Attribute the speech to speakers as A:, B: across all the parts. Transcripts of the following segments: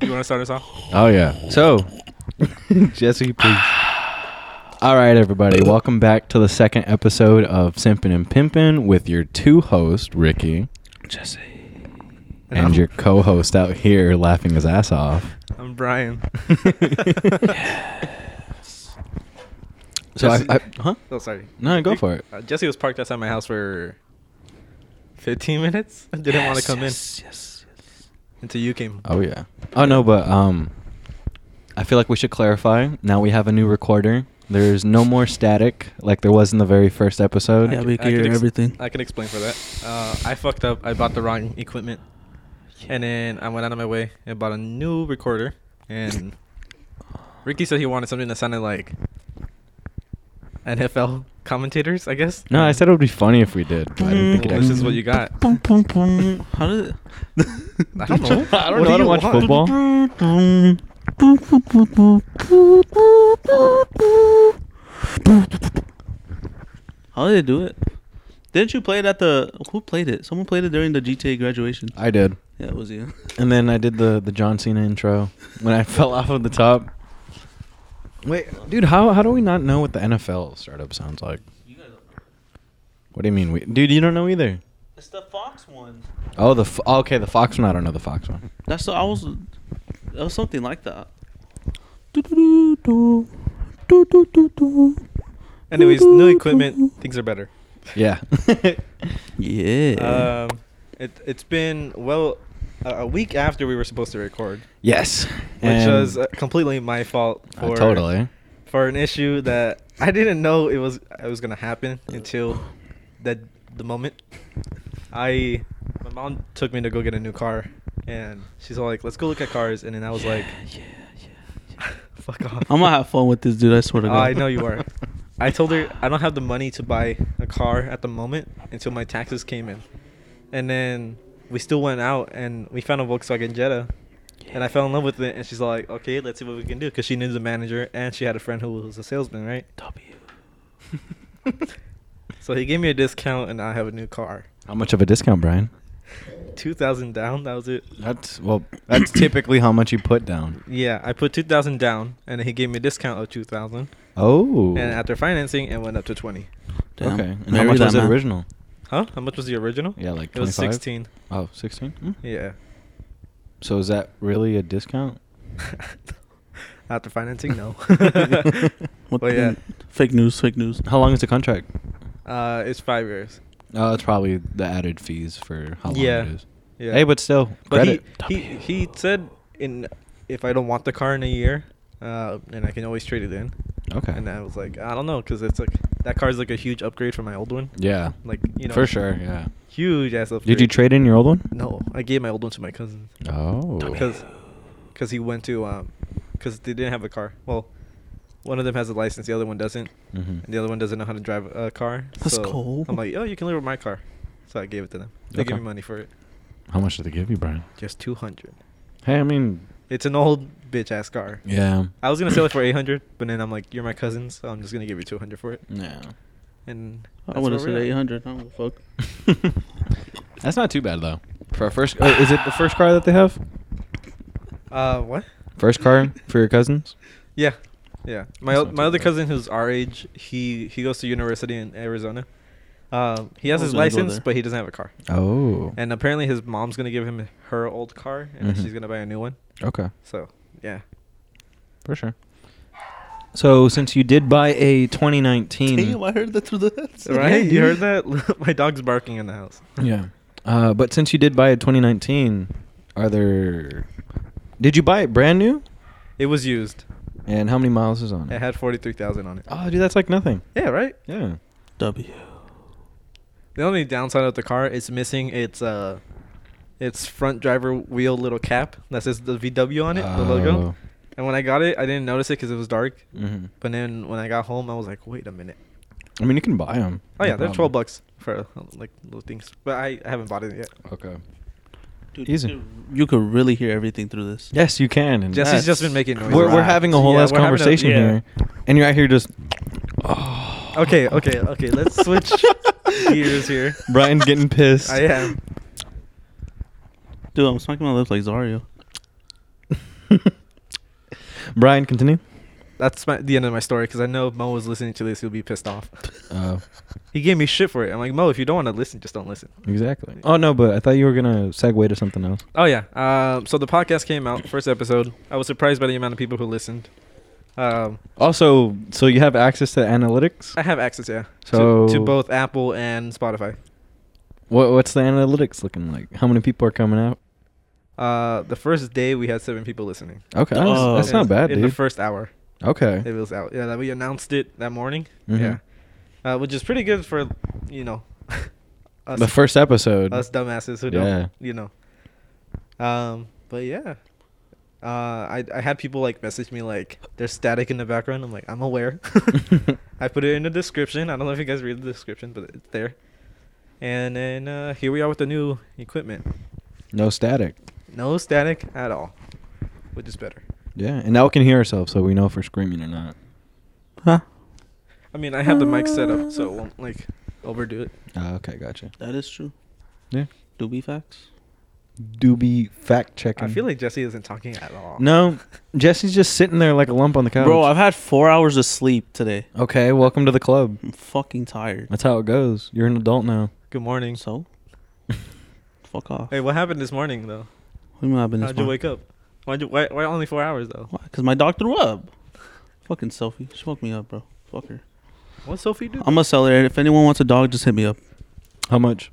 A: you want to start us off?
B: Oh yeah. So, Jesse, please. All right, everybody. Welcome back to the second episode of Simpin' and Pimpin' with your two host Ricky
A: Jesse.
B: and your co-host out here laughing his ass off.
A: I'm Brian.
B: So I,
A: Jesse-
B: I huh?
A: Oh, sorry.
B: No, go for it.
A: Uh, Jesse was parked outside my house for 15 minutes. I didn't want to come in
C: Yes.
A: until you came.
B: Oh yeah. Oh no, but um, I feel like we should clarify. Now we have a new recorder. There's no more static like there was in the very first episode.
C: Yeah, we
A: I
C: can hear
A: ex-
C: everything.
A: I can explain for that. Uh, I fucked up. I bought the wrong equipment, and then I went out of my way and bought a new recorder. And Ricky said he wanted something that sounded like NFL commentators, I guess.
B: No, I said it would be funny if we did. But I didn't think it
A: Well, Mm.
B: actually.
A: this is what you got.
C: Boom, boom, boom. How did?
A: I don't know.
B: I don't
A: What do
B: know. I don't
A: you
B: watch
A: want?
B: football.
C: How did they do it? Didn't you play it at the? Who played it? Someone played it during the GTA graduation.
B: I did.
C: Yeah, it was you.
B: And then I did the the John Cena intro when I fell off of the top. Wait, dude, how how do we not know what the NFL startup sounds like? What do you mean, we, dude? You don't know either.
C: It's the Fox one.
B: Oh, the f- okay, the Fox one. I don't know the Fox one.
C: That's the, I was. That was something like that.
A: Anyways, new equipment. Things are better.
B: Yeah.
C: Yeah.
A: Um, it, it's been well a a week after we were supposed to record,
B: yes.
A: which
B: And-
A: was uh, completely my fault
B: Uh,
A: for
B: totally.
A: for an issue that I didn't know it was it was gonna happen until that the moment. I my mom took me to go get a new car, and she's all like, "Let's go look at cars," and then I was like,
C: yeah, yeah.
A: "Fuck off."
C: I'm gonna have fun with this dude. I swear to
A: Oh,
C: God.
A: I know you are. I told her I don't have the money to buy a car at the moment until my taxes came in. And then we still went out and we found a Volkswagen Jetta. And I fell in love with it. And she's like, okay, let's see what we can do. Because she knew the manager and she had a friend who was a salesman, right?
C: W.
A: So he gave me a discount and I have a new car.
B: How much of a discount, Brian?
A: 2000 down, that was it.
B: That's well. That's typically how much you put down.
A: Yeah, I put 2000 down and then he gave me a discount of 2000
B: Oh.
A: And after financing, it went up to 20
C: Damn.
B: okay. And how
C: Marry
B: much
C: that
B: was
C: man.
B: it original?
A: Huh? How much was the original?
B: Yeah, like
A: It was
B: 25?
A: 16
B: Oh, 16? Mm.
A: Yeah.
B: So is that really a discount?
A: After financing, no.
C: What
A: But
C: the-
A: Oh, yeah.
C: Fake news. Fake news.
B: How long is the contract?
A: Uh, it's five years.
B: Oh, it's probably the added fees for how long
A: Yeah.
B: it is.
A: Yeah.
B: Hey, but still,
A: but he,
B: credit.
A: he
C: W.
A: he said in if I don't want the car in a year, uh, and I can always trade it in.
B: okay.
A: And I was like, I don't know, cause it's like that car's like a huge upgrade from my old one.
B: yeah.
A: Like you know.
B: For sure, yeah.
A: Huge ass upgrade.
B: Did you trade in your old one?
A: No, I gave my old one to my cousin.
B: Oh.
A: Cause, cause he went to um, cause they didn't have a car. Well, one of them has a license, the other one doesn't,
B: Mhm.
A: and the other one doesn't know how to drive a car.
C: That's
A: so
C: cool.
A: I'm like, oh, you can live with my car. So I gave it to them. They gave
B: Okay.
A: me money for it.
B: How much did they give you, Brian?
A: Just two hundred.
B: Hey, I mean,
A: It's an old bitch ass car.
B: yeah.
A: I was gonna sell it for eight hundred, but then I'm like, you're my cousin, so I'm just gonna give you two hundred for it.
B: Yeah.
A: And
C: I would have said 800. I don't give a fuck.
B: That's not too bad though. For our first, uh, is it the first car that they have?
A: Uh, what?
B: First car for your cousins?
A: Yeah, yeah. My
B: That's
A: o-
B: not
A: my
B: too
A: other
B: bad.
A: cousin who's our age, he he goes to university in Arizona. Um, he has
C: I
A: his
C: was gonna go
A: license,
C: there.
A: but he doesn't have a car.
B: Oh.
A: And apparently, his mom's gonna give him her old car, and then
B: Mhm.
A: she's gonna buy a new one.
B: okay.
A: So yeah,
B: For sure. So since you did buy a 2019,
C: Damn, I heard that through the headset.
A: right? You heard that? my dog's barking in the house.
B: yeah. Uh, but since you did buy a 2019, are there? Did you buy it brand new?
A: It was used.
B: And how many miles is on it?
A: It had forty three thousand on it.
B: oh, dude, that's like nothing.
A: Yeah, right.
B: Yeah.
C: W.
A: The only downside of the car it's missing its uh its front driver wheel little cap that says the VW on it, the
B: Oh.
A: logo. And when I got it, I didn't notice it because it was dark.
B: hmm
A: But then when I got home, I was like, wait a minute.
B: I mean, you can buy them.
A: Oh yeah, they're twelve bucks for uh, like little things. But I, I haven't bought it yet.
B: Okay.
C: Dude,
B: Easy.
C: You could, you could really hear everything through this.
B: Yes, you can. and
A: Jesse's
B: that's-
A: just been making noise.
B: We're, we're
A: Right.
B: having a whole
A: Yeah,
B: ass
A: we're having a-
B: conversation
A: yeah.
B: here, and you're out here just.
A: Okay, okay, okay. Let's switch gears Oh, here.
B: Brian's getting pissed.
A: I am.
C: Dude, I'm smacking my lips like Zario.
B: Brian, continue.
A: That's my, the end of my story because I know if Mo was listening to this, he'll be pissed off.
B: Oh,
A: He gave me shit for it. I'm like, Mo, if you don't want to listen, just don't listen.
B: exactly. Oh no, but I thought you were gonna segue to something else.
A: Oh yeah. Um, so the podcast came out, first episode. I was surprised by the amount of people who listened. Um,
B: Also, so you have access to analytics.
A: I have access, yeah,
B: So-
A: to, to both Apple and Spotify.
B: What what's the analytics looking like? How many people are coming out?
A: Uh, the first day we had seven people listening.
B: Okay, that's-
C: Oh.
B: that's, not bad,
A: In the
B: dude.
A: first hour,
B: okay.
A: it was out. Yeah, we announced it that morning.
B: Mhm.
A: Yeah, uh, which is pretty good for you know us,
B: The first episode.
A: us dumbasses who
B: Yeah.
A: don't you know. Um, but yeah, uh, I I had people like message me like there's static in the background. I'm like I'm aware. I put it in the description. I don't know if you guys read the description, but it's there. And then uh, here we are with the new equipment.
B: no static.
A: No static at all, which is better.
B: Yeah, and now we can hear ourselves, so we know if we're screaming or not.
C: Huh?
A: I mean, I have the mic set up, so it won't like overdo it.
B: Ah, okay, gotcha.
C: That is true.
B: Yeah.
C: Do we facts?
B: Doobie fact checking.
A: I feel like Jesse isn't talking at all.
B: no. Jesse's just sitting there like a lump on the couch.
C: Bro, I've had four hours of sleep today.
B: okay, welcome to the club.
C: I'm fucking tired.
B: That's how it goes. You're an adult now.
A: Good morning.
C: So? Fuck off.
A: Hey, what happened this morning though?
C: What do you mean I've been this
A: How'd you wake up? Why'd you, why, why only four hours though?
C: Why? Because my dog threw up. Fucking Sophie. She woke me up, bro. Fuck her.
A: What Sophie do?
C: I'm a seller. If anyone wants a dog, just hit me up.
B: How much?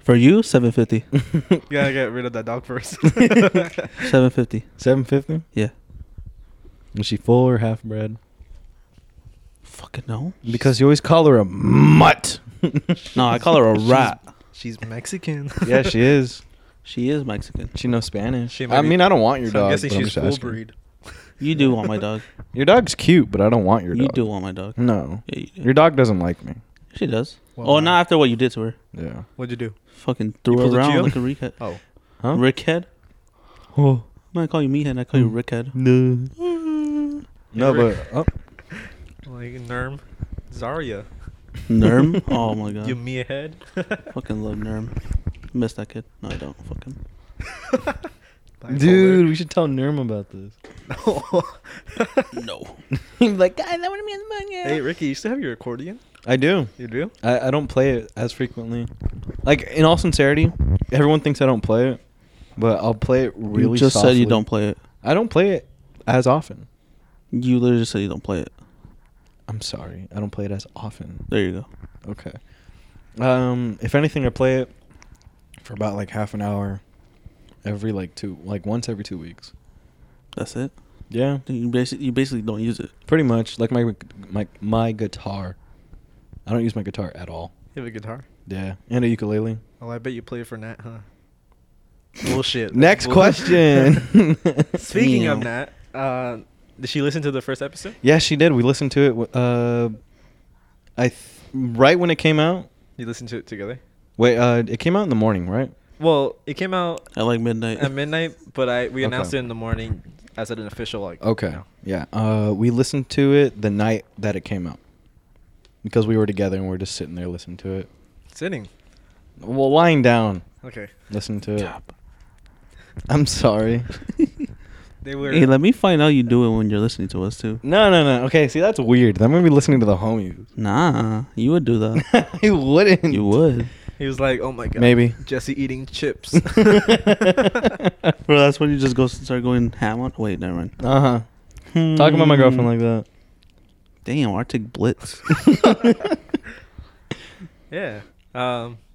C: For you, 750.
A: you gotta get rid of that dog first.
C: 750.
B: Seven fifty.
C: Yeah.
B: Is she full or half bred?
C: Fucking no.
B: Because you always call her a mutt.
C: No, I call her a
A: She's-
C: rat.
A: She's Mexican.
B: yeah, she is.
C: She is Mexican.
B: She knows Spanish.
A: She might
B: I
A: be-
B: mean, I don't want your
A: so
B: dog.
A: I'm guessing
B: but
A: she's
B: just
A: full
B: asking.
A: breed.
C: You do want my dog.
B: Your dog's cute, but I don't want your
C: you
B: dog.
C: do want my dog.
B: No,
C: Yeah, you do.
B: your dog doesn't like me.
C: She does.
A: Well,
C: oh,
A: uh,
C: not after what you did to her.
B: Yeah.
A: What'd you do?
C: Fucking threw
A: pulled
C: her
A: a Gio?
C: around like a rickhead.
A: Oh,
B: Huh?
C: Rickhead?
B: Oh
C: I'm not calling you meathead. I call
A: Hmm.
C: you rickhead.
B: no. No, but oh,
A: like Nerm, Zarya,
C: Nerm? Oh my god.
A: you me ahead.
C: Fucking love Nerm. Miss that kid. No, I don't. Fucking.
B: oh, dude, we should tell Nirm about this.
C: No.
B: He's like, guys, I want to be on
A: hey Ricky, you still have your accordion?
B: I do.
A: You do?
B: I, I don't play it as frequently. Like in all sincerity, everyone thinks I don't play it, but I'll play it really.
C: you just said
B: softly.
C: you don't play it.
B: I don't play it as often.
C: You literally just said you don't play it.
B: I'm sorry, I don't play it as often.
C: There you go.
B: Okay. Um, if anything, I play it for about like half an hour, every like two, like once every two weeks.
C: That's it.
B: Yeah,
C: You basically you basically don't use it.
B: pretty much. Like my my my guitar, I don't use my guitar at all.
A: You have a guitar.
B: Yeah, and a ukulele.
A: Oh, I bet you play it for Nat, huh? Bullshit.
B: Next
A: Bull-
B: question.
A: Speaking of
C: Damn.
A: Nat, uh, did she listen to the first episode?
B: yeah, she did. We listened to it. w- Uh, I th- right when it came out.
A: You listened to it together?
B: Wait, uh, it came out in the morning, right?
A: Well, it came out
C: At like midnight.
A: at midnight, but I we announced
B: Okay.
A: it in the morning as an official like.
B: Okay.
A: you know.
B: Yeah. Uh, we listened to it the night that it came out because we were together and we are just sitting there listening to it.
A: Sitting.
B: Well, lying down,
A: Okay.
B: listening to it.
C: Job.
B: I'm sorry.
A: They were.
C: Hey, let me find out you do it when you're listening to us too.
B: No, no, no. Okay, see, that's weird. I'm gonna be listening to the homies.
C: Nah, you would do that.
A: Uh.
B: I wouldn't.
C: you would.
A: he was like, "Oh my god."
B: Maybe.
A: Jesse eating chips.
B: uh
C: Bro, that's when you just go start going ham on. Wait, never mind.
B: huh. Uh-huh. Talking about my girlfriend
C: Hmm.
B: like that.
C: damn Arctic Blitz.
A: yeah. Um.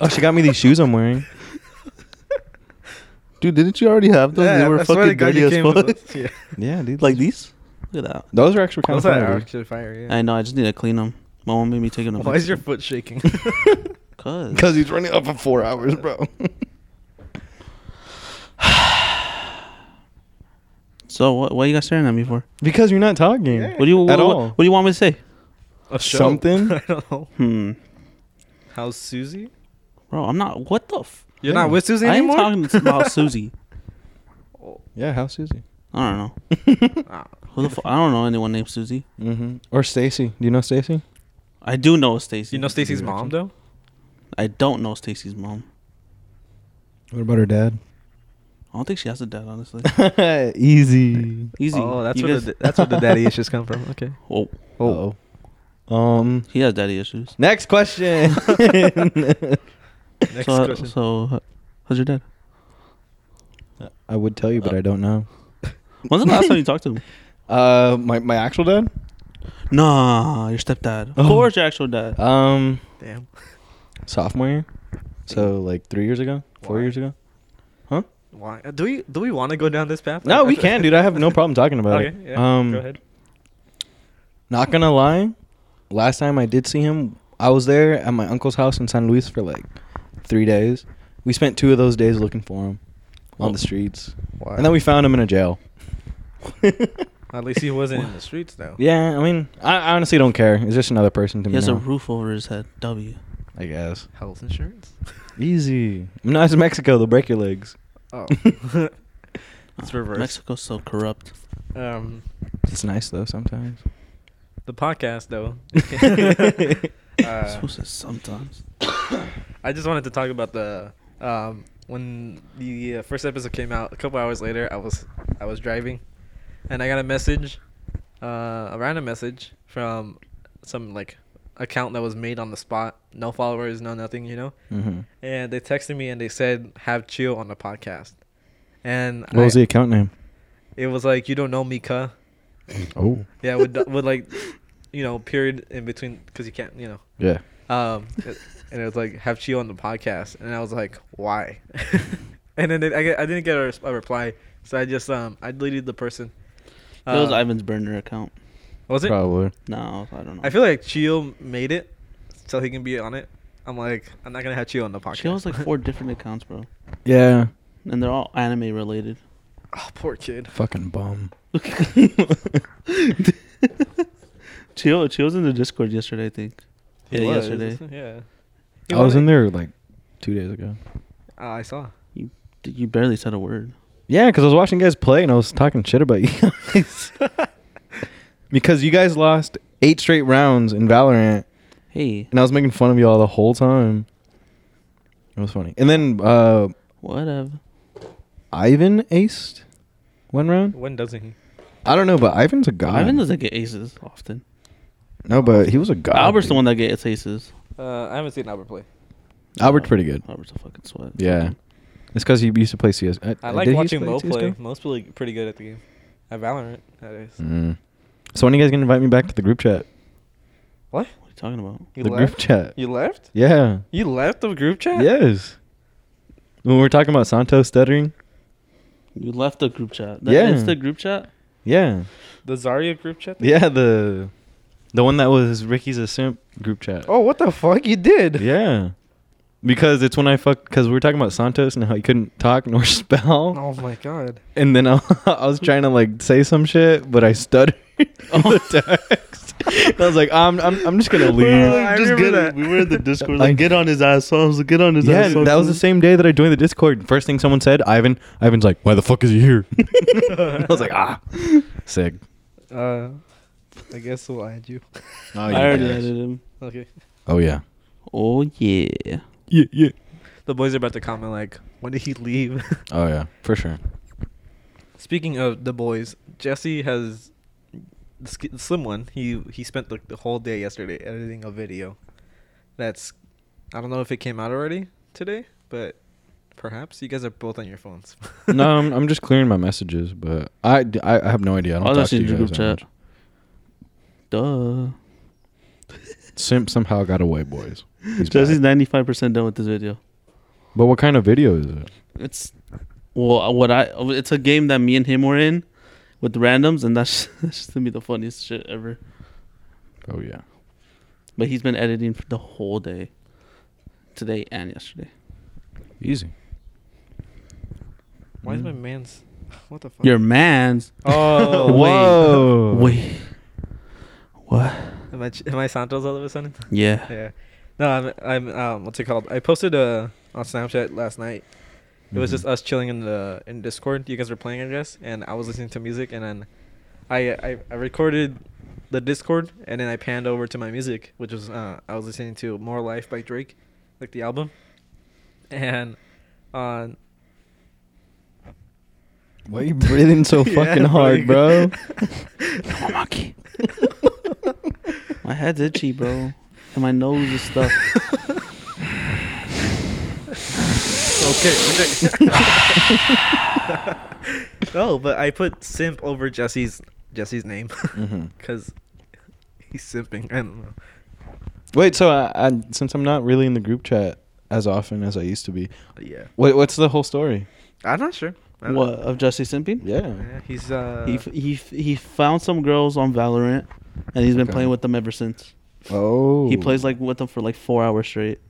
B: Oh, she got me these shoes I'm wearing.
C: Dude, didn't you already have
A: yeah, I swear to God, you came with us. Yeah.
B: Yeah, dude.
C: Like these? Look at that.
B: those are actually kind of
A: Those
B: fire.
A: are
B: dude.
A: actually fire. Yeah.
C: I know. I just need to clean them. My mom made me take them.
A: Why is your foot shaking?
C: Cause.
B: Because he's running up for four hours, bro.
C: So what? What you guys staring at me for?
B: because you're not talking.
A: Yeah.
C: What do you?
B: At
C: What, what-
B: all.
C: what do you want me to say?
A: A show.
B: Something?
A: I don't know.
C: Hmm.
A: How's Susie?
C: Bro, I'm not. What the? F-
A: You're
B: Yeah.
A: not with Susie
C: I ain't
A: anymore.
C: talking about Susie.
B: Yeah, how's Susie?
C: I don't know.
A: Ah,
C: Who the? F- I don't know anyone named Susie.
B: Mm-hmm. Or Stacy. Do you know Stacy?
C: I do know Stacy.
A: you know Stacy's mom though.
C: I don't know Stacy's mom.
B: What about her dad?
C: I don't think she has a dad, honestly.
B: Easy.
C: Easy.
A: Oh, that's
C: You
A: where
C: guys-
A: the, that's where the daddy issues come from. Okay.
C: Whoa,
B: Oh. Um.
C: he has daddy issues.
B: Next question.
A: Next
C: so,
A: question.
C: so, uh, how's your dad?
B: I would tell you, but I don't know.
C: When's the last time you talked to him?
B: Uh, my my actual dad.
C: Nah, your stepdad. Of
B: Oh.
C: course, your actual dad.
B: Um,
A: Damn.
B: sophomore year. So like three years ago, four
A: Why?
B: years ago.
A: Why uh, do we do we want to go down this path?
B: No, we can, dude. I have no problem talking about
A: okay.
B: it.
A: Yeah.
B: um,
A: go ahead.
B: Not gonna lie, last time I did see him, I was there at my uncle's house in San Luis for like three days. We spent two of those days looking for him on
C: Oh.
B: the streets,
A: Why?
B: and then we found him in a jail.
A: At least he wasn't in the streets though.
B: Yeah, I mean, I, I honestly don't care. It's just another person to
C: He
B: me.
C: has a
B: now,
C: roof over his head. W.
B: I guess.
A: Health insurance.
B: Easy. I'm not in Mexico. They'll break your legs.
A: Oh. It's
C: Ah,
A: reversed.
C: Mexico's so corrupt.
A: um,
B: It's nice though sometimes.
A: the podcast though.
C: That's
A: uh,
C: what it says sometimes.
A: I just wanted to talk about the um, when the uh, first episode came out. A couple hours later, I was I was driving, and I got a message, uh, a random message from some like account that was made on the spot. No followers, no nothing, you know.
B: hmm
A: And they texted me and they said, "Have chill on the podcast." And
B: What was
A: I-
B: the account name?
A: It was like you don't know me, cuh.
B: Oh,
A: Yeah, with the- with like, you know, period in between because you can't, you know.
B: yeah.
A: Um, it- and it was like, "Have Chio on the podcast," and I was like, "Why?" and then it, I, get- I didn't get a, res- a reply, so I just um I deleted the person.
C: that was
A: Uh,
C: Ivan's burner account.
A: was it?
B: Probably.
C: No, I don't know.
A: I feel like Chio made it, so he can be on it. I'm like, I'm not gonna have Chio on the podcast.
C: she has like four different accounts, bro,
B: Yeah.
C: and they're all anime related.
A: oh, poor kid.
B: Fucking bum.
C: Chio, Chio was in the Discord yesterday, I think.
A: He
C: yeah,
A: was,
C: yesterday.
A: Yeah.
B: I was in there like two days ago.
A: Oh, I saw.
C: Dude, you barely said a word.
B: Yeah, because I was watching you guys play and I was talking shit about you guys. because you guys lost eight straight rounds in Valorant
C: Hey,
B: and I was making fun of y'all the whole time. It was funny. And then uh
C: whatever.
B: Ivan aced one round.
A: When doesn't he?
B: I don't know, but Ivan's a god.
C: Ivan doesn't get aces often.
B: No, but he was a god.
C: Albert's the
B: dude.
C: one that gets aces.
A: Uh, I haven't seen Albert play.
B: Albert's pretty good.
C: Albert's a fucking sweat.
B: Yeah. It's because he used to play CS.
A: I
B: uh,
A: like
B: did he used to
A: watching Mo play.
B: CS:GO?
A: Mo's really pretty good at the game. At Valorant, that is.
B: Mm. So when are you guys gonna invite me back to the group chat?
A: What?
C: What are you talking about?
A: You
B: the
A: left?
B: group chat.
A: You left?
B: Yeah.
A: You left the group chat?
B: Yes. When we're talking about Santo stuttering.
C: You left the group chat.
B: Yeah.
C: yeah, it's the group chat.
B: Yeah.
A: The Zarya group chat?
B: Yeah. The the one that was Ricky's a simp group chat.
A: Oh, what the fuck? You did?
B: Yeah. Because it's when I fucked. Because we were talking about Santos and how he couldn't talk nor spell.
A: Oh my god.
B: And then I, I was trying to like say some shit, but I stuttered on
A: Oh.
B: the text. I was like, I'm I'm, I'm just gonna leave.
A: I remember that.
C: We were in the Discord.
B: I-
C: Like, get on his ass, Songs. Get on his
B: Yeah,
C: ass.
B: that was the same day that I joined the Discord. First thing someone said, Ivan. Ivan's like, "Why the fuck is he here?" I was like, "Ah, sick."
A: Uh, I guess we'll add you.
B: Oh,
C: I already added him.
A: Okay.
B: Oh yeah.
C: Oh yeah.
B: Yeah, yeah.
A: The boys are about to comment like, when did he leave?
B: Oh yeah, for sure.
A: Speaking of the boys, Jesse has the sk- the slim one. He he spent like the whole day yesterday editing a video. That's I don't know if it came out already today, but perhaps you guys are both on your phones.
B: no, I'm, I'm just clearing my messages, but I, d- I- I have no idea. I don't
C: Oh,
B: talk
C: that's
B: to
C: in
B: you
C: the
B: guys
C: group
B: that
C: chat.
B: much.
C: Duh.
B: Simp somehow got away, boys. He's
C: Jesse's
B: back.
C: ninety five percent done with this video.
B: But what kind of video is it?
C: It's well, uh, what I it's a game that me and him were in with randoms, and that's that's just gonna be the funniest shit ever.
B: Oh yeah.
C: But he's been editing for the whole day, today and yesterday.
B: Easy.
A: Why is my
B: Mm.
A: man's? What the fuck?
C: Your man's
A: Oh,
C: wait.
B: Whoa.
C: wait, what?
A: Am I am I Santos all of a sudden?
C: Yeah,
A: Yeah. No, I'm I'm um what's it called? I posted uh on Snapchat last night. It was
B: Mhm.
A: just us chilling in the in Discord. You guys were playing, I guess, and I was listening to music, and then I I, I recorded the Discord, and then I panned over to my music, which was uh I was listening to More Life by Drake, like the album, and on
B: Why are you breathing so
A: Yeah,
B: fucking
A: bro,
B: hard,
A: you-
B: bro?
C: No, monkey. My head's itchy, bro. And my nose is stuffed.
A: Okay. no, Oh, but I put simp over Jesse's Jesse's name
C: Mm-hmm.
B: Mhm.
A: because he's simping. I don't know.
B: Wait, so I, I, since I'm not really in the group chat as often as I used to be,
A: But yeah,
B: what, what's the whole story?
A: I'm not sure. I don't
C: what
A: know.
C: of Jesse simping?
B: Yeah.
A: Yeah, he's uh.
C: He f- he f- he found some girls on Valorant, and he's been
B: Okay.
C: playing with them ever since.
B: Oh.
C: He plays like with them for like four hours straight.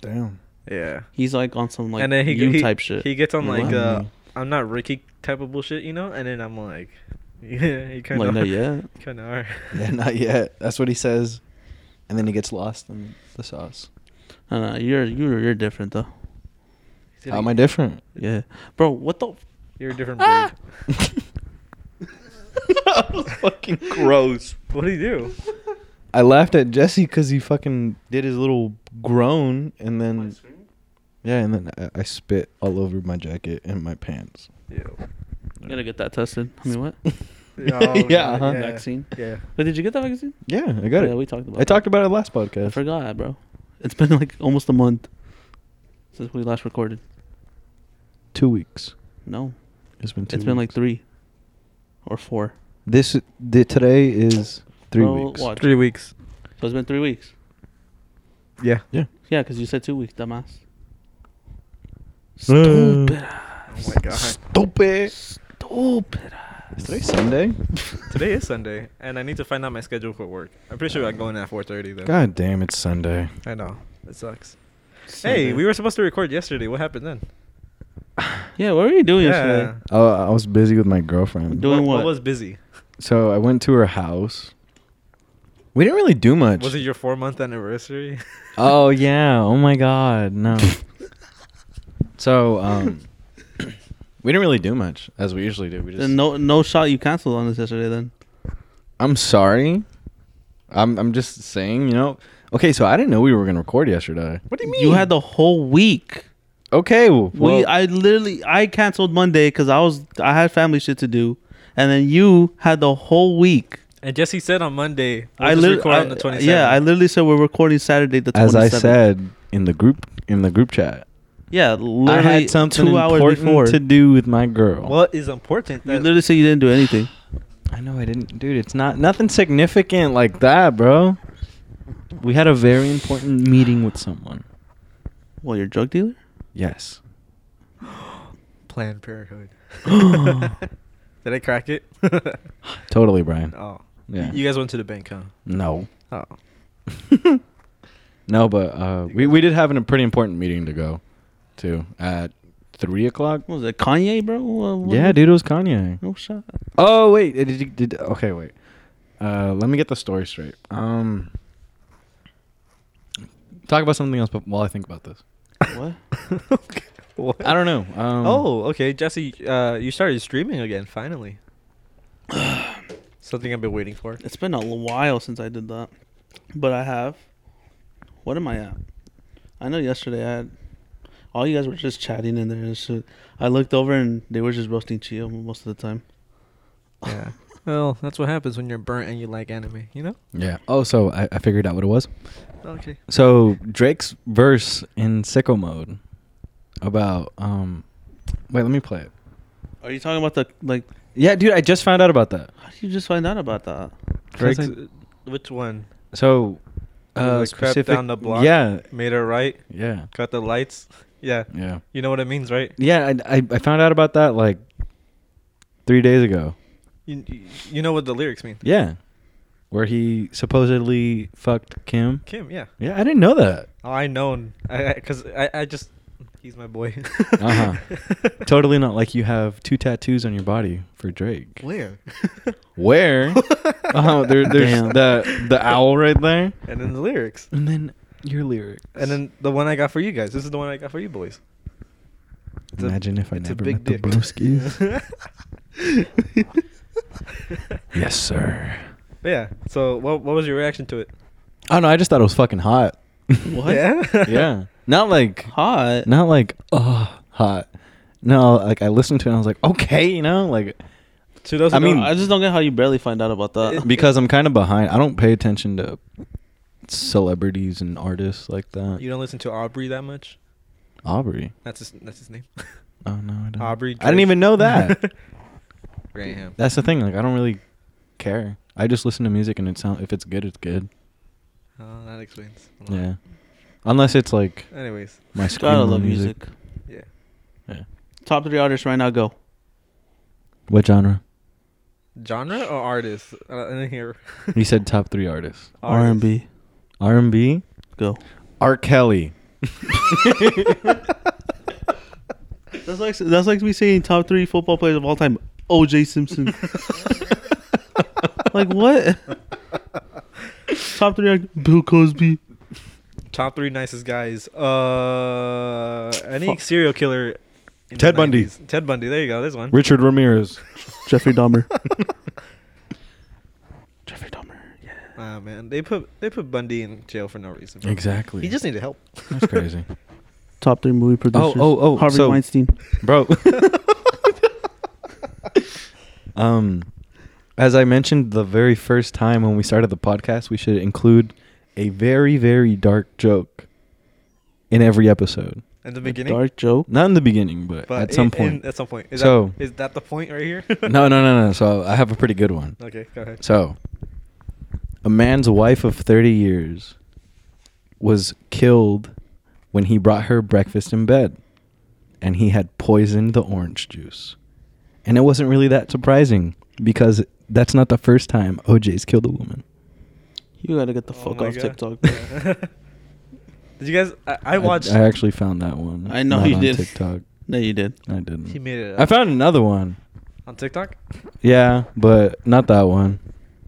B: Damn.
A: yeah.
C: He's like on some like
A: and then he,
C: you
A: he
C: type shit.
A: He gets on
C: You
A: like
B: know?
A: uh, I'm not Ricky type of bullshit, you know. And then I'm like, yeah, you kind
C: like
A: of
C: no, yeah.
A: kind of are.
B: Yeah, not yet. That's what he says, and then he gets lost in the sauce.
C: No, no, Uh, you're you're you're different though.
A: He's like,
B: How am I different?
C: Yeah, bro. What the? f-
A: You're a different
C: Ah!
A: breed.
C: That was fucking gross.
A: What do you do?
B: I laughed at Jesse because he fucking did his little groan, and then yeah, and then I, I spit all over my jacket and my pants.
A: Ew.
C: You gotta get that tested. I mean, what?
A: Oh,
B: yeah,
A: God,
B: uh-huh.
A: yeah.
C: Vaccine.
A: Yeah.
C: Wait, did you get that vaccine?
B: yeah, I got
C: Yeah,
B: it.
C: we talked about.
B: I
C: that.
B: talked about it last
C: I
B: podcast.
C: forgot, bro. It's been like almost a month since we last recorded.
B: Two weeks.
C: No,
B: It's been two.
C: it's been like
B: weeks.
C: three or four.
B: this. The, today is three
C: Bro,
B: weeks.
C: watch.
A: Three weeks.
C: So it's been three weeks.
A: Yeah.
B: Yeah.
C: Yeah, because you said two weeks, dumbass.
B: Uh.
C: Stupid.
A: Oh my god.
B: Stupid.
C: Stupid.
B: Is today Sunday?
A: Today is Sunday, and I need to find out my schedule for work. I'm pretty sure I go in at 4:30 though.
B: God damn, it's Sunday.
A: I know it sucks.
C: Sunday.
A: Hey, we were supposed to record yesterday. What happened then?
C: Yeah, what were you doing
A: yeah.
C: yesterday?
B: Oh, I was busy with my girlfriend.
C: Doing
A: I
C: what?
A: was busy.
B: So I went to her house. We didn't really do much.
A: Was it your four month anniversary?
B: Oh yeah. Oh my god. No. so um we didn't really do much as we usually do. We just
C: Then no, no shot. You canceled on us yesterday. Then
B: I'm sorry. I'm I'm just saying, you know. Okay, so I didn't know we were going to record yesterday.
A: What do
C: you had the whole week.
B: Okay. Well,
C: we, I literally, I canceled Monday because I was, I had family shit to do, and then you had the whole week.
A: And Jesse said on Monday, we'll
C: I
A: just
C: lit-
A: record
C: I-
A: on the 27th.
C: Yeah, I literally said we're recording Saturday the 27th.
B: as I said in the group in the group chat,
C: yeah, literally
B: I had something
C: two hours
B: important
C: before.
B: to do with my girl.
A: What is important?
C: you literally said you didn't do anything.
B: I know I didn't, dude. It's not nothing significant like that, bro. We had a very important meeting with someone.
C: Well, you're a drug dealer.
B: Yes.
A: Planned Parenthood. Did I crack it?
B: Totally, Brian.
A: oh.
B: Yeah.
A: You guys went to the bank, huh?
B: no.
A: Oh.
B: No, but uh, we we did have an- a pretty important meeting to go to at three o'clock.
C: What was it Kanye, bro? What- what-
B: Yeah, dude, it was Kanye.
C: No shot.
B: Oh wait, did you, did okay? Wait, uh, let me get the story straight. Um, talk about something else, but while I think about this,
C: What?
A: Okay. What?
B: I don't know. Um,
A: oh, okay. Jesse, uh, you started streaming again, finally. Something I've been waiting for.
C: It's been a l- while since I did that, but I have. What am I at? I know yesterday I had. All you guys were just chatting in there and shit. I looked over and they were just roasting Chio most of the time.
A: Yeah. well, that's what happens when you're burnt and you like anime, you know?
B: yeah. Oh, so I, I figured out what it was.
A: Okay.
B: So Drake's verse in sicko mode about um, wait, let me play it.
C: Are you talking about the like?
B: Yeah, dude, I just found out about that.
C: How did you just find out about that?
B: Drake's-
A: Drake's- which one?
B: So, uh,
A: like crap
B: specific-
A: down the block.
B: Yeah,
A: Made it right?
B: yeah,
A: Cut the lights? Yeah.
B: yeah,
A: You know what it means, right?
B: yeah. I, I I found out about that like three days ago.
A: You, you know what the lyrics mean.
B: Yeah, where he supposedly fucked Kim.
A: Kim, yeah.
B: Yeah, I didn't know that.
A: Oh, I known. I because I, I, just he's my boy.
B: Uh huh. totally not like you have two tattoos on your body for Drake.
A: Where?
B: Where? Oh, there, there's
C: Damn.
B: the the owl right there,
A: And then the lyrics.
B: and then your lyrics,
A: And then the one I got for you guys. This is the one I got for you boys. It's a-
B: imagine if I
A: it's a
B: never
A: big
B: met the
A: dick.
B: Broskis. yes, sir.
A: But yeah. So what what was your reaction to it?
B: I don't know. I just thought it was fucking hot.
C: What?
A: Yeah.
B: yeah. Not like
C: Hot.
B: not like uh hot. No, like I listened to it and I was like, okay, you know, like
A: Two thousand.
B: I mean-
C: I just don't get how you barely find out about that.
B: because I'm kind of behind. I don't pay attention to celebrities and artists like that.
A: you don't listen to Aubrey that much.
B: Aubrey.
A: That's his. That's his name.
B: Oh no, I don't.
A: Aubrey.
B: I didn't even know that.
A: Graham.
B: That's the thing. Like I don't really care. I just listen to music and it sound if it's good, it's good.
A: Oh, that explains. a lot.
B: Yeah. Unless it's like
A: Anyways,
B: my
C: Gotta
B: screamo
C: love
B: music.
C: music.
A: yeah.
C: Top three artists right now. Go.
B: What genre?
A: Genre or artist? I don't I didn't hear.
B: You said top three artists.
C: R and B.
B: R and B.
C: Go.
B: R. Kelly.
C: That's like that's like me saying top three football players of all time. O.J. Simpson. like what? top three. act- Bill Cosby.
A: Top three nicest guys. Uh, any
C: Fuck.
A: serial killer. in the
B: Ted Bundy.
A: 90s. Ted Bundy. There you go. There's one.
B: Richard Ramirez.
C: Jeffrey Dahmer. Jeffrey Dahmer. Yeah.
A: Ah man, they put they put Bundy in jail for no reason. bro.
B: Exactly.
A: He just needed help.
B: That's crazy.
C: Top three movie producers.
B: oh, oh,
C: Harvey
B: so-
C: Weinstein.
B: bro. um, as I mentioned the very first time when we started the podcast, we should include a very very dark joke in every episode.
A: In the
C: A
A: beginning.
C: Dark joke.
B: Not in the beginning, but,
A: But
B: at some
A: in-
B: point.
A: in- at some point. Is
B: So-
A: that, is that the point right here?
B: no, no, no, no. So I have a pretty good one.
A: Okay, go ahead.
B: So, a man's wife of 30 years was killed when he brought her breakfast in bed and he had poisoned the orange juice. And it wasn't really that surprising because that's not the first time OJ's killed a woman.
C: You gotta get the
A: Oh
C: fuck
A: my
C: off
A: God.
C: TikTok.
A: Yeah. Did you guys? I, I watched.
B: I, actually found that one.
C: I know
B: not
C: you
B: on
C: did.
B: TikTok.
C: no, you did.
B: I didn't.
A: he made it.
B: I
A: up.
B: found another one.
A: on TikTok.
B: Yeah, but not that one.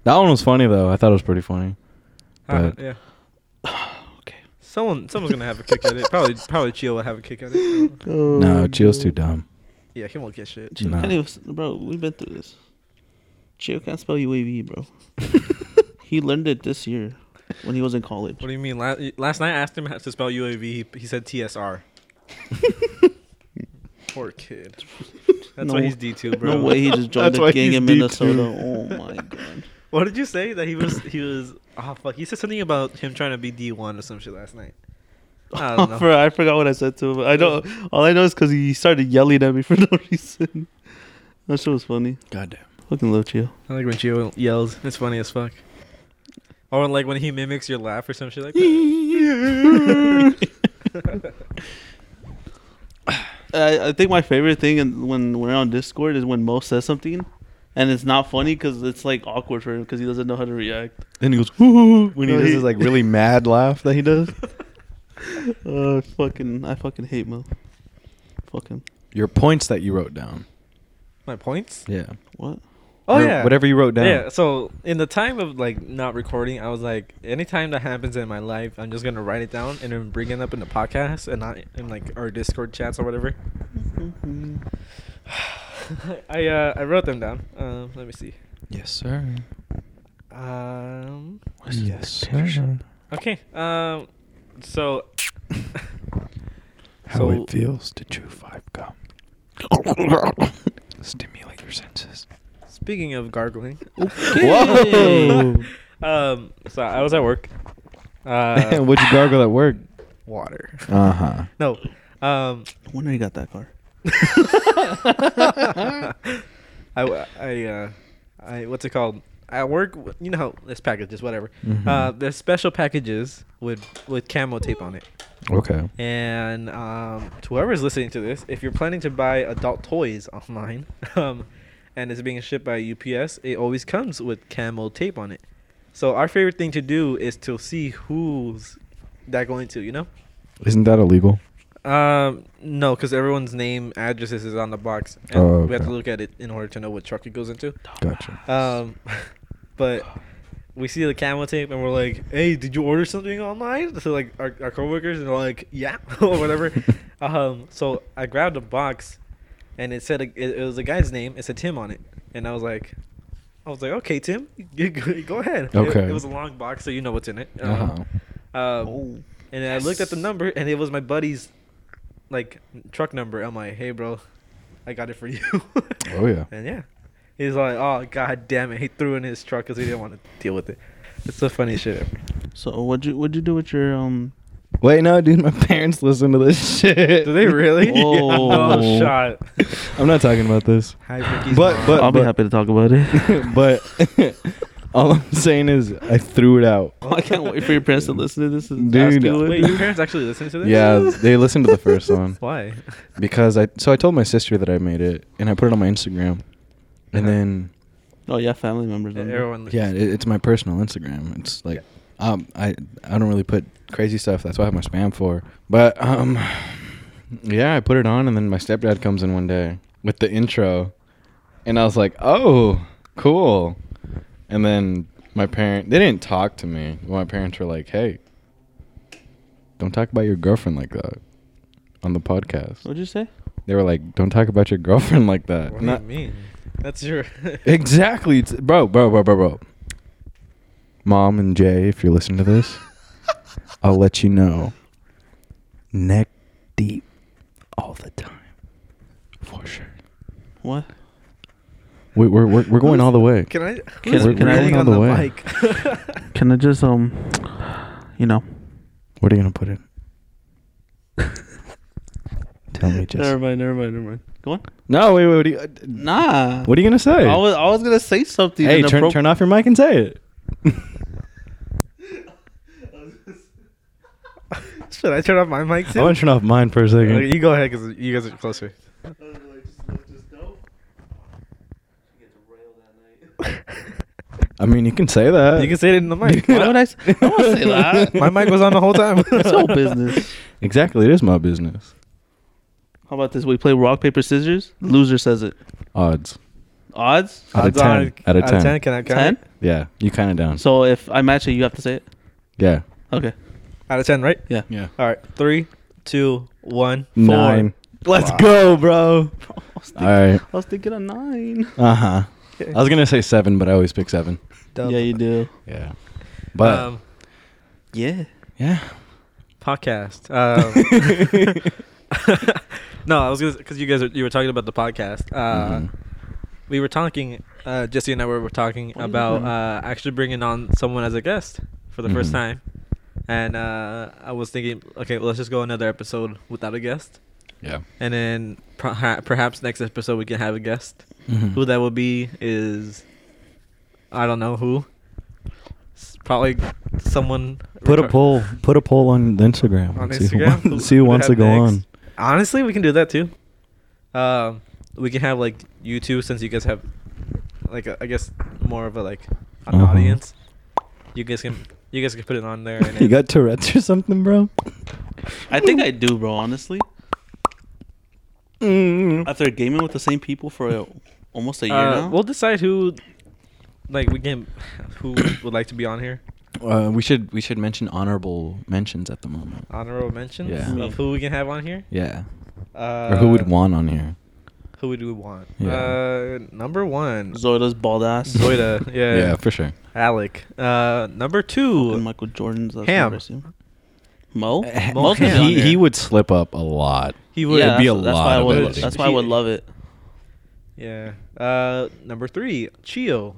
B: That one was funny though. I thought it was pretty funny.
A: Uh,
B: But-
A: yeah.
C: Okay.
A: Someone, someone's gonna have a kick at it. Probably, probably Chio will have a kick at it.
C: Oh,
B: no, Chio's too dumb.
A: Yeah, he won't get shit.
B: Nah.
C: Anyways, bro, we've been through this. Chio can't spell UAV, bro. he learned it this year when he was in college.
A: What do you mean? Last, last night I asked him how to spell UAV. He, he said TSR. Poor kid. That's
C: No-
A: why he's D two, bro.
C: No way he just joined
B: That's
C: a
B: why
C: gang
B: he's
C: in
B: deep,
C: Minnesota.
B: too.
C: Oh my god.
A: What did you say that he was? He was. Oh fuck! He said something about him trying to be D one or some shit last night. I don't know.
C: Bro, I forgot what I said to him. I don't. All I know is because he started yelling at me for no reason. That shit was funny.
B: Goddamn.
C: Fucking love Chio.
A: I like when Gio yells. It's funny as fuck. Or like when he mimics your laugh or some shit like that.
C: I, I think my favorite thing in, when we're on Discord is when Mo says something, and it's not funny because it's like awkward for him because he doesn't know how to react.
B: Then he goes "Hoo-hoo-hoo," when he
C: No,
B: does
C: he-
B: his like really mad laugh that he does.
C: Uh, fucking, I fucking hate Mo. Fucking
B: Your points that you wrote down.
A: My points.
B: Yeah.
C: what?
A: Oh
B: Your-
A: yeah.
B: Whatever you wrote down.
A: Yeah. So in the time of like not recording, I was like, anytime that happens in my life, I'm just gonna write it down and then bring it up in the podcast and not in like our Discord chats or whatever. I uh I wrote them down. Um, let me see.
B: Yes, sir.
A: Um.
B: Yes, sir.
A: Okay. Um. So.
B: How
A: So-
B: it feels to chew five gum. Stimulate your senses.
A: Speaking of gargling,
B: Whoa.
A: um, so I was at work. Uh,
B: Would you gargle at work?
A: water?
B: Uh huh.
A: No. Um,
C: No wonder he got that car.
A: I, w- I, uh, I, what's it called? At work, w- you know, how there's packages, whatever.
B: Mhm.
A: Uh, there's special packages with with camo tape on it.
B: Okay.
A: And um, to whoever's listening to this, if you're planning to buy adult toys online, um, and it's being shipped by UPS, it always comes with camo tape on it. So our favorite thing to do is to see who's that going to, you know?
B: Isn't that illegal?
A: Um, no, because everyone's name addresses is on the box, and
B: Oh,
A: we have to
B: okay.
A: look at it in order to know what truck it goes into.
B: Gotcha.
A: Um, but we see the camo tape and we're like, "Hey, did you order something online?" So like our our coworkers and they're like, "Yeah," or whatever. um, so I grabbed a box, and it said it, it was a guy's name. It said Tim on it, and I was like, I was like, "Okay, Tim, you go go ahead." It-
B: Okay.
A: It, was a long box, so you know what's in it.
B: Uh huh.
A: Um,
C: Oh.
A: and then I looked at the number, and it was my buddy's, like, truck number. I'm like, hey, bro, I got it for you.
B: Oh, yeah.
A: And yeah, he's like, oh god damn it, he threw it in his truck because he didn't want to deal with it. It's the funniest shit ever.
C: So what'd you what'd you do with your um?
B: Wait, no, dude, my parents listen to this shit.
A: Do they really?
C: Whoa.
A: Oh, shot.
B: I'm not talking about this.
A: Hi, Vicky's
B: But-
A: mom.
B: but-
C: I'll be happy to talk about it.
B: but all I'm saying is I threw it out.
C: Oh, I can't wait for your parents to listen to this. And
B: Dude,
C: ask you what-
A: wait, your parents actually listen to this?
B: Yeah, they listened to the first one
A: Why?
B: because I so I told my sister that I made it and I put it on my Instagram. And
A: Uh-huh.
B: then
C: Oh yeah, family members. don't know.
A: Everyone.
B: yeah, it, it's my personal Instagram. It's like um I I don't really put crazy stuff. That's what I have my spam for. But um yeah, I put it on and then my stepdad comes in one day with the intro and I was like, "Oh, cool." And then my parent they didn't talk to me. My parents were like, "Hey, don't talk about your girlfriend like that on the podcast."
C: What'd you say?
B: They were like, "Don't talk about your girlfriend like that."
A: What
B: And I-
A: do you mean? That's your.
B: Exactly. It's, bro, bro, bro, bro, bro. Mom and Jay, if you're listening to this, I'll let you know. Neck deep all the time. For sure.
C: What?
B: We, we're, we're, we're going all the way.
A: Can I?
C: Can-
A: who's
C: can I-
A: breathing
B: We're
A: on
B: going
A: the,
B: all the way.
A: mic?
C: Can I just um, you know?
B: Where are you going to put it? Tell me, Jess.
C: mind. Never mind. Never mind. Go on.
B: No, wait, wait. What are you, uh,
C: Nah.
B: what are you going to say?
C: I was I was gonna say something.
B: hey, turn,
C: inappropri-
B: turn off your mic and say it.
A: Should I turn off my mic
B: I
A: too?
B: want to turn off mine for a second.
A: Okay, Uh, you go ahead because you guys are closer.
B: I mean, you can say that.
A: You can say it in the mic.
C: Why would I? s- I don't wanna say that.
A: My mic was on the whole time.
C: It's all business.
B: Exactly. It is my business.
C: How about this? We play rock paper scissors. Loser says it.
B: Odds.
C: Odds.
B: Out of
A: Odds are-
B: 10. Out of 10.
A: Can I count?
C: Ten.
A: it?
B: Yeah. You kind of down.
C: So if I match it, you have to say it.
B: Yeah.
C: Okay.
A: Out of ten, right?
B: Yeah.
A: All right. Three, two, one. four.
B: Nine. Let's go, bro.
C: I was
B: All
C: thinking,
B: right.
C: I was thinking a nine.
B: Uh huh.
A: Okay.
B: I was gonna say seven, but I always pick seven.
A: Dub.
C: Yeah, you do.
B: Yeah. But
A: um,
C: Yeah.
B: yeah.
A: podcast.
C: Oh.
A: Um, no, I was gonna because you guys are, you were talking about the podcast. Uh,
B: Mhm.
A: We were talking. Uh, Jesse and I were, were talking
C: What are you
A: about
C: doing?
A: uh, actually bringing on someone as a guest for the first
B: Mhm.
A: time, and uh, I was thinking, okay, well, let's just go another episode without a guest,
B: Yeah.
A: and then perha- perhaps next episode we can have a guest.
B: Mhm.
A: Who that will be is, I don't know who. S- Probably someone.
B: Put a
A: retar-
B: poll. Put a poll on Instagram.
A: on
B: see
A: Instagram.
B: Who,
A: who-
B: see who
A: who
B: wants to
A: have
B: go
A: next.
B: on.
A: Honestly, we can do that too. Um, we can have like you two since you guys have like a, I guess more of a like an
B: Uh-huh.
A: audience. You guys can you guys can put it on there. And
B: you
A: then-
B: got Tourette's or something, bro?
C: I think I do, bro. Honestly,
B: Mm.
C: after gaming with the same people for uh, almost a year
A: Uh,
C: now.
A: We'll decide who like we can who would like to be on here.
B: Uh, we should we should mention honorable mentions at the moment.
A: Honorable mentions
B: Yeah.
A: of who we can have on here.
B: Yeah.
A: Uh,
B: or who would want on here?
A: Who would we want?
B: Yeah.
A: Uh, number one,
C: Zoida's bald ass.
A: Zoida. Yeah.
B: yeah, for sure.
A: Alec. Uh, number two,
C: And Michael Jordan's. That's
A: Ham.
C: embarrassing.
A: Mo
C: Mo. Mo's not on
B: Eh, he,
C: there.
B: he would slip up a lot.
A: he would
B: It'd be
C: that's-
B: a
C: that's
B: lot
C: Why I
B: of
C: would,
B: editing.
C: that's why I would love it.
A: Yeah. Uh, number three, Chio.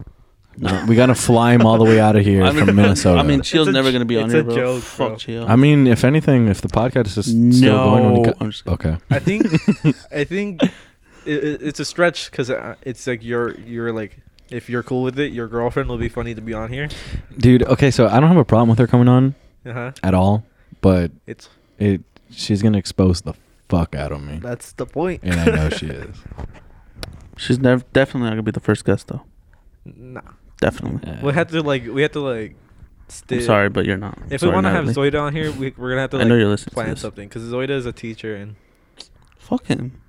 B: No, we gotta fly him all the way out of here
C: I mean-
B: from Minnesota.
C: I mean,
A: It's
C: Chio's
A: a
C: never
A: j-
C: gonna be on
A: it's
C: here,
A: a
C: bro.
A: joke,
C: Fuck
A: bro.
C: Chio.
B: I mean, if anything, if the podcast is still going, when
C: No.
B: it co-
C: I'm just-
B: okay.
A: I think I think i i- it's a stretch because it's like you're you're like if you're cool with it, your girlfriend will be funny to be on here.
B: dude. Okay, so I don't have a problem with her coming on
A: Uh huh.
B: at all, but
A: It's
B: it she's gonna expose the fuck out of me,
A: that's the point.
B: and I know she is.
C: She's never definitely not gonna be the first guest though.
A: Nah,
C: Definitely.
B: Yeah.
A: we have to like we have to like.
C: I'm
A: Sti-
C: sorry, but you're not.
A: If
C: Sorry,
A: we want to have
C: Natalie.
A: Zoida on here, we, we're gonna have to
C: I
A: like
C: know you're listening to
A: plan
C: this.
A: something because Zoida is a teacher and
C: fuck him.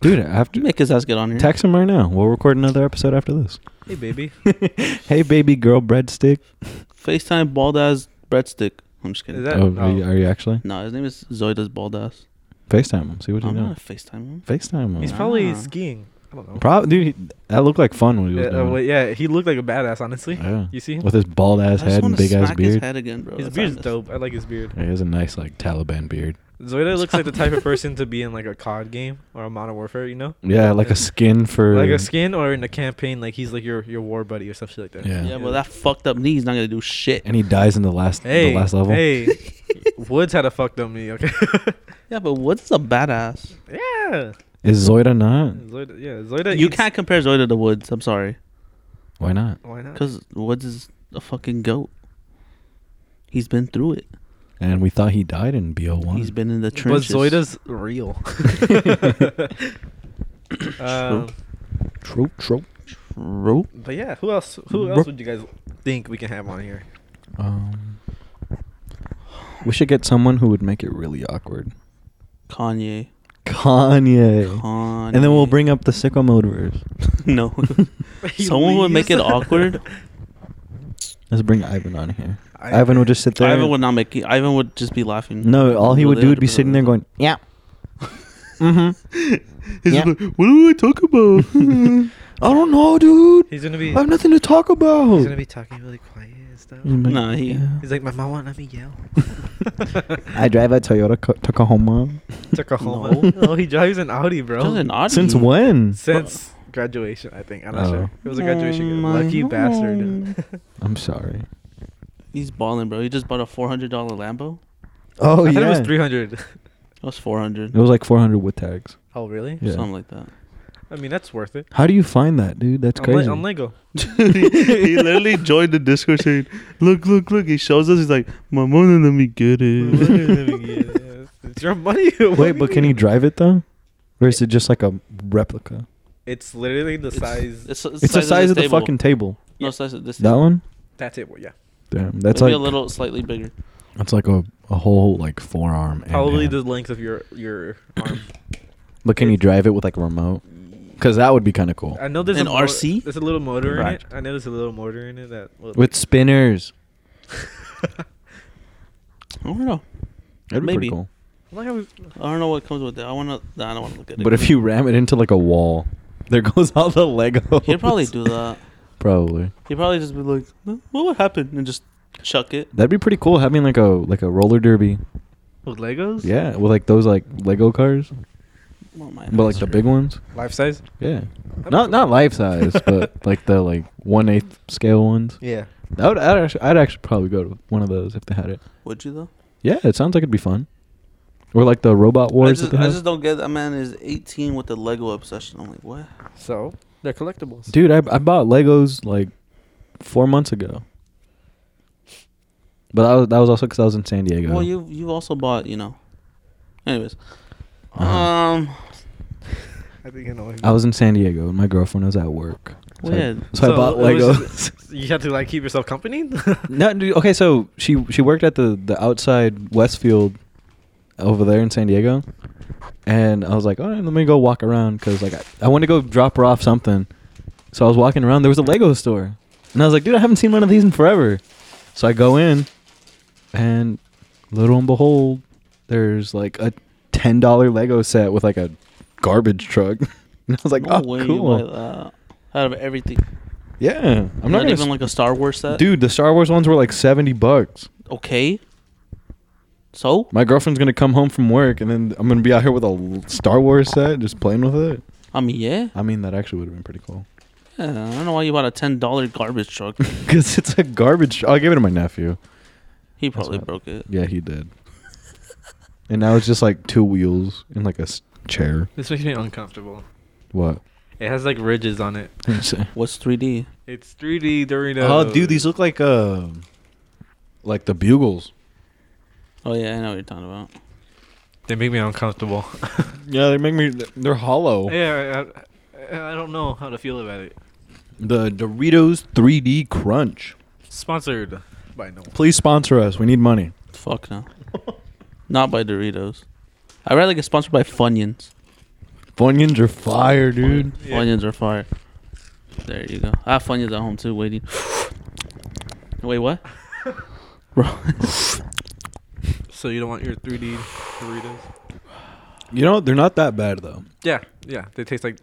B: Dude, I have to
C: Make his ass get on here.
B: text him right now. We'll record another episode after this.
A: hey baby,
B: Hey, baby girl, breadstick.
C: FaceTime bald ass breadstick. I'm just kidding.
A: is that?
B: oh, Are, you,
A: oh.
B: are you actually
C: no, his name is Zoida's bald ass.
B: Facetime him? See what you
C: I'm
B: know.
C: not gonna FaceTime him.
B: Facetime him.
A: He's probably
C: Ah.
A: skiing. I don't know.
B: Probably, dude. he- That looked like fun when he was
A: Yeah, uh,
B: doing it.
A: well, yeah, he looked like a badass, honestly.
B: Yeah.
A: You see him?
B: with his bald ass
C: I just
B: head and
C: wanna
B: big ass
C: smack his
B: beard.
C: head again, bro.
A: His
C: Oh, That's
A: beard's
C: honest.
A: dope. I like his beard.
B: Yeah, he has a nice like Taliban beard.
A: Zoida looks like the type of person to be in like a COD game or a Modern Warfare, you know?
B: Yeah, like a skin for
A: Like a skin or in a campaign, like he's like your, your war buddy or stuff shit like that.
B: Yeah.
C: Yeah, but that fucked up knee's not gonna do shit.
B: And he dies in the last
A: Hey,
B: the last level.
A: hey, Woods had a fucked up knee. Okay.
C: Yeah, but what's a badass?
A: yeah.
B: Is Zoida not?
A: Zoida, yeah, Zoida.
C: you
A: eats-
C: can't compare Zoida to Woods. I'm sorry,
B: Why not?
A: Why not?
C: because Woods is a fucking goat. He's been through it.
B: And we thought he died in BO1.
C: He's been in the
A: But
C: trenches.
A: Zoida's real. um,
B: trope trope.
C: rope.
A: but yeah, who else? Who else would you guys think we can have on here?
B: Um, we should get someone who would make it really awkward.
C: Kanye.
B: Kanye.
C: Kanye.
B: And then we'll bring up the sicko motors.
C: no. Someone would make it awkward.
B: Let's bring Ivan on here.
A: I-
B: Ivan would just sit there.
C: Ivan would not make it. Ivan would just be laughing.
B: No, all he
C: Really
B: would do would be
C: underpresented.
B: sitting there going, "Yeah." mhm.
C: He's
B: Yeah.
C: like, what do I talk about?
B: I don't know, dude.
A: He's gonna be.
B: I have nothing to talk about. Oh
A: He's gonna be talking really quiet and stuff.
B: He's like,
C: Nah, he-
B: "Yeah."
A: He's like, my mom won't let me yell.
B: I drive a Toyota Co- Tacoma.
A: Tacoma. No.
C: No.
A: no, Oh, he drives an Audi, bro.
C: Just an odd
B: Since
C: dude.
B: when?
A: Since graduation, I think. I'm not
B: Oh.
A: sure. It was a graduation.
C: Oh
A: gift.
C: my
A: Lucky bastard.
C: God.
B: I'm sorry.
C: He's balling, bro. He just bought a four hundred dollar Lambo.
B: Oh
A: I
B: yeah,
A: thought it was 300.
C: That was four hundred,
B: It was like 400 with tags.
A: Oh, really?
B: Yeah.
C: something like that.
A: I mean, that's worth it.
B: How do you find that, dude? That's
A: on,
B: crazy.
A: Le- on Lego.
C: he literally joined the Discord saying, "Look, look, look!" He shows us. He's like, "My mom let me get
A: it's your money. What do
B: Wait,
A: you
B: but can
A: mean?
B: he drive it though? Or is it just like a replica?
A: It's literally the size.
C: It's,
B: It's the size of the fucking table.
C: No, size of this.
B: That one?
A: That's it. Yeah.
B: Damn, that's
C: Maybe
B: like
C: a little slightly bigger.
B: that's like a, a whole like forearm. and
A: Probably
B: hand.
A: the length of your your arm.
B: But can you drive it with like a remote? Because that would be kind of cool.
A: I know there's
C: An
A: a mo-
C: RC?
A: There's a little motor
B: Right.
A: in it. I know there's a little motor in it that. will-
B: With spinners,
C: I don't know.
B: that'd be
C: Maybe.
B: pretty cool.
A: Like I was-
C: I don't know what comes with it. I wanna. Nah, I don't wanna look at it.
B: But if you ram it into like a wall, there goes all the Lego.
C: he'd probably do that.
B: Probably.
C: He'd probably just be like, "Huh? "What would happen?" and just chuck it.
B: That'd be pretty cool having like a like a roller derby.
A: with Legos.
B: Yeah, with like those like Lego cars,
C: Well, my
B: but like
C: ass.
B: the big ones.
A: Life size.
B: Yeah,
A: be
B: not
A: cool.
B: not life size, but like the like one eighth scale ones.
A: Yeah.
B: That would, I'd actually I'd actually probably go to one of those if they had it.
C: Would you though?
B: Yeah, it sounds like it'd be fun. Or like the robot
C: I
B: wars.
C: just,
B: that they
C: I
B: have.
C: just don't get that man is 18 with the Lego obsession. I'm like, what?
A: So they're collectibles.
B: Dude, I I bought Legos like four months ago. But that was, that was also because I was in San Diego.
C: Well, you you also bought, you know. Anyways,
B: Uh-huh.
C: um,
A: I think I know. what you
B: I was in San Diego and my girlfriend was at work. So I-
C: Weird.
B: So, I bought
A: it was
B: Legos.
A: just- you had to like keep yourself company.
B: no, dude, okay, so she she worked at the the outside Westfield over there in San Diego, and I was like, all right, let me go walk around because like I, I want to go drop her off something. So I was walking around. There was a Lego store, and I was like, dude, I haven't seen one of these in forever. So I go in, and little and behold, there's like a ten dollar Lego set with like a garbage truck. and I was like,
C: no
B: oh,
C: way
B: cool.
C: you buy that. Out of everything,
B: Yeah, I'm not,
C: not,
B: gonna
C: even
B: s-
C: like a Star Wars set.
B: dude. The Star Wars ones were like seventy bucks.
C: okay. So
B: My girlfriend's gonna come home from work, and then I'm gonna be out here with a l- Star Wars set, just playing with it.
C: I mean, yeah.
B: I mean, that actually would have been pretty cool.
C: yeah. I don't know why you bought a ten dollar garbage truck.
B: Cause it's a garbage. Tr- I gave it to my nephew.
C: He probably
B: not-
C: broke it.
B: Yeah, he did. and now it's just like two wheels and like a s- chair.
A: this makes me uncomfortable.
B: What?
A: It has like ridges on it.
C: What's 3D?
A: It's 3D Doritos.
B: Oh, dude, these look like uh, like the bugles.
C: Oh yeah, I know what you're talking about.
A: They make me uncomfortable.
B: Yeah, they make me. They're hollow.
A: Yeah, I, I, I don't know how to feel about it.
B: The Doritos 3D Crunch.
A: Sponsored by no.
B: Please sponsor us. We need money.
C: Fuck no. Not by Doritos. I'd rather get sponsored by Funyuns.
B: Funyuns are fire, dude.
A: Yeah.
C: Funyuns are fire. There you go. I have Funyuns at home too, waiting. Wait, what? Bro,
A: So you don't want your 3D Doritos?
B: You know they're not that bad though.
A: Yeah, yeah. They taste like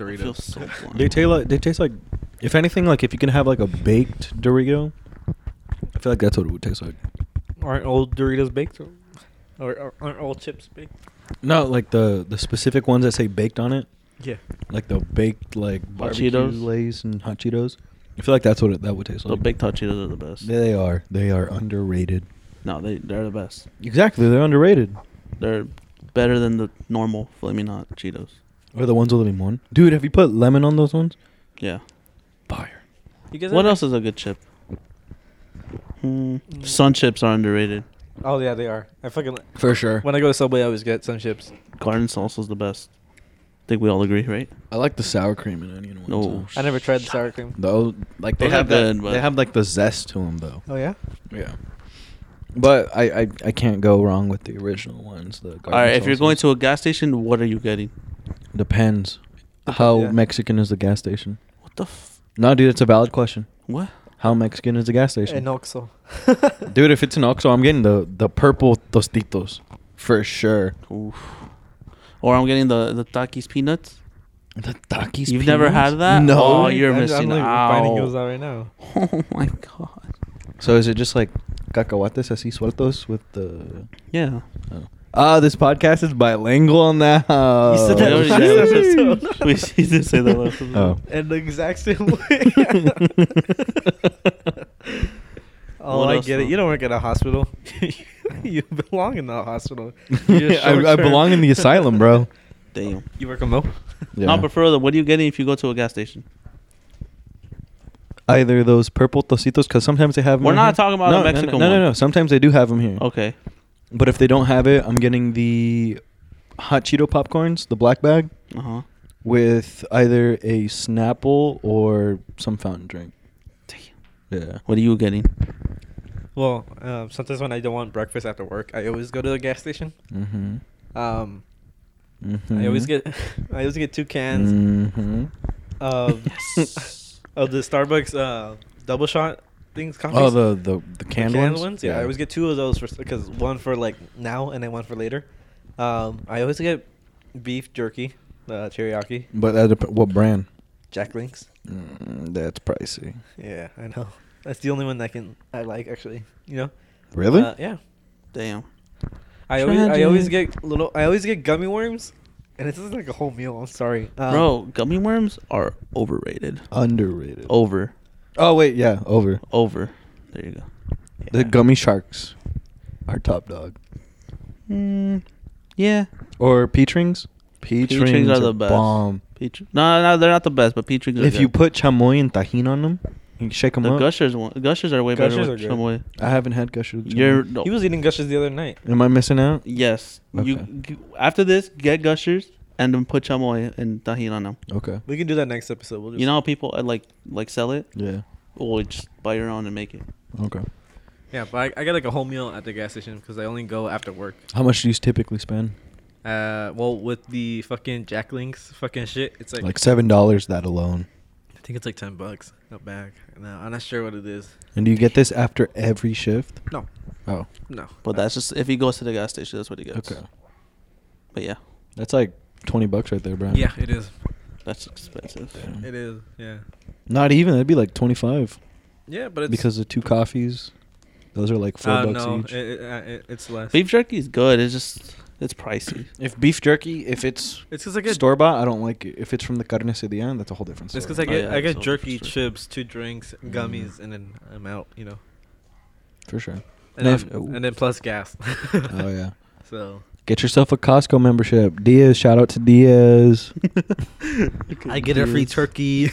C: I feel so blind.
B: They taste like they taste like if anything like if you can have like a baked Dorito, I feel like that's what it would taste like.
A: Aren't old Doritos baked? Or, or aren't all chips baked?
B: No, like the the specific ones that say baked on it,
A: Yeah.
B: like the baked like barbecue
C: Cheetos?
B: Lay's and hot Cheetos. I feel like that's what it, that would taste
C: The
B: like.
C: baked hot Cheetos are the best.
B: They are. They are underrated.
C: No, they they're the best.
B: Exactly, they're underrated.
C: They're better than the normal flaming hot Cheetos.
B: Or the ones with lemon. Dude, have you put lemon on those ones?
C: Yeah.
B: Fire.
A: You guys
C: What
A: ever-
C: else is a good chip? Hmm.
A: Mm.
C: Sun chips are underrated.
A: Oh yeah, they are. I fucking
B: For sure.
A: when I go to Subway, I always get some chips.
C: Garden salsa's the best. think we all agree, right?
B: I like the sour cream and onion ones.
C: No.
B: though.
A: I never tried the sour cream.
B: Though, like they
C: Those are
B: have that,
C: good, but-
B: they have like the zest to them though.
A: Oh yeah.
B: Yeah. But I, I, I can't go wrong with the original ones. The garden
C: all right, if you're
B: salsas.
C: going to a gas station, what are you getting?
B: depends how
A: Uh-huh, yeah.
B: Mexican is the gas station.
C: What the f-
B: No, dude, it's a valid question.
C: What?
B: How Mexican is the gas station?
A: And Oxo.
B: Dude, if it's an Oxxo, I'm getting the the purple tostitos for sure.
C: Oof. Or I'm getting the the Takis peanuts.
B: The Takis.
C: You've never
B: peanuts?
C: had that?
B: No.
C: Oh, you're
A: I'm-
C: missing
A: I'm like finding
C: out.
A: those out right now.
C: Oh my god.
B: So is it just like cacahuates así sueltos with the?
C: Yeah.
B: Oh. Ah, this podcast is bilingual now.
A: You said
C: We
A: that
C: already
A: last
C: said that.
A: episode.
C: We she did say that last episode.
B: Oh.
A: And the exact same way. oh,
C: What
A: I
C: else,
A: get
C: though?
A: it. You don't work at a hospital. you belong in the hospital. You're
B: I, I
A: short-term.
B: belong in the asylum, bro.
C: Damn.
A: You work a mo?
B: Yeah.
C: No, but further, what are you getting if you go to a gas station?
B: Either those purple tositos, because sometimes they have. 'em
C: We're
B: out
C: not
B: here.
C: talking about
B: no,
C: the
B: no, no,
C: Mexican
B: No, no,
C: one.
B: no, Sometimes they do have them here.
C: Okay.
B: But if they don't have it, I'm getting the hot Cheeto popcorns, the black bag,
C: Uh huh.
B: with either a Snapple or some fountain drink.
C: Damn.
B: Yeah.
C: What are you getting?
A: Well, um, sometimes when I don't want breakfast after work, I always go to the gas station.
B: Mm-hmm.
A: Um,
B: mm-hmm.
A: I always get, I always get two cans
B: Mm-hmm.
A: of
C: Yes.
A: of the Starbucks uh, double shot things. Coffees.
B: Oh, the the the
A: The
B: canned, ones.
A: Yeah. I always get two of those for because one for like now and then one for later. Um, I always get beef jerky, uh, teriyaki,
B: But that dep- what brand?
A: Jack Links.
B: Mm, that's pricey.
A: Yeah, I know. That's the only one that can I like actually. You know.
B: Really?
A: Uh, yeah.
C: Damn.
A: I always, I always
C: Tragic.
A: get little. I always get gummy worms, and it's just like a whole meal. I'm sorry, Um,
C: Bro, gummy worms are overrated.
A: Uh,
B: Underrated. Oh.
C: Over.
B: wait, yeah, over.
C: Over. There you go.
B: The gummy sharks are top dog.
C: Mm, yeah.
B: Or peach rings. Peach,
C: Peach rings are the best.
B: Bomb.
C: Peach. No, no, they're not the best, but peach rings are
B: If
C: good.
B: you put chamoy and tahini on them, you shake them
C: the
B: up.
C: gushers one, gushers are way
A: Gushers
C: better with
A: are good.
C: chamoy.
B: I haven't had gushers. with
C: You're
B: chamoy.
C: no.
A: He was eating gushers the other night.
B: Am I missing out?
C: yes. You
B: Okay.
C: g- after this get gushers and then put chamoy and tahini on them.
B: Okay.
A: We can do that next episode. We'll just,
C: You know how people uh, like like sell it?
B: Yeah.
C: Or just buy your own and make it.
B: Okay.
A: Yeah, but I, I got like a whole meal at the gas station because I only go after work.
B: How much do you typically spend?
A: Uh, well, with the fucking Jack Links fucking shit, it's like,
B: Like seven dollars that alone.
A: I think it's like ten bucks a bag. No, I'm not sure what it is.
B: And do you get this after every shift?
A: No,
B: Oh.
A: no.
C: But that's just if he goes to the gas station, that's what he gets.
B: Okay.
C: But yeah,
B: That's like twenty bucks right there, Brian.
A: Yeah, it is.
C: that's expensive.
B: Damn.
A: It is. Yeah.
B: Not even. That'd be like twenty five
A: Yeah, but it's
B: because the two coffees, those are like four
A: uh,
B: bucks
A: no,
B: each.
A: It, it, uh, it, it's less.
C: Beef jerky is good. It's just it's pricey.
B: if beef jerky, if it's
A: It's because I get
B: store bought, I don't like it. If it's from the carne sedia, that's a whole different story.
A: It's because I
C: Oh,
A: get
C: yeah,
A: I
C: it's
A: get
C: all
A: jerky,
C: different.
A: chips, two drinks,
B: Mm.
A: gummies, and then I'm out. You know,
B: for sure.
A: and,
B: No,
A: then,
B: if- ooh.
A: and then plus gas.
B: oh yeah.
A: So
B: Get yourself a Costco membership. Diaz, shout out to Diaz.
A: I get a free
B: Yes.
A: turkey.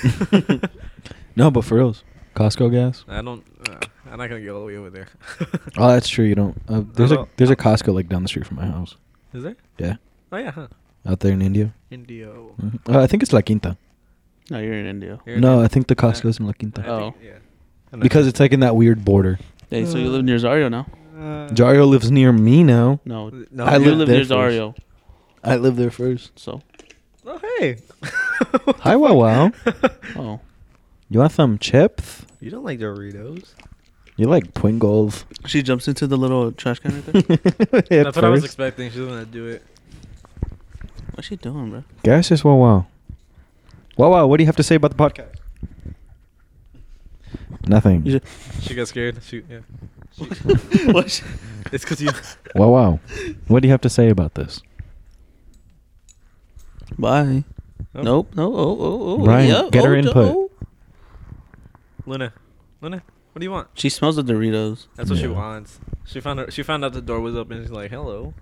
B: No, but for reals, Costco gas.
A: I don't. Uh, I'm not gonna go all the way over there.
B: Oh, that's true. You don't. Uh, there's a
A: don't-
B: there's a Costco like down the street from my house.
A: Is there?
B: Yeah,
A: Oh yeah, huh?
B: out there in India.
A: Indio.
B: Mhm. Uh, I think it's La Quinta.
C: No, you're in India.
A: Here it
B: no,
A: is.
B: I think the Costco's in La
A: I
B: Quinta
C: Oh.
A: think- yeah. I'm not
B: because
A: sure.
B: it's like in that weird border.
C: Hey, so you live near Zario now?
A: Uh,
B: Dario lives near me now.
C: No,
A: No,
B: I
C: you
B: lived
C: live
B: there
C: near
B: first.
C: Zario.
B: I lived there first.
C: So,
A: Oh hey.
B: Hi, wow, wow.
C: oh,
B: You want some chips?
A: You don't like Doritos?
B: You like Pringles?
C: she jumps into the little trash can right there.
B: At
A: That's what I was
B: first.
A: expecting. She was gonna do it.
C: What's she doing, bro?
B: Gas is wow, wow. Wow, wow. What do you have to say about the podcast? Nothing.
C: You
A: She got scared. She, yeah.
C: should- What sh-
A: It's because you.
B: Wow, wow. What do you have to say about this?
C: Bye.
A: Oh,
C: Nope. No. Oh. Oh. Oh.
B: Ryan,
C: yeah,
B: get her
C: oh,
B: input.
C: oh.
A: Luna. Luna, what do you want?
C: She smells the Doritos.
A: That's what she
B: Yeah.
A: wants. She found her, she found out the door was open. She's like, "Hello."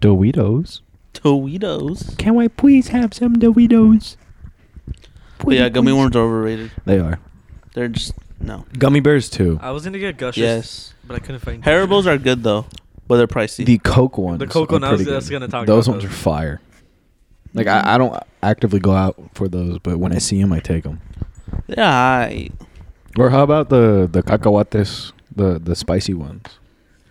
B: Doritos.
C: Doritos.
B: Can I please have some Doritos?
C: But yeah, gummy worms are overrated.
B: They are.
C: They're just no.
B: Gummy bears too.
A: I was gonna get gushers.
C: Yes.
A: But I couldn't find.
C: Haribo's
A: Gushers.
C: are good though, but they're pricey.
B: The Coke ones.
A: The Coke
B: are
A: one, I was
B: pretty
A: just
B: good.
A: gonna talk
B: Those
A: about
B: ones
A: those.
B: are fire. Like I, I don't actively go out for those, but when I see them, I take them.
C: They're aight.
B: Or how about the the cacahuates, the the spicy ones,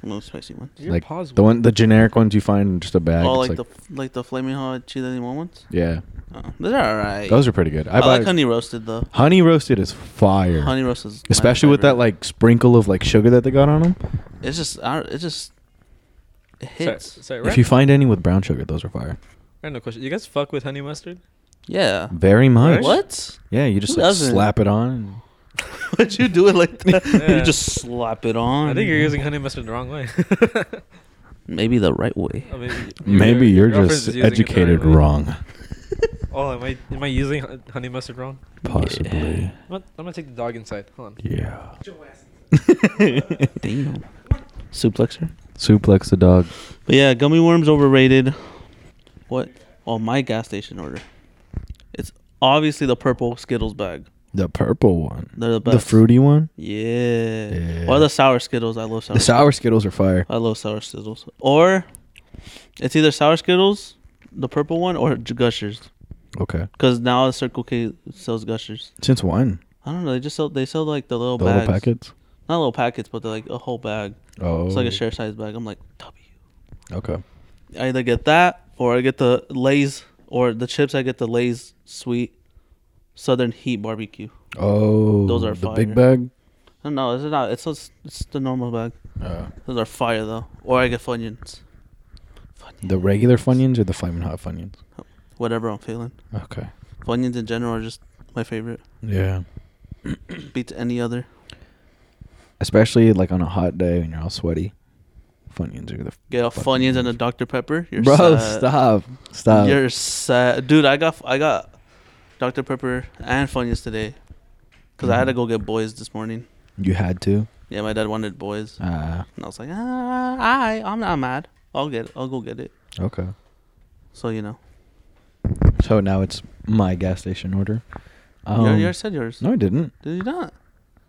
C: No spicy ones.
A: Your
B: like
A: paws
B: the
A: were-
B: one the generic ones you find in just a bag.
C: oh,
B: It's
C: like, the the like the flaming hot chili limon ones.
B: yeah,
C: Oh, those are alright.
B: those are pretty good. I,
C: I,
B: buy
C: like honey roasted though.
B: honey roasted is fire,
C: Honey roasted, is my
B: especially with that
C: favorite.
B: like sprinkle of like sugar that they got on them.
C: It's just, I, it just it
A: Sorry,
C: hits.
A: sorry,
B: If
A: right?
B: you find any with brown sugar, those are fire.
A: Random question. You guys fuck with honey mustard?
C: Yeah.
B: Very much.
C: Uh, What?
B: Yeah, you just
C: Who
B: like,
C: doesn't?
B: slap it on.
C: Why'd you do it like that?
A: Yeah.
C: You just slap it on.
A: I think you're using honey mustard the wrong way.
C: maybe the right way.
A: Or maybe your-
B: Maybe
A: your
B: you're
A: girlfriend's
B: just
A: using it the
B: educated
A: right way.
B: wrong.
A: Oh, am I am I using hon- honey mustard wrong?
B: Possibly.
A: I'm gonna, I'm gonna take the dog inside. Hold on.
B: Yeah.
C: Damn. Suplexer.
B: Suplex the dog.
C: But yeah, gummy worms overrated. What? Oh, my gas station order. It's obviously the purple Skittles bag.
B: The purple one.
C: They're the
B: The,
C: best.
B: fruity one.
C: Yeah.
B: Yeah.
C: Or the sour Skittles. I love sour.
B: The sour Skittles are fire.
C: I love sour Skittles. Or it's either sour Skittles, the purple one, or J- Gushers.
B: Okay.
C: Because now Circle K sells Gushers.
B: Since when?
C: I don't know. They just sell. They sell like the little
B: The
C: bags.
B: little packets.
C: Not little packets, but they're like a whole bag.
B: Oh.
C: It's like a share size bag. I'm like, W.
B: Okay.
C: I either get that or I get the Lay's or the chips. I get the Lay's sweet Southern Heat barbecue.
B: Oh.
C: Those are
B: the
C: fire.
B: big bag.
C: I don't know. It's not. It's just, it's the normal bag.
B: Uh,
C: Those are fire though. Or I get Funyuns. Funyuns.
B: the regular Funyuns or the flaming hot Funyuns.
C: Whatever I'm feeling.
B: Okay.
C: Funyuns in general are just my favorite.
B: Yeah.
C: Beats any other.
B: Especially like on a hot day when you're all sweaty. Funyuns are the.
C: Get a
B: fucking
C: Funyuns and a
B: best.
C: Dr Pepper. You're
B: Bro,
C: set.
B: stop. Stop.
C: You're sad, dude. I got I got Dr Pepper and Funyuns today, cause I had to go get boys this morning.
B: you had to.
C: Yeah, my dad wanted boys,
B: Ah.
C: and I was like, ah, I I'm not mad. I'll get I'll go get it.
B: okay.
C: So you know,
B: So now it's my gas station order.
C: you,
B: Um,
C: already- you already said yours.
B: no, I didn't.
C: Did you not?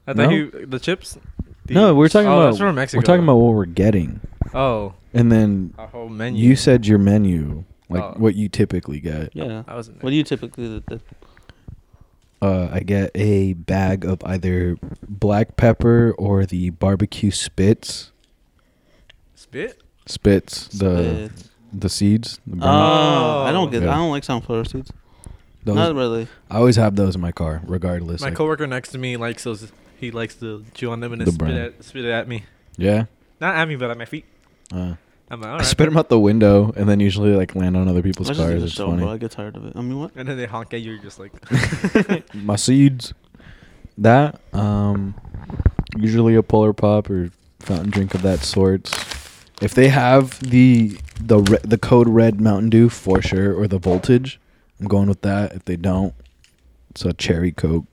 A: I thought
B: No.
A: you the chips. The-
B: no, we're talking
A: oh,
B: about
A: that's from Mexico.
B: we're talking about what we're getting,
A: oh
B: and then
A: our whole menu.
B: you said your menu, like
A: Oh.
B: what you typically get.
C: Yeah.
A: I wasn't.
C: What do you typically do?
B: Uh, I get a bag of either black pepper or the barbecue spits,
A: spit?
B: spits the
C: Spit.
B: the seeds. The
C: Oh,
B: brown-
C: I don't get.
B: Yeah.
C: I don't like sunflower seeds.
B: those,
C: Not really.
B: I always have those in my car, regardless.
A: My
B: like-
A: coworker next to me likes those. He likes to chew on them and
B: The
A: then spit
B: brand.
A: at, spit it at me.
B: yeah.
A: Not at me, but at my feet.
B: Uh,
A: I'm like, all
B: I
A: right.
B: spit them out the window and then usually like land on other people's
C: I just do
B: cars.
C: the
B: It's
C: show,
B: funny.
C: bro. I get tired of it. I mean, what?
A: And then they honk at you. You're just like,
B: my seeds. That um, usually a polar pop or fountain drink of that sort. If they have the the re- the code red Mountain Dew for sure or the voltage, I'm going with that. If they don't, it's a cherry coke.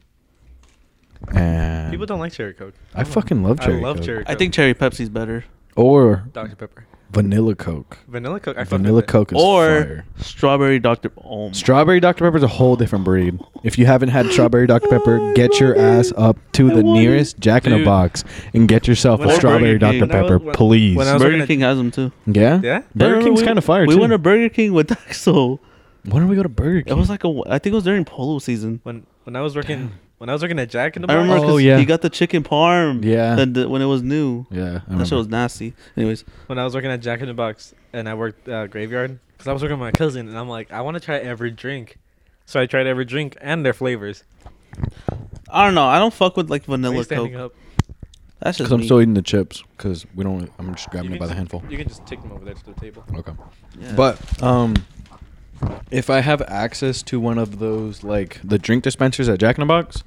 B: And
A: people don't like cherry coke.
B: I fucking love cherry.
A: I love
B: coke.
A: cherry. Coke.
C: I think cherry Pepsi's better.
B: Or
A: Dr Pepper,
B: vanilla coke.
A: vanilla coke. I fuck with
B: vanilla
A: it.
B: coke is
C: Or
B: fire.
C: strawberry Dr. Oh, my-
B: Strawberry Dr. Pepper is a whole different breed. If you haven't had strawberry Dr. Pepper,
C: I
B: get your
C: want it.
B: ass up to
C: I
B: the
C: want
B: nearest Jack in a
A: Dude.
B: Box and get yourself
A: When
B: a
A: I-
B: strawberger
C: Burger
B: Dr.
C: King.
B: Pepper,
A: When I was-
B: please.
A: when I was-
C: Burger
A: gonna-
C: King has them too.
B: yeah?
A: Yeah.
B: Burger
C: Yeah,
B: King's
C: we-
B: kind of fire
C: We
B: too.
C: went to Burger King with Axel.
B: when do we go to Burger
C: It
B: King?
C: was like a. I think it was during polo season.
A: When when I was working when I was working at Jack in the
C: I
A: Box.
C: remember
B: Oh,
C: because
B: yeah.
C: he got the chicken parm.
B: Yeah.
C: Then the, when it was new,
B: yeah. I
C: that shit
B: remember.
C: was nasty. Anyways,
A: when I was working at Jack in the Box and I worked uh, graveyard because I was working with my cousin and I'm like, I want to try every drink. So I tried every drink and their flavors.
C: I don't know. I don't fuck with
A: Are
C: like
A: you
C: vanilla
A: standing
C: coke.
A: up?
C: That's just
B: Cause I'm
C: me.
B: still eating the chips because we don't. I'm just grabbing
A: You
B: it by
A: can
B: the
A: just-
B: handful.
A: You can just take them over there to the table.
B: Okay.
C: Yeah.
B: But um, if I have access to one of those like the drink dispensers at Jack in the Box,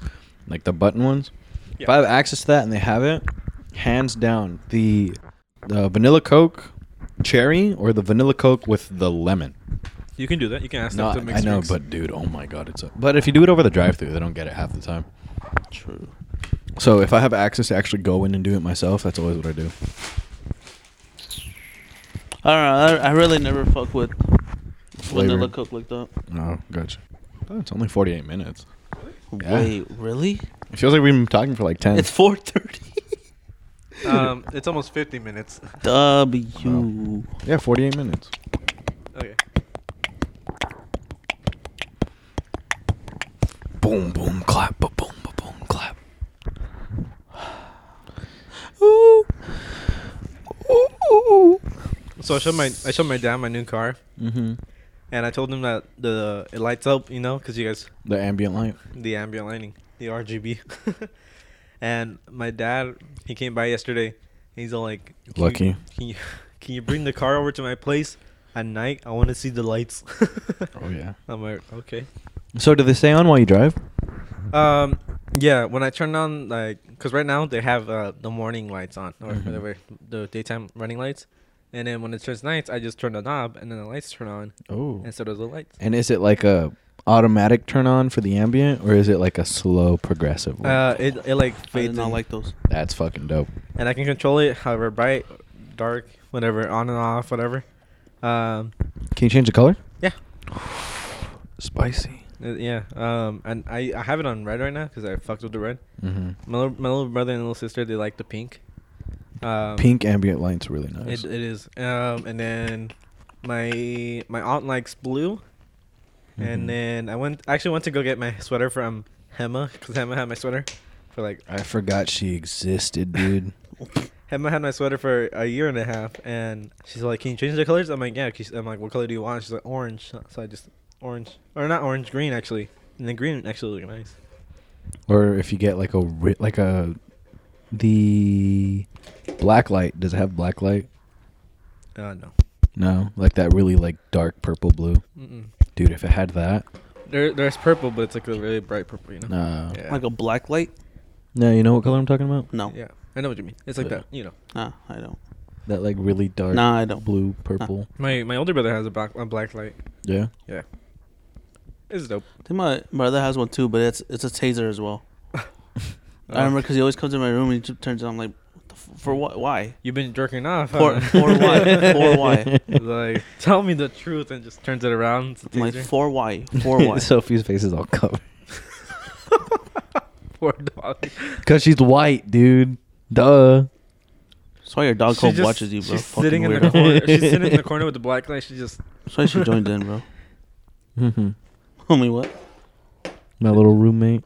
B: like the button ones, if I have access to that and they have it, hands down the the vanilla Coke cherry or the vanilla Coke with the lemon.
A: You can do that. You can ask
B: No,
A: them to
B: I
A: mix.
B: know,
A: drinks.
B: but dude, oh my god, it's a, but if you do it over the drive-through, they don't get it half the time.
C: True.
B: So if I have access to actually go in and do it myself, that's always what I do.
C: I don't know. I, I really never fuck with vanilla
B: Flavored.
C: coke like that.
B: Oh, gotcha. Oh, it's only 48 minutes. Yeah.
C: Wait, really?
B: It feels like we've been talking for like 10.
C: It's four thirty.
A: um, it's almost 50 minutes.
C: W.
B: yeah, 48 minutes.
A: Okay.
B: Boom, boom, clap, ba boom, ba boom, clap.
C: Ooh. Ooh, ooh, ooh.
A: So I showed my I showed my dad my new car,
B: Mm-hmm.
A: and I told him that the it lights up, you know, because you guys
B: The ambient light.
A: the ambient lighting, the RGB. and my dad, he came by yesterday. He's all like, "Can you-
B: Lucky.
A: can you can you bring the car over to my place at night? I want to see the lights."
B: Oh, yeah.
A: I'm like, okay.
B: So do they stay on while you drive?
A: Um, yeah. When I turn on like, cause right now they have uh the morning lights on or
C: Mm-hmm.
B: Mhm.
A: whatever the daytime running lights, and then when it turns nights, I just turn the knob and then the lights turn on,
B: Oh.
A: and so does the lights.
B: And is it like a automatic turn on for the ambient or is it like a slow progressive one?
A: Uh, it it like
C: I
A: fades
C: did not
A: in.
C: like those.
B: that's fucking dope.
A: and I can control it however bright, dark, whatever, on and off, whatever. Um,
B: Can you change the color?
A: yeah,
B: Spicy.
A: Uh, yeah. Um, and I I have it on red right now because I fucked with the red.
B: Mm-hmm.
A: My little, my little brother and little sister they like the pink. Um,
B: Pink ambient light's really nice.
A: It, it is. Um, and then my my aunt likes blue.
B: Mhm.
A: And then I went I actually went to go get my sweater from Hema because Hema had my sweater for like
B: I forgot she existed, dude.
A: Hema had my sweater for a year and a half, and she's like, "Can you change the colors?" I'm like, "Yeah." 'cause- I'm like, "What color do you want?" She's like, "Orange." So I just orange or not orange, green actually. And the green actually looked nice.
B: or if you get like a ri- like a the black light does it have black light
A: Uh, no.
B: no like that really like dark purple blue
A: Mm-mm.
B: dude if it had that
A: There, there's purple, but it's like a really bright purple, you know.
B: no
A: Yeah.
C: Like a black light?
B: no you know what color i'm talking about
C: No.
A: Yeah, I know what you mean. It's like
B: Yeah.
A: that, you know.
C: Nah, I don't.
B: that like really dark
C: Nah, I don't.
B: blue purple
A: My my older brother has a black a black light.
B: yeah
A: Yeah. It's dope.
C: I think my brother has one too, but it's it's a taser as well.
A: Oh.
C: I remember because he always comes in my room and he just turns it on. I'm like, what the f- for what? Why?
A: You've been jerking off.
C: For,
A: huh?
C: for why? For why?
A: like, tell me the truth, and just turns it around. It's a
C: I'm like,
A: taser.
C: for why? For why?
B: sophie's face is all covered
A: Poor dog.
B: because she's white dude duh
C: That's why your dog
A: She
C: home
A: just-
C: watches you, bro.
A: She's
C: Fucking
A: sitting in the
C: weirdo.
A: corner. She's sitting in the corner with the black light. She just.
C: That's why she joined in, bro.
B: mm-hmm.
C: Homie, what?
B: my little roommate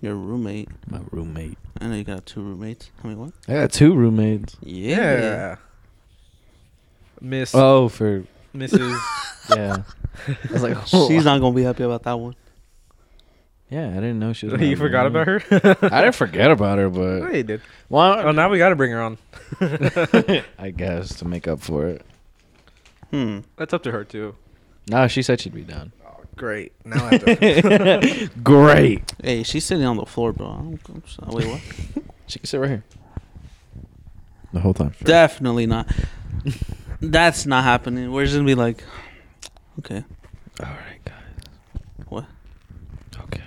C: Your roommate.
B: my roommate
C: I know you got two roommates. Homie, what?
B: i got two roommates
A: Yeah. Miss
B: oh for
A: Mrs.
B: yeah i was like
C: She's not gonna be happy about that one.
B: yeah i didn't know she was my
A: you forgot
B: roommate.
A: about her.
B: I didn't forget about her,
A: Oh,
B: but
A: you did. Oh,
B: well,
A: now we gotta bring her on.
B: I guess to make up for it.
C: Hmm.
A: That's up to her too.
B: No, she said she'd be down.
A: Oh, great. Now I have to.
B: Great.
C: Hey, she's sitting on the floor, bro. I don't, I'm so- wait, what?
B: She can sit right here. The whole time.
C: Definitely not. That's not happening. We're just gonna be like, okay,
B: All right, guys.
C: What?
B: Okay.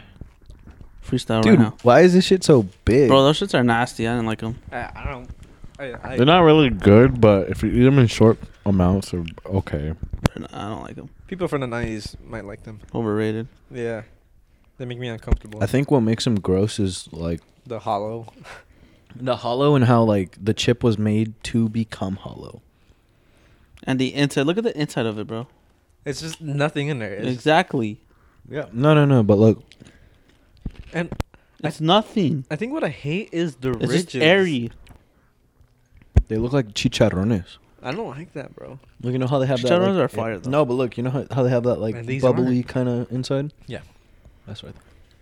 C: freestyle
B: Dude,
C: right now.
B: why is this shit so big?
C: Bro, those shits are nasty. I didn't like them.
A: I, I don't. I, I,
B: They're not really good, but if you eat them in short amounts, they're okay.
C: I don't like them.
A: people from the '90s might like them.
C: Overrated.
A: Yeah, they make me uncomfortable.
B: I think what makes them gross is like
A: the hollow.
B: the hollow and how like the chip was made to become hollow.
C: And the inside. Look at the inside of it, bro.
A: It's just nothing in there. It's just-
C: exactly.
A: yeah.
B: No, no, no. But look,
A: And
C: It's nothing.
A: I think what I hate is the
C: It's
A: ridges.
C: just airy.
B: they look like chicharrones.
A: I don't like that, bro.
B: Look, you know how they have that.
C: Chicharrones
B: Like,
C: are fire, though.
B: No, but look, you know how, how they have that
A: And
B: like
A: these
B: bubbly
A: aren't.
B: kind of inside.
A: Yeah.
B: That's right.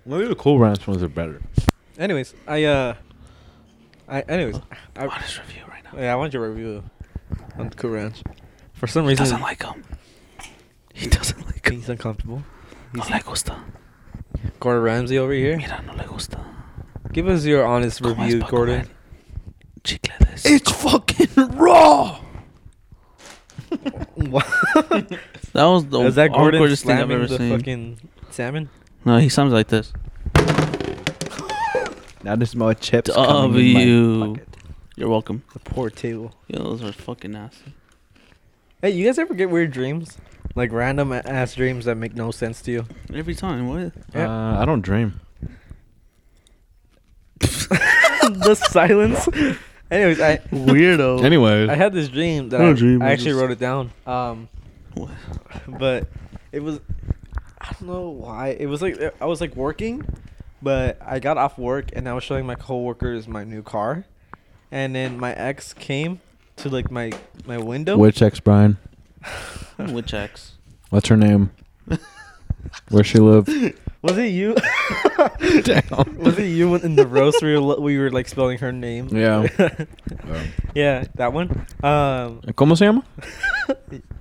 B: Maybe the cool ranch ones are better.
A: Anyways, I uh, I anyways, I,
C: Honest review right now.
A: yeah, I want your review on Cool Ranch. For some reason,
C: Doesn't like them. He doesn't like
A: He's uncomfortable.
C: No le gusta.
A: Gordon Ramsay over here.
C: Mira, no le gusta.
A: Give us your honest
C: ¿Cómo es
A: review,
C: pa'
A: Gordon.
C: comer? Chicle de cinco.
B: fucking raw.
A: What?
C: That was the
A: Is that Gordon
C: awkwardest thing I've
A: slamming
C: ever
A: the
C: seen.
A: fucking salmon?
C: No, he sounds like this.
B: Now there's more chips.
C: W. You're welcome.
A: The poor table.
C: Yo, those are fucking nasty.
A: Hey, you guys ever get weird dreams? Like random a- ass dreams that make no sense to you?
C: Every time, what?
A: Yeah.
B: Uh, I don't dream.
A: the silence. Anyways, I
C: Weirdo.
B: Anyways,
A: Oh, I had this dream that
C: I don't
A: I,
C: dream,
A: I
C: I
A: actually
C: just-
A: wrote it down. Um,
C: What?
A: but it was I don't know why it was like I was like working, but I got off work and I was showing my coworkers my new car, and then my ex came to like my my window.
B: which ex Brian?
C: Which ex?
B: What's her name? Where she live?
A: was it you?
B: Damn.
A: was it you in the roast where you lo- we were like spelling her name?
B: Yeah.
A: yeah, that one. Um,
B: Um, ¿Cómo se llama?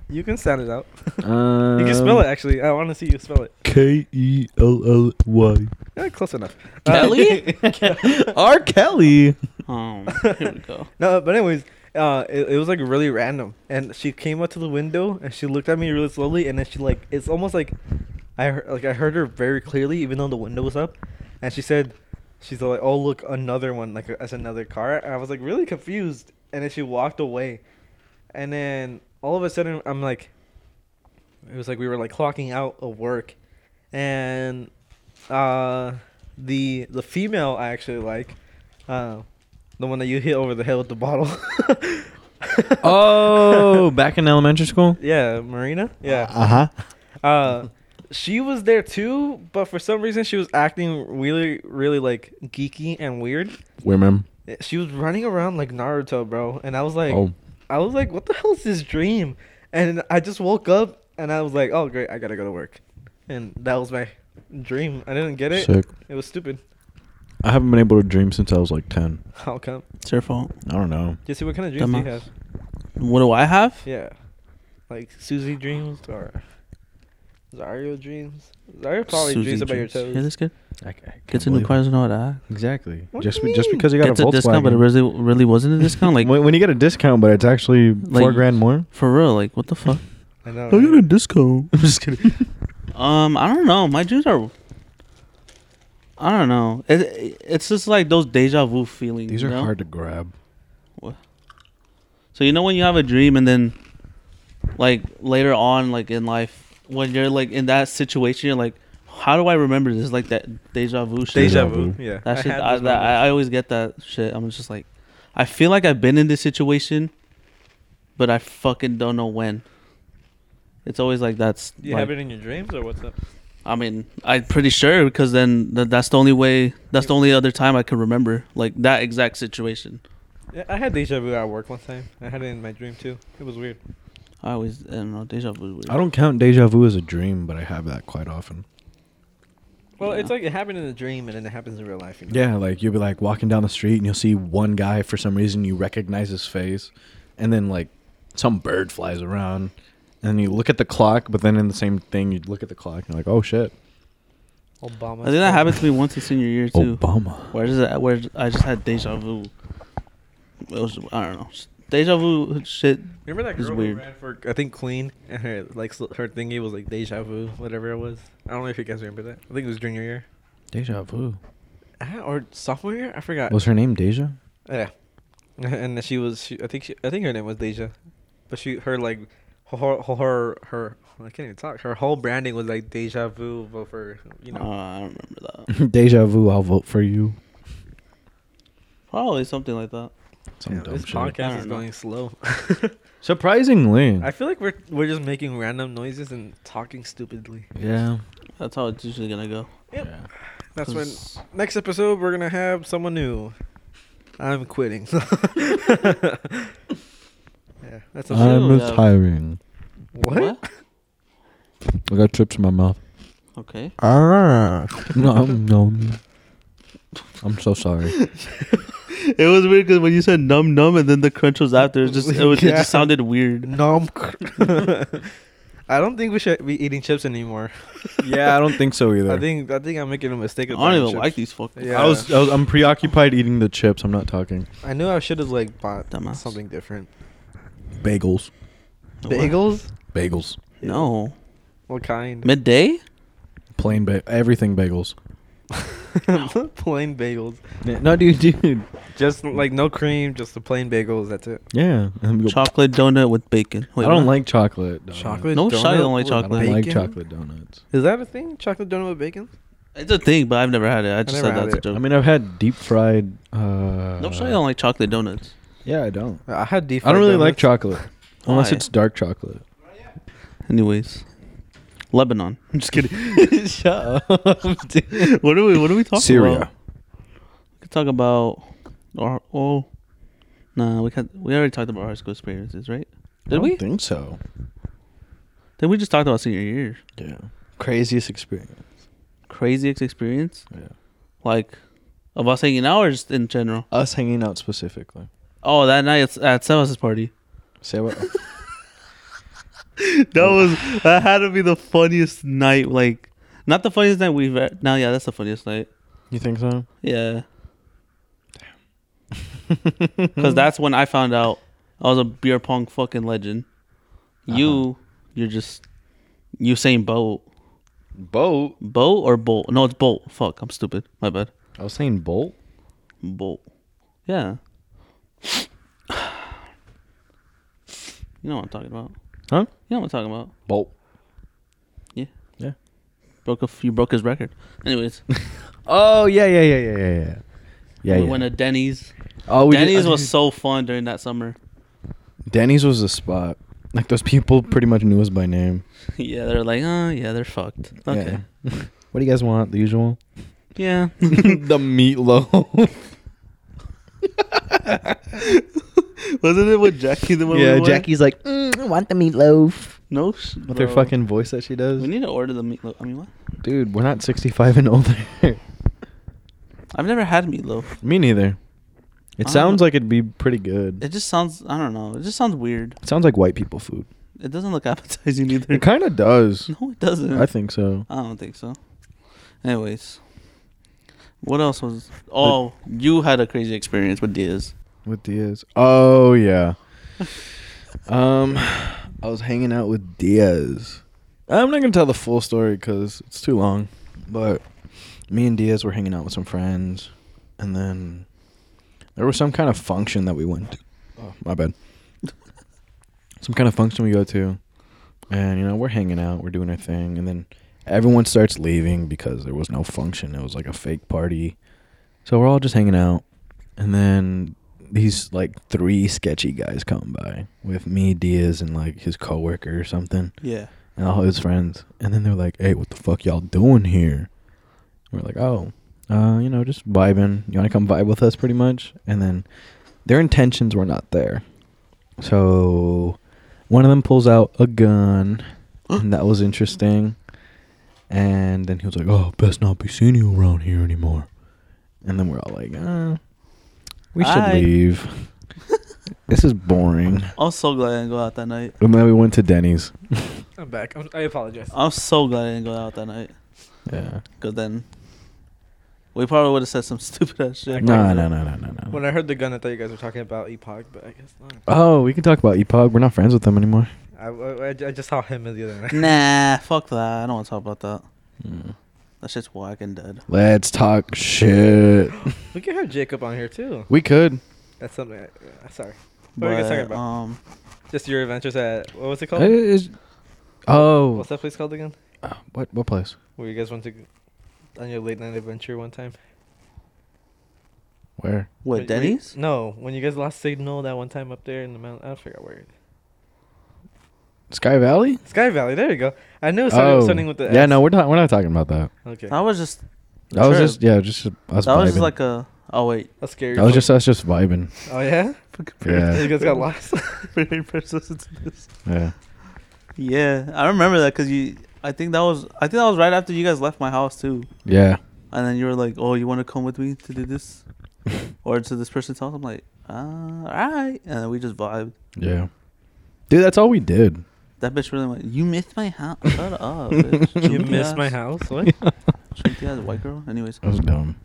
A: you can sound it out.
B: Uh,
A: you can spell it actually. I want to see you spell it.
B: K E L L Y.
A: Eh, close enough.
C: Kelly?
A: Uh,
B: R. Kelly.
C: Um, here we go.
A: No, but anyways, uh, it, it was like really random, and she came up to the window and she looked at me really slowly, and then she like it's almost like I heard, like I heard her very clearly, even though the window was up, and she said, she's like, oh look, another one, like as another car, and I was like really confused, and then she walked away, and then all of a sudden I'm like, it was like we were like clocking out of work, and uh, the the female I actually like, uh, the one that you hit over the head with the bottle.
B: Oh, back in elementary school.
A: yeah, Marina. Yeah.
B: Uh huh.
A: Uh, she was there too, but for some reason she was acting really, really like geeky and weird.
B: Women.
A: She was running around like Naruto, bro, and I was like,
B: Oh,
A: I was like, what the hell is this dream? And I just woke up and I was like, oh great, I gotta go to work, and that was my dream. I didn't get it.
B: sick.
A: It was stupid.
B: I haven't been able to dream since I was like ten.
A: How come?
C: It's your fault.
B: I don't know.
A: Jesse, what kind of dreams do you
C: Dumbass.
A: have?
C: What do I have?
A: Yeah. Like Susie dreams or Zario dreams. Zario probably
C: Susie
A: dreams about your
C: dreams.
A: toes.
C: Hear this kid?
B: I, can't
C: Gets a new car, doesn't know how to act.
B: Exactly.
A: What do
B: just
A: you
B: be- just
A: mean?
B: because you got
C: Gets
B: a
C: a,
B: Volkswagen.
C: discount, but it really, really wasn't a discount. Like,
B: when, when you get a discount, but it's actually four
C: Like-
B: grand more.
C: for real, like, what the fuck?
A: I know.
C: I got a
A: right?
C: disco.
B: I'm just kidding.
C: Um, I don't know. My dreams are. I don't know. It, it's just like those deja vu feelings.
B: These
C: you
B: are
C: know?
B: hard to grab.
C: So you know when you have a dream and then, like later on, like in life, when you're like in that situation, you're like, how do I remember this? Like that deja vu shit.
A: Deja
B: Deja
A: vu.
B: vu.
A: Yeah.
C: That shit.
A: had
C: I,
A: those
C: that,
A: moments.
C: I, I always get that shit. I'm just like, I feel like I've been in this situation, but I fucking don't know when. It's always like that's.
A: you
C: like,
A: have it in your dreams or what's up?
C: I mean, I'm pretty sure because then th- that's the only way. That's the only other time I could remember like that exact situation.
A: Yeah, I had deja vu at work one time. I had it in my dream too. It was weird.
C: I always, I don't know, deja vu. is weird.
B: I don't count deja vu as a dream, but I have that quite often.
A: Well, it's
C: Yeah.
A: like it happened in a dream and then it happens in real life. You know?
B: Yeah, like you'll be like walking down the street and you'll see one guy for some reason you recognize his face, and then like some bird flies around, and you look at the clock, but then in the same thing you look at the clock and you're like, oh shit,
A: Obama.
C: I think that happened to me once in senior year too.
B: Obama.
C: Where is it? Where I just had deja vu. It was I don't know. Deja vu shit.
A: Remember that
C: It's
A: girl
C: weird.
A: who ran for I think Queen and her like sl- her thingy was like deja vu, whatever it was. I don't know if you guys remember that. I think it was junior year
B: Deja vu.
A: Ah, or sophomore year. I forgot. Oh,
B: Was her name Deja?
A: Yeah, and then she was. She, I think she. I think her name was Deja, but she her like her her her. her I can't even talk. Her whole branding was like deja vu, but for you
C: Uh,
A: know.
C: I don't remember that.
B: Deja vu. I'll vote for you.
C: Probably something like that.
B: Some
A: Damn,
B: dumb
A: this
B: shit. Hmm.
A: podcast is
C: don't know.
A: going slow.
B: Surprisingly,
A: I feel like we're we're just making random noises and talking stupidly.
B: yeah.
C: That's how it's usually gonna go.
A: Yep.
B: yeah.
A: That's when
C: 'Cause
A: next episode we're gonna have someone new. I'm quitting. yeah, that's a uh,
C: I'm
B: I'm
C: Ew, yeah.
B: retiring.
A: what?
B: I got chips in my mouth.
C: Okay.
B: Ah. no, I'm, no. I'm so sorry.
C: It was weird because when you said num num and then the crunch was after, it just it, was, it
A: Yeah.
C: just sounded weird.
A: Nom. I don't think we should be eating chips anymore.
B: yeah, I don't think so either.
A: I think I think I'm making a mistake.
C: I
A: of
C: don't
A: buying
C: even
A: chips.
C: like these fucking.
A: Yeah.
B: I was, I was I'm preoccupied eating the chips. I'm not talking
A: I knew I should have like bought
C: Dumbass.
A: something different.
B: bagels.
A: Bagels?
B: Bagels.
C: No.
A: What kind?
C: Midday?
B: Plain ba- everything bagels.
A: plain bagels.
B: No, dude, dude.
A: Just like no cream, just the plain bagels. That's it.
B: Yeah. and go-
C: Chocolate donut with bacon.
B: I don't like chocolate. donuts.
A: Chocolate.
C: No shit, I don't
A: donut
C: like
A: with
B: I don't
C: chocolate.
B: like
A: bacon?
B: chocolate donuts.
A: Is that a thing? Chocolate donut with bacon?
C: It's a thing, but I've never had it. I just
A: never
C: said
A: had
C: that's a
A: it.
C: joke.
B: I mean, I've had deep fried. Uh,
C: no shit, I don't like chocolate donuts.
B: Yeah, I don't.
A: I had deep.
B: I don't
A: fried
B: really like
A: donuts.
B: chocolate unless
C: Why?
B: it's dark chocolate.
C: Anyways, Lebanon. I'm just kidding.
B: Shut up. Dude.
C: what are we? What are we talking
B: Syria.
C: about? We could talk about or oh, nah. We can We already talked about high school experiences, right?
B: I
C: Did
B: don't
C: we?
B: think so.
C: Did we just talked about senior year?
B: Yeah. Craziest experience.
C: Craziest experience,
B: Yeah.
C: like of us hanging out, or just in general.
B: Us hanging out specifically.
C: Oh, that night at, at Sebas's party.
B: Say what?
C: that was that had to be the funniest night. Like, not the funniest night we've. Now, yeah, that's the funniest night.
B: you think so?
C: Yeah.
B: Mm-hmm.
C: Because that's when I found out I was a beer pong fucking legend.
B: Uh-huh.
C: You, you're just Usain Bolt.
B: Bolt.
C: Bolt or Bolt? No, it's Bolt. Fuck, I'm stupid. My bad.
B: I was saying Bolt.
C: Bolt. Yeah. you know what I'm talking about.
B: Huh?
C: You know what I'm talking about.
B: Bolt.
C: Yeah.
B: Yeah.
C: Broke a f- you broke his record. Anyways,
B: Oh yeah yeah yeah yeah yeah yeah. Yeah.
C: we
B: yeah.
C: went to Denny's.
B: oh, did-
C: Denny's was so fun during that summer.
B: Denny's was the spot. Like those people pretty much knew us by name.
C: yeah, they're like, oh yeah, they're fucked. Okay.
B: Yeah. what do you guys want? The usual.
C: Yeah.
B: the meatloaf.
C: Wasn't it with Jackie the one? we
B: yeah,
C: went?
B: Jackie's like, mm, I want the meatloaf.
C: No. Sh-
B: With her
C: bro.
B: fucking voice that she does.
C: We need to order the meatloaf. I mean, what?
B: Dude, we're not 65 and older.
C: I've never had meatloaf.
B: Me neither. It
C: I
B: sounds
C: don't-
B: like it'd be pretty good.
C: It just sounds. I don't know. It just sounds weird.
B: It sounds like white people food.
C: It doesn't look appetizing either.
B: It kind of does.
C: no, it doesn't.
B: I think so.
C: I don't think so. Anyways, what else was? Oh, you had a crazy experience with Diaz.
B: With Diaz. Oh yeah. um, I was hanging out with Diaz. I'm not gonna tell the full story because it's too long. But me and Diaz were hanging out with some friends, and then there was some kind of function that we went. to. Oh, my bad. some kind of function we go to, and you know we're hanging out, we're doing our thing, and then everyone starts leaving because there was no function. It was like a fake party, so we're all just hanging out, and then these like three sketchy guys come by with me, Diaz, and like his coworker or something,
C: Yeah.
B: and all his friends. And then they're like, "Hey, what the fuck y'all doing here?" And we're like, "Oh, uh, you know, just vibing. You want to come vibe with us, pretty much." And then their intentions were not there. So one of them pulls out a gun, and that was interesting. And then he was like, "Oh, best not be seeing you around here anymore." And then we're all like, uh, "We should
C: Bye.
B: leave. this is boring."
C: I was so glad I didn't go out that night.
B: And then we went to Denny's.
A: I'm back. I'm, I apologize.
C: I was so glad I didn't go out that night.
B: Yeah.
C: Cause then we probably would have said some stupid ass shit.
B: No, no, no, no, no, no.
A: When I heard the gun, I thought you guys were talking about Epoch, but I guess not.
B: Oh, we can talk about EPUB. We're not friends with them anymore.
A: I, I, I just saw him the other night.
C: Nah, fuck that. I don't want to talk about that. That shit's whack and dead.
B: Hmm. Let's talk shit.
A: We could have Jacob on here too.
B: We could.
A: That's something. I, uh, sorry. What are you guys talking
C: But,
A: about?
C: um,
A: Just your adventures at what was it
B: It
A: called?
B: is- oh,
A: What's that place called again?
B: uh, what what place?
A: Where you guys went to on your late night adventure one time?
B: Where?
A: When
C: what
A: you-
C: Denny's?
A: No, when you guys lost signal that one time up there in the mountain. I forgot where. it-
B: Sky Valley?
A: Sky Valley. There you go. I knew it started something with the.
B: Oh. yeah,
A: S.
B: no, we're not we're not talking about that.
A: Okay.
C: That was just.
B: That was
C: True.
B: just yeah, just us
C: That was just
B: vibing.
C: like a. Oh wait.
A: That's scary.
B: that was
A: for-
B: just us just vibing.
A: Oh yeah. You
B: Yeah,
A: guys got lost.
B: yeah.
C: Yeah, I remember that because you. I think that was. I think that was right after you guys left my house too,
B: Yeah.
C: and then you were like, "Oh, you want to come with me to do this, or to this person's house?" I'm like, "Uh, all right," and then we just vibed.
B: Yeah. Dude, that's all we did.
C: That bitch really went. You missed my house. Shut up. Bitch.
A: you
C: Chunky
A: missed
C: ass-
A: my house. What?
C: Chunky ass white girl. Anyways.
B: That was dumb.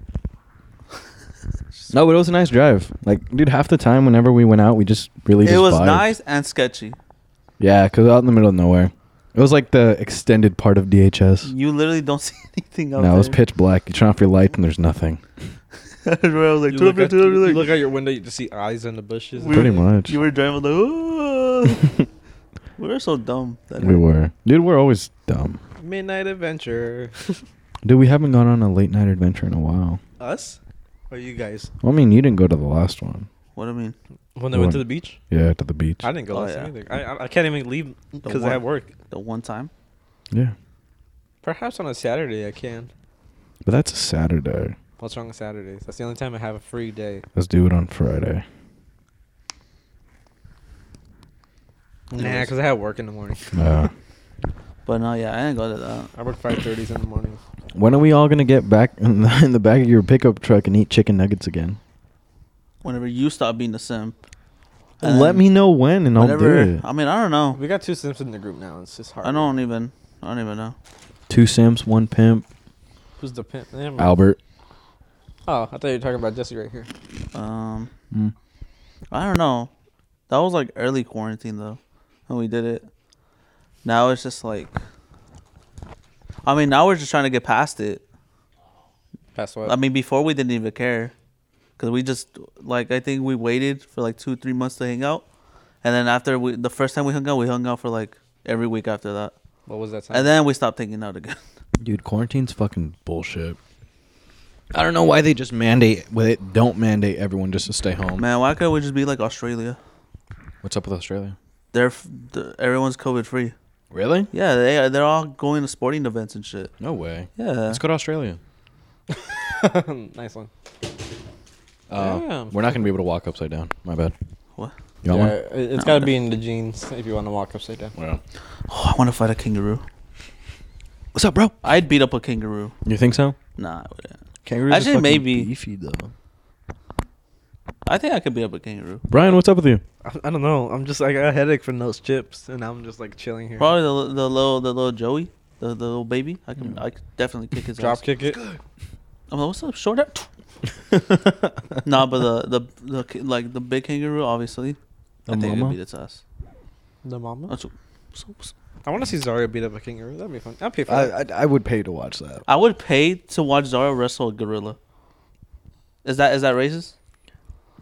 B: No, but it was a nice drive. Like, dude, half the time whenever we went out, we just really
C: it
B: just
C: was
B: vibed.
C: nice and sketchy.
B: Yeah, because out in the middle of nowhere, it was like the extended part of DHS.
C: You literally don't see anything out
B: no, it was
C: there.
B: pitch black. You turn off your light and there's nothing.
C: Where I was like,
A: you, look
C: "Turn
A: out,
C: up, turn up,"
A: you
C: like-
A: look out your window, you just see eyes in the bushes.
C: We-
B: Pretty much.
C: You were driving like, "Oh." we were so dumb. That
B: we were, dude. We're always dumb.
A: Midnight adventure.
B: Dude, we haven't gone on a late night adventure in a while.
A: Us? Or you guys?
B: Well, I mean, you didn't go to the last one.
C: What do I mean?
A: When they went to
B: One.
A: the beach?
B: Yeah, to the beach.
A: I didn't go
C: Oh,
A: last
C: yeah.
A: time either. I, I, I can't even leave because I
C: one-
A: have work.
C: The one time.
B: yeah,
A: Perhaps on a Saturday I can.
B: but that's a Saturday.
A: What's wrong with Saturdays? That's the only time I have a free day.
B: Let's do it on Friday.
A: Nah, because I have work in the morning.
B: Uh,
C: But no, yeah, I didn't go to that.
A: I work five thirties in the morning.
B: when are we all gonna get back in the, in the back of your pickup truck and eat chicken nuggets again?
C: Whenever you stop being a simp. and
B: Let
C: then
B: me know when, and I'll do
C: Um, whenever-
B: it.
C: I mean, I don't know.
A: We got two Sims in the group now. It's just hard.
C: I don't even. I don't even know.
B: Two Sims, one pimp.
A: Who's the pimp? Never mind.
B: Albert.
A: Oh, I thought you were talking about Jesse right here.
C: Um,
B: Mm.
C: I don't know. That was like early quarantine though, when we did it. Now it's just like. I mean, now we're just trying to get past it.
A: Pass what?
C: I mean, before we didn't even care, because we just like I think we waited for like two, three months to hang out, and then after we the first time we hung out, we hung out for like every week after that,
A: what was that time?
C: and then we stopped hanging out again.
B: Dude, quarantine's fucking bullshit. I don't know why they just mandate. Well, they don't mandate everyone just to stay home.
C: Man, why can't we just be like Australia?
B: What's up with Australia?
C: They're f- the, everyone's COVID free.
B: Really?
C: Yeah, they they're all going to sporting events and shit.
B: No way.
C: Yeah,
B: Let's go to Australia.
A: nice one.
B: Uh,
A: Damn.
B: We're not gonna be able to walk upside down. My bad.
C: What?
B: You want one?
A: Yeah, it- it's got to be in the jeans if you want to walk upside down.
B: Well,
C: Oh, I want to fight a kangaroo.
B: what's up, bro?
C: I'd beat up a kangaroo.
B: You think so?
C: Nah, I wouldn't.
B: Kangaroos
C: Actually, maybe.
B: beefy though.
C: I think I could beat up a kangaroo.
B: Brian, what's up with you?
A: I, I don't know. I'm just I got a headache from those chips, and I'm just like chilling here.
C: Probably the, li- the little the little Joey, the, the little baby. I can I could definitely kick his
A: Drop
C: ass.
A: kick it.
C: I'm like, what's up, short hair? nah,
A: uh,
C: but the, the the ki- like the big kangaroo, obviously.
B: The
C: I think I
B: mama?
C: could beat its ass.
A: The mama.
C: That's a- so- so-
A: I want to see Zarya beat up a kangaroo. That'd be fun. I'd pay for that.
B: I would pay to watch that.
C: I would pay to watch Zara wrestle a gorilla. Is that is that racist?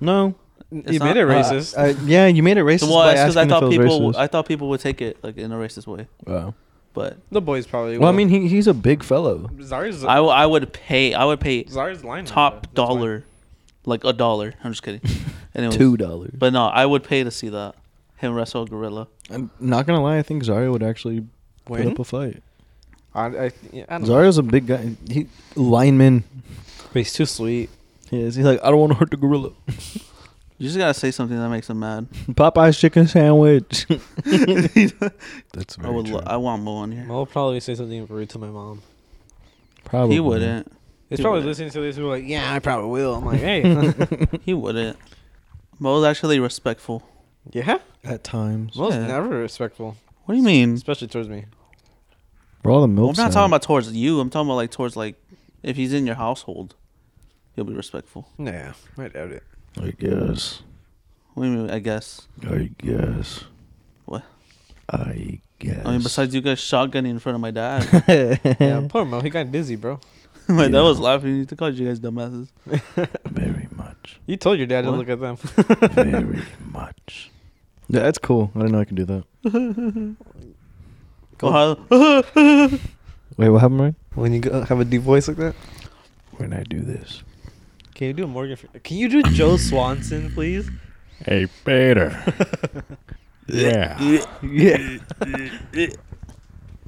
B: No,
A: you
C: it's
A: made
C: not-
A: it
C: uh,
A: racist.
B: Uh, yeah, you made it racist
C: well,
B: by
C: it's because
B: asking
C: I thought
B: if it
C: people
B: was racist.
C: I thought people would take it like in a racist way,
B: Wow.
C: but
A: the boys probably.
B: Well, I
A: will.
B: mean, he, he's a big fellow.
A: Zarya's
C: I, w- I would pay I would pay
A: Zarya's line.
C: top dollar, like a dollar. I'm just kidding. Anyways,
B: Two dollars.
C: But no, I would pay to see that him wrestle a gorilla.
B: I'm not gonna lie, I think Zarya would actually put
A: When?
B: up a fight.
A: Hmm? I, I, yeah, I don't know.
B: Zarya's a big guy. He lineman.
A: But he's too sweet.
B: He is. He's like, I don't want to hurt the gorilla.
C: You just gotta say something that makes him mad.
B: Popeye's chicken sandwich. That's
C: I would. Lo- I want Mo on here.
A: I'll probably say something rude to my mom.
B: Probably
C: He wouldn't.
A: He's
C: He
A: probably
C: would.
A: listening to this. and be like, yeah, I probably will. I'm like, hey,
C: He wouldn't. Mo's actually respectful.
A: yeah.
B: at times.
A: Mo's
C: Yeah.
A: never respectful,
C: What do you mean?
A: especially towards me.
B: We're all the
C: Well,
B: milk.
C: I'm not talking about towards you. I'm talking about like towards like if he's in your household, he'll be respectful.
A: Nah, I doubt it.
B: I guess.
C: What do you mean? I guess.
B: I guess.
C: What?
B: I guess.
C: I mean, besides you guys shotgunning in front of my dad,
A: Yeah, poor Mo. He got dizzy, bro.
C: my dad
B: Yeah.
C: was laughing. He called you guys dumbasses.
B: very much.
A: You told your dad
C: What?
A: to look at them.
B: Very much. Yeah, that's cool. I didn't know I could do that.
C: Go hard.
B: Wait, what happened, Ryan?
A: When you go, have a deep voice like that.
B: When I do this.
A: Can you do a Morgan? Fre- Can you do Joe Swanson, please?
B: Hey, Peter. yeah.
A: Yeah.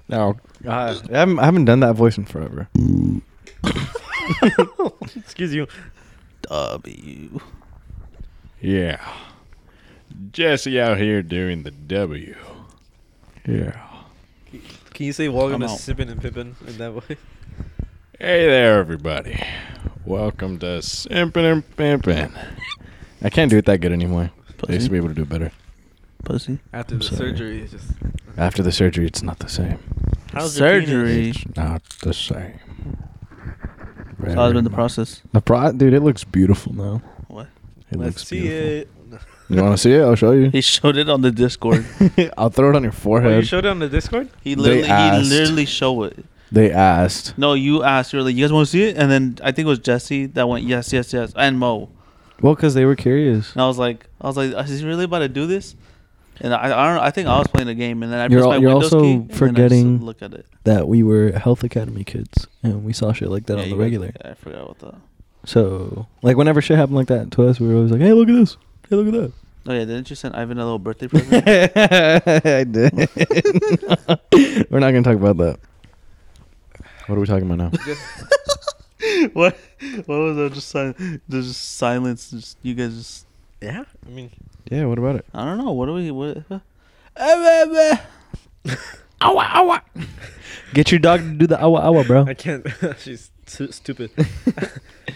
B: Now, I haven't, I haven't done that voice in forever.
A: Excuse you.
C: W.
D: Yeah. Jesse out here doing the W.
B: Yeah.
A: Can you say welcome
C: I'm
A: to
C: out.
A: Sippin' and Pippin' in that way?
D: Hey there, everybody. Welcome to Simpin' and Pimpin'.
B: I can't do it that good anymore. I used to be able to do it better.
C: Pussy.
A: After the
B: sorry.
A: surgery, it's just.
B: After the surgery, it's not the same.
A: How's your penis?
C: surgery?
D: It's not the same.
C: So how's been the
D: Very
C: process?
B: The pro, dude, it looks beautiful now.
C: What?
B: It
A: Let's
B: looks
A: see
B: beautiful.
A: it.
B: You want to see it? I'll show you.
C: He showed it on the Discord.
B: I'll throw it on your
A: Oh, you
B: forehead.
A: showed it on the Discord?
C: He
B: They
C: literally, he
B: asked.
C: literally showed it.
B: they asked.
C: No, you asked. You were like, "You guys want to see it?" And then I think it was Jesse that went, "Yes, yes, yes," and Mo.
B: Well, because they were curious.
C: And I was like, "I was like, is he really about to do this?" And I, I don't. know, I think I was playing the game, and then I
E: You're
C: pressed my
E: al- you're
C: Windows
E: also
C: key. and then I just
E: forgetting
C: look at it
E: that we were Health Academy kids and we saw shit like that
C: Yeah,
E: on
C: you
E: the
C: guys-
E: regular.
C: yeah, I forgot about that.
E: So, like, whenever shit happened like that to us, we were always like, hey, look at this. Hey, look at
C: Oh yeah, didn't you send Ivan a little birthday present?
E: that. I did.
B: We're not gonna talk about that. What are we talking about now?
C: what? What was that? Just si- there's just silence. Just you guys just.
A: Yeah. I mean,
B: yeah, what about it?
C: I don't know. What do we? What? huh?
B: Ow, ow, ow.
E: Get your dog to do the awa awa, bro.
A: I can't. She's too stupid.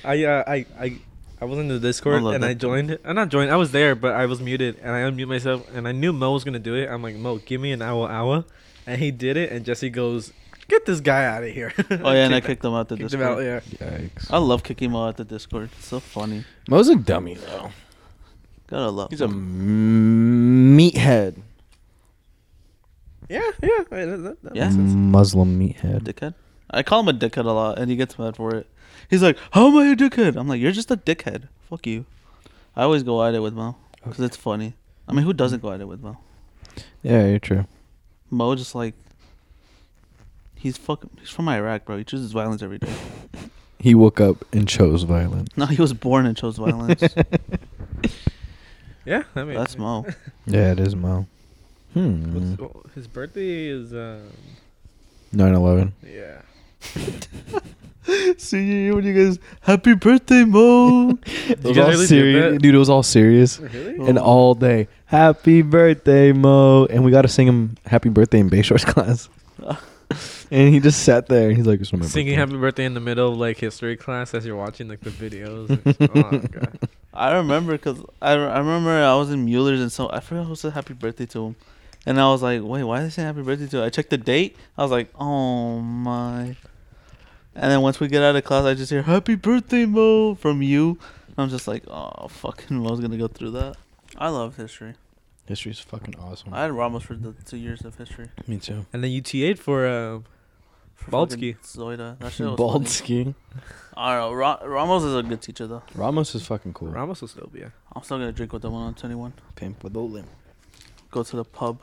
A: I, uh, I, I, I was in the Discord
C: love
A: and I
C: that.
A: joined. I not joined. I was there, but I was muted and I unmute myself and I knew Mo was gonna do it. I'm like, Mo, give me an hour, hour, and he did it. And Jesse goes, get this guy out of here.
C: Oh yeah, and I kicked him out the
A: kicked
C: Discord.
A: him out. Yeah.
B: Yikes.
C: I love kicking him out the Discord. It's so funny.
B: Mo's a dummy though.
C: Gotta love.
B: He's a m- meathead.
A: Yeah. Yeah. I- that- that- that
C: Yeah.
A: makes sense.
E: Muslim meathead.
C: dickhead. I call him a dickhead a lot, and he gets mad for it. He's like, "How am I a dickhead?" I'm like, "You're just a dickhead. Fuck you." I always go at it with Mo because it's funny. I mean, who doesn't go at it with Mo?
B: Yeah, you're true.
C: Mo just like he's fucking. He's from Iraq, bro. He chooses violence every day.
B: He woke up and chose violence.
C: No, he was born and chose violence.
A: Yeah. I mean,
C: That's Mo.
B: Yeah, it is Mo. Hmm.
A: what's- well, His birthday is. Um,
B: 9/11.
A: yeah.
C: See you when you guys. Happy birthday, Mo.
A: guys
B: It was all
A: really did
B: serious,
A: that?
B: dude. It was all serious
A: Really?
B: and all day. Happy birthday, Mo! And we got to sing him "Happy Birthday" in Bayshore's class. and he just sat there and he's like, "It's not my
A: Singing
B: birthday."
A: happy birthday in the middle of like history class as you're watching like the videos. It's- oh, God.
C: I remember because I, I remember I was in Mueller's and so I forgot who said happy birthday to him, and I was like, wait, why did they say happy birthday to? Him? I checked the date. I was like, oh my. And then once we get out of class, I just hear happy birthday, Mo, from you. And I'm just like, oh fucking, Mo's gonna go through that. I love history.
B: History's fucking awesome.
C: I had Ramos for the two years of history.
B: Me too.
A: And then you TA'd for um,
C: For
A: Baldsky.
C: fucking Zoida. That shit was
B: Bald
C: funny.
B: skiing.
C: I don't know. Ra- Ramos is a good teacher though.
B: Ramos is fucking cool.
A: Ramos was dope, yeah.
C: I'm still gonna drink with them when I'm 21.
B: Pimp with a limp.
C: Go to the pub.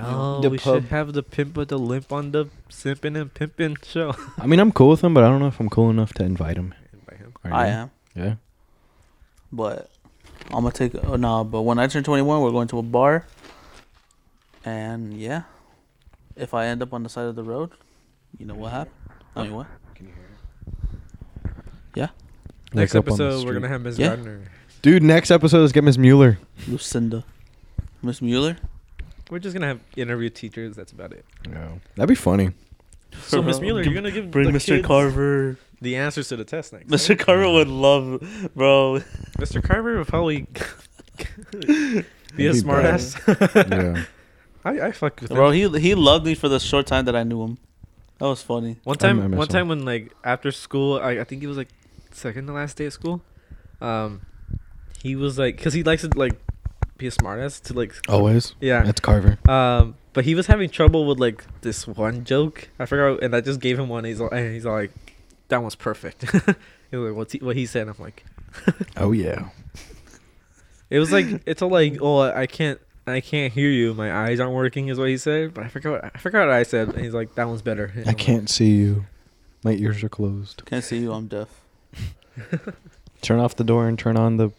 A: Oh,
B: The
A: we
B: pub.
A: should have the pimp with the limp on the simpin' and pimpin' show.
B: I mean, I'm cool with him, but I don't know if I'm cool enough to invite him.
A: By him.
B: Are
C: I
B: you?
C: am.
B: Yeah.
C: But I'm gonna take oh, nah. But when I turn 21, we're going to a bar. And yeah, if I end up on the side of the road, you know what happened. I mean, what?
A: Next
B: Like up on the
A: episode, we're
B: street.
A: gonna have Ms.
C: Yeah.
A: Gardner.
B: Dude, next episode let's get Miss Mueller.
C: Lucinda, Miss Mueller.
A: We're just gonna have interview teachers. That's about it.
B: Yeah. That'd be funny.
A: So, Miss Mueller, you're gonna give
C: bring
A: the
C: Mr.
A: kids
C: Carver.
A: the answers to the test next.
C: Mr. Carver would love, bro.
A: right? Mr. Carver would probably be a
B: That'd be bad.
A: smartass.
B: yeah.
A: I, I fuck with
C: Bro,
A: him.
C: he he loved me for the short time that I knew him. That was funny.
A: One
B: I
A: time,
B: remember
A: one
B: some.
A: time when like after school, I, I think it was like second to last day of school. Um, he was like, cause he likes to like be a smartass to like
B: Always.
A: yeah.
B: That's Carver.
A: Um, but he was having trouble with like this one joke. I forgot, and I just gave him one. He's all, and he's all like, "That one's perfect." he was like, "What's he, what he said?" I'm like,
B: Oh yeah.
A: "It was like it's all like, oh, I can't, I can't hear you. My eyes aren't working," is what he said. But I forgot, I forgot what I said. And he's like, "That one's better." And
B: I
A: I'm Like,
B: can't see you. My ears are closed.
C: Can't see you. I'm deaf.
B: Turn off the door and turn on the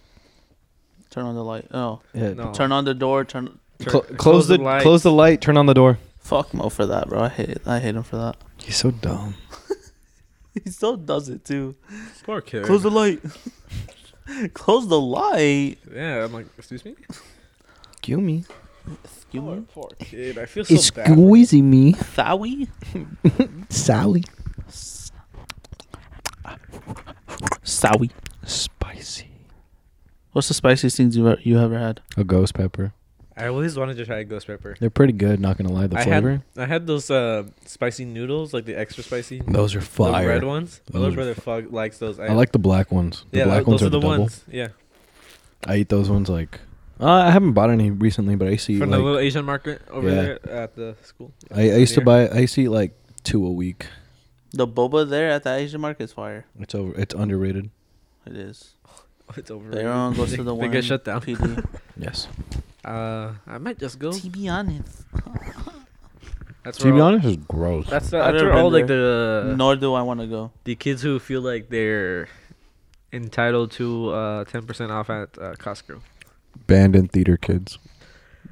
C: Turn on the light. Oh,
B: yeah.
A: No.
C: turn on the door. Turn.
B: Cl- close, the, close the
A: lights.
B: light, turn on the door.
C: Fuck Mo for that, bro. I hate I hate him for that.
B: He's so dumb.
C: He still does it too.
A: Poor kid.
C: Close the light. Close the light.
A: yeah, I'm like, excuse me.
B: Kill me.
C: Excuse me.
A: Poor kid. I feel so
E: It's
A: bad. for him.
E: squeezy me,
C: Thawi?
E: Sally.
C: Sawi.
B: Spicy.
C: What's the spiciest things you've e- you ever had?
B: A ghost pepper.
A: I always wanted to try ghost pepper.
B: They're pretty good. Not gonna lie, the
A: I
B: flavor.
A: had I had those uh, spicy noodles, like the extra spicy,
B: Those are fire.
A: the red ones. My
B: Those
A: little
B: are
A: brother fuck likes those.
B: I like the black ones. The
A: yeah,
B: black
A: tho-
B: ones
A: those are the
B: double.
A: ones. Yeah,
B: I eat those ones like. Uh, I haven't bought any recently, but I used to eat
A: from the
B: like
A: little Asian market over
B: Yeah.
A: there at the school.
B: I, I used to
A: Near.
B: buy. I used to eat like two a week.
C: The boba there at the Asian market is fire.
B: It's over. It's underrated.
C: It is.
A: It's over.
C: Everyone goes to the
A: They
C: one.
A: get shut down.
C: PD.
B: Yes.
A: Uh, I might just go.
C: to be honest,
A: That's
B: To be
A: where all-
B: honest, it's gross.
A: That's,
C: I've
A: that's
C: never
A: where all
C: been
A: like the uh,
C: nor do I want to go.
A: the kids who feel like they're entitled to uh 10% off at uh, Costco.
B: Band and theater kids.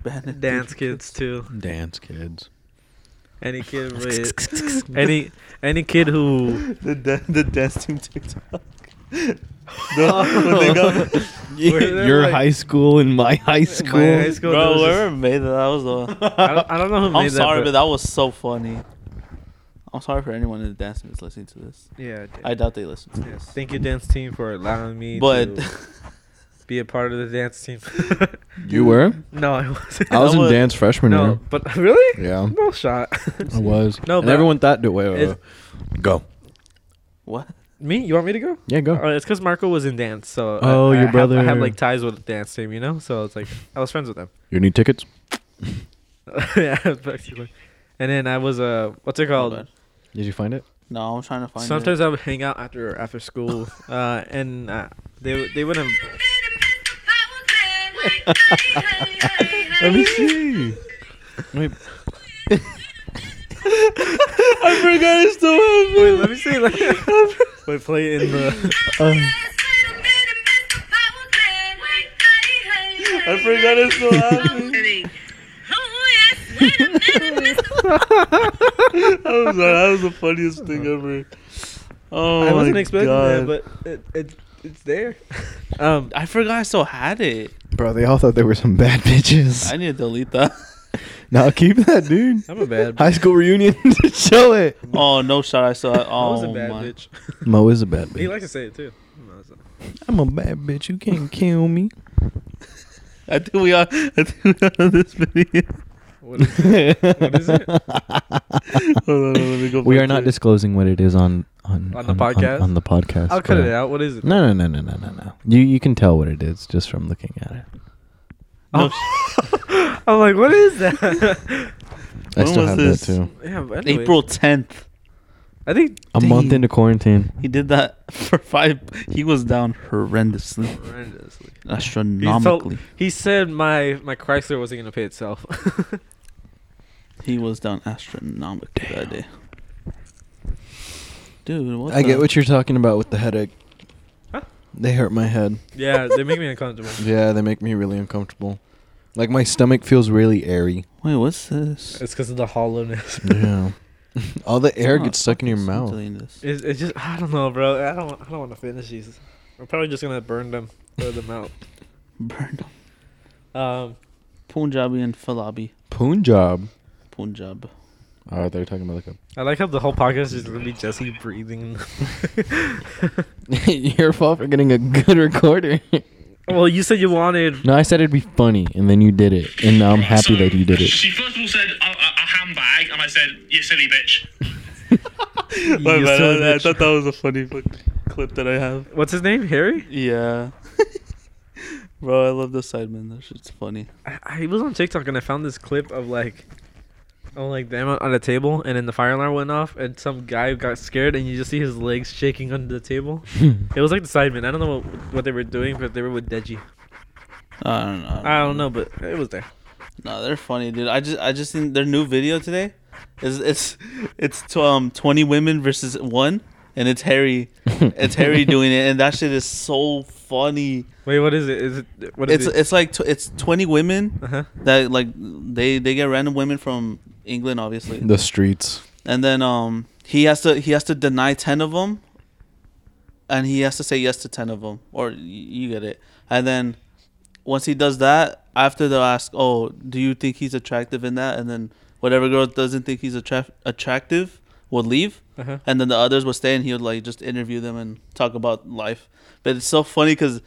C: Bandit
A: Dance
C: Theater
A: kids too.
B: Dance kids.
A: Any kid with any any kid who
C: the da- the dance team TikTok. no, when they go,
A: Where they're
B: Your
A: like-
B: high school and my high
A: my
B: school.
A: high school
C: bro,
A: there was this-
C: whoever made that, that was the.
A: I, don't, I don't know who made
C: I'm sorry, but
A: that.
C: that was so funny. I'm sorry for anyone in the dance team that's listening to this.
A: but- yeah. I
C: I doubt they listen to
A: did. Yeah.
C: this.
A: Thank you, dance team, for allowing me
C: But
A: to be a part of the dance team.
B: You were?
A: no, I wasn't.
B: I was
C: That
B: in
C: was-
B: dance freshman
A: no, but really?
B: year. Yeah.
A: No shot.
B: I was.
A: No,
B: No,
A: but-
B: and everyone thought. Wait, wait, wait.
A: It's-
B: Go.
C: what?
A: me? You want me to go?
B: Yeah, go.
A: Oh, it's because Marco was in dance, so I-
B: Oh,
A: I
B: your
A: have- I
B: brother.
A: had like ties with the dance team, you know. So it's like I was friends with them.
B: You need tickets?
A: yeah, basically. And then I was uh, what's it
C: My
A: called?
C: bad.
B: Did you find it?
C: No, I'm trying to find.
A: Sometimes
C: it.
A: I would hang out after after school, uh, and uh, they would- they wouldn't.
B: Let me see. Wait.
C: I forgot it's still
A: Wait,
C: happening.
A: let me see. Like, wait, play in the.
C: I forgot it's still happening. I'm sorry, that was the funniest thing ever. Oh
A: I Uh-huh. wasn't
C: my
A: expecting that,
C: God.
A: but it, it it's there. um,
C: I forgot I still had it.
B: Bro, they all thought they were some bad bitches.
C: I need to delete that.
B: Now keep that, dude.
A: I'm a bad.
B: High school reunion. Show it.
C: Oh no, shot! I saw. Oh
A: I was a bad
C: my.
A: bitch.
B: Mo is a bad
A: He
B: bitch.
A: likes to say it too. No, it's not.
B: I'm a bad bitch. You can't kill me.
C: I think we are. I think we are on this video.
A: What is it? What is it?
C: Hold on, let me go
B: We
C: back
B: are
C: to
B: not
C: it.
B: disclosing what it is on on,
A: On the podcast?
B: On, the podcast.
A: I'll cut
B: but-
A: it out. What is it?
B: No, no, no, no, no, no, no. You you can tell what it is just from looking at it.
C: No,
A: I'm like, what is that?
B: I
C: When
B: still
C: was
B: have
C: this?
B: that too.
A: yeah, but anyways,
C: April 10th.
A: I think
B: A month
C: Dang.
B: into quarantine.
C: He did that for five. He was down horrendously,
A: horrendously. He, told,
C: astronomically.
A: he said my my Chrysler wasn't gonna pay itself.
C: He was down astronomically that day. Dude, what?
B: I
C: the-
B: get what you're talking about with the headache.
A: Huh?
B: They hurt my head.
A: yeah, they make me uncomfortable.
B: Yeah, they make me really uncomfortable. Like my stomach feels really airy.
C: Wait, what's this?
A: It's because of the hollowness.
B: Yeah. All the air gets stuck in your
C: Someone
B: mouth.
C: deleted this.
A: It's, it's just I don't know, bro. I don't I don't want to finish these. I'm probably just gonna burn them, throw them out.
C: Burned up.
A: Um,
C: Punjabi and Falabi.
B: Punjab.
C: Punjab.
B: Oh, they're talking about like a.
A: I like how the whole podcast is gonna be Jesse breathing.
B: Your fault for getting a good recorder.
A: well, you said you wanted.
B: no, I said it'd be funny, and then you did it, and now I'm happy
F: So,
B: that you did it.
F: She first of all said a, a, a handbag, and I said, "You silly bitch."
A: you
C: My bad,
A: silly
C: I, I
A: bitch.
C: thought that was a funny fuck- clip that I have.
A: What's his name? Harry?
C: Yeah. Bro, I love the Sidemen. That shit's funny.
A: I, I was on TikTok and I found this clip of like, oh like them on a table and then the fire alarm went off and some guy got scared and you just see his legs shaking under the table. it was like the Sidemen. I don't know what, what they were doing, but they were with Deji.
C: I don't know.
A: I don't know, but it was there.
C: No, they're funny, dude. I just I just seen their new video today. Is it's it's tw- um twenty women versus one, and it's Harry, it's Harry doing it, and that shit is so funny.
A: Wait, what is it? Is it what is
C: It's
A: it?
C: it's like tw- it's twenty women
A: uh-huh.
C: that like they they get random women from England, obviously,
B: The streets.
C: and then um he has to he has to deny 10 of them and he has to say yes to 10 of them or y- you get it and then once he does that after they'll ask oh do you think he's attractive in that and then whatever girl doesn't think he's attra- attractive will leave
A: Uh-huh.
C: and then the others would stay and he would like just interview them and talk about life but it's so funny because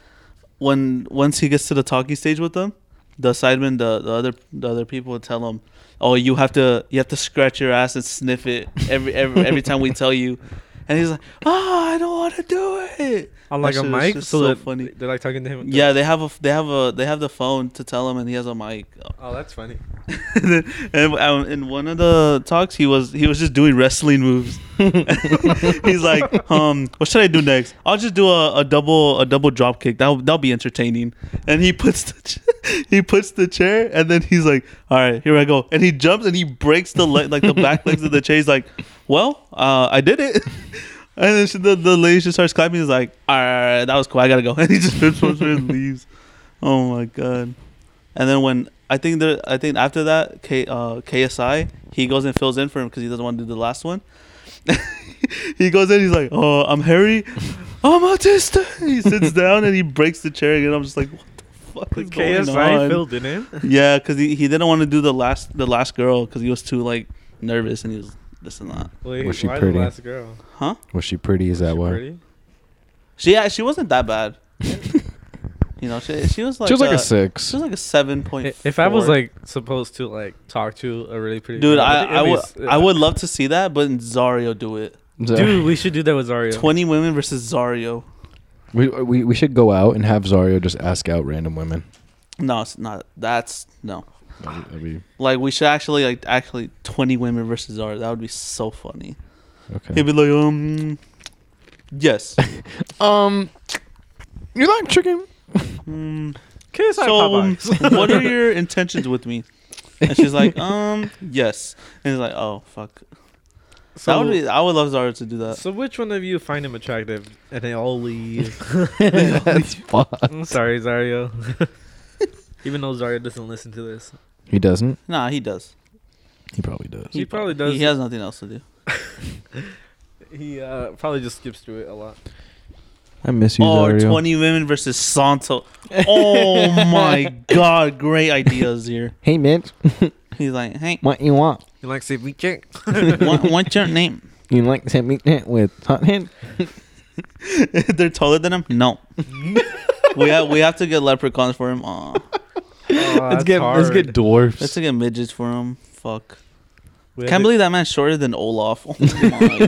C: when once he gets to the talking stage with them the sidemen, the, the other the other people would tell them, "Oh, you have to you have to scratch your ass and sniff it every every every time we tell you," and he's like, "Oh, I don't want to do it."
A: On like
C: That
A: a
C: shit was
A: mic,
C: just
A: so,
C: so
A: that
C: funny.
A: they're like talking to him. with
C: Yeah,
A: the-
C: they have a f- they have a they have the phone to tell him, and he has a mic.
A: oh, that's funny.
C: and then- and um, in one of the talks, he was he was just doing wrestling moves. He's like, um, what should I do next? I'll just do a, a double a double drop kick. That'll that'll be entertaining. And he puts the ch- he puts the chair, and then he's like, all right, here I go. And he jumps and he breaks the leg like the back legs of the chair. He's like, well, uh, I did it. And then she, the, the lady just starts clapping. He's like, all right, all right, that was cool. I gotta go. And he just flips flips, and leaves. Oh my god. And then when I think there, I think after that, K, uh, KSI he goes and fills in for him because he doesn't want to do the last one. he goes in, he's like, "Oh, I'm Harry, I'm autistic." He sits down and he breaks the chair again. I'm just like, "What the fuck is going
A: KSI
C: on?"
A: filled it in.
C: yeah, because he, he didn't want to do the last the last girl because he was too like nervous and he was this and that.
A: Wait,
B: Was she
A: why
B: pretty?
A: the last girl?
C: Huh?
B: Was she pretty? Is that
A: She
B: why?
A: pretty?
C: She yeah, she wasn't that bad. you know, she she was like
B: she was like a,
C: She
B: six.
C: was like a seven point.
A: I- If I was like supposed to like talk to a really pretty
C: Dude,
A: girl,
C: I,
A: think
C: I
A: it'd
C: would
A: be s-
C: I would love to see that, but Zario do it.
A: Dude, we should do that with Zario.
C: Twenty women versus Zario.
B: we, we we should go out and have Zario just ask out random women.
C: No, it's not. That's no.
B: That'd be- that'd be-
C: Like we should actually like actually twenty women versus Zario. That would be so funny.
B: okay.
C: He'd be like, um, yes.
B: Um, you like chicken?
C: Mm,
A: KSI
C: so, um,
A: Popeyes.
C: what are your intentions with me? And she's like, um, yes. And he's like, oh fuck.
A: So,
C: that would be. I would love Zario to do that.
A: so which one of you find him attractive? And they all leave.
B: That's fucked.
A: I'm sorry, Zario. Even though Zario doesn't listen to this, Oh,
B: He doesn't.
C: Nah, he does.
B: He probably does.
A: he probably does.
C: He has nothing else to do.
A: He uh, probably just skips through it a lot.
E: I miss you,
C: or
E: Zario.
C: 20 Oh, women versus Santo. Oh my god, great ideas here.
E: Hey, man,
C: He's like, hey,
E: what you want?
A: You like ceviche?
C: what, what's your name?
E: You like to meet that with hot hand?
C: They're taller than him? No. we have we have to get leprechauns for him. Aw.
A: let's
B: dwarfs.
C: Let's get midgets for him. Fuck.
A: We
C: Can't
A: have to-
C: believe that man's shorter than Olaf. Oh my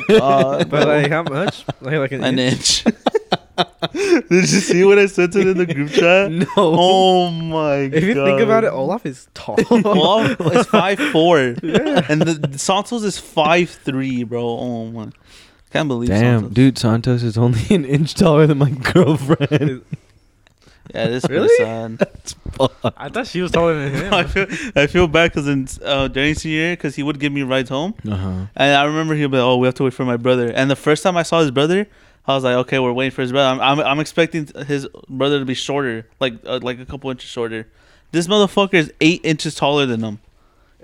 A: But
C: god. bro.
A: like, how much? Like, like an,
C: an
A: inch?
C: inch. Did you see what I sent it in the group chat?
A: No.
C: Oh my god.
A: if you think about it, Olaf is tall.
C: Olaf is five four, and the, the Santos is five three, bro. Oh my, can't believe.
E: Damn,
C: Santos.
E: dude, Santos is only an inch taller than my girlfriend.
C: Yeah, this is
A: Really?
C: pretty sad.
A: I thought she was taller than
C: I
A: him.
C: feel I feel bad because in uh, during senior year, because he would give me rides home,
B: Uh huh.
C: and I remember he'd be like, "Oh, we have to wait for my brother." And the first time I saw his brother, I was like, "Okay, we're waiting for his brother." I'm I'm, I'm expecting his brother to be shorter, like uh, like a couple inches shorter. This motherfucker is eight inches taller than him.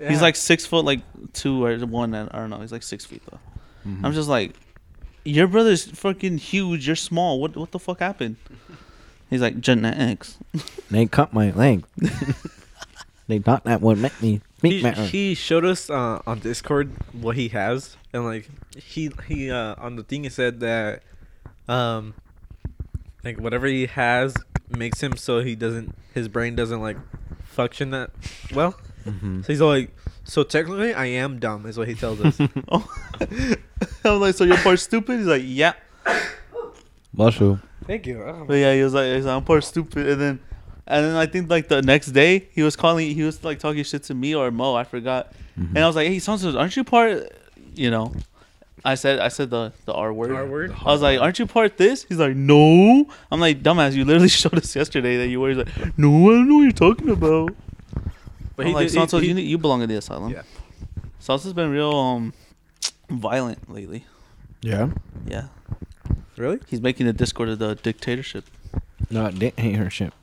C: He's like six foot, like two or one. I I don't know. He's like six feet though.
D: Mm-hmm.
C: I'm just like, your brother's fucking huge. You're small. What what the fuck happened? He's like genetics.
E: they cut my leg. they thought that would make me meet
A: he,
E: my
A: he showed us uh, on Discord what he has, and like he he uh, on the thing he said that um like whatever he has makes him so he doesn't his brain doesn't like function that well.
C: Mm-hmm.
A: So he's all like, so technically I am dumb is what he tells us.
C: Oh, I'm like, so you're part stupid. He's like, yeah,
B: Mushu.
A: Thank you.
C: but yeah. He was like, he's like, I'm part stupid. And then, and then I think like the next day he was calling. He was like talking shit to me or Mo. I forgot. And I was like, hey, sounds aren't you part? You know, I said I said the the R word.
A: Our word.
C: I was like, "Aren't you part this?" He's like, "No." I'm like, "Dumbass, you literally showed us yesterday that you were." He's like, "No, I don't know what you're talking about."
A: But
C: I'm
A: he
C: like,
A: did- he-
C: "Santos,
A: he-
C: you, need, you belong in the asylum."
A: Yeah.
C: Santos been real um violent lately.
B: Yeah.
C: Yeah,
A: really?
C: he's making the Discord of the dictatorship.
B: No, I didn't hate her shit.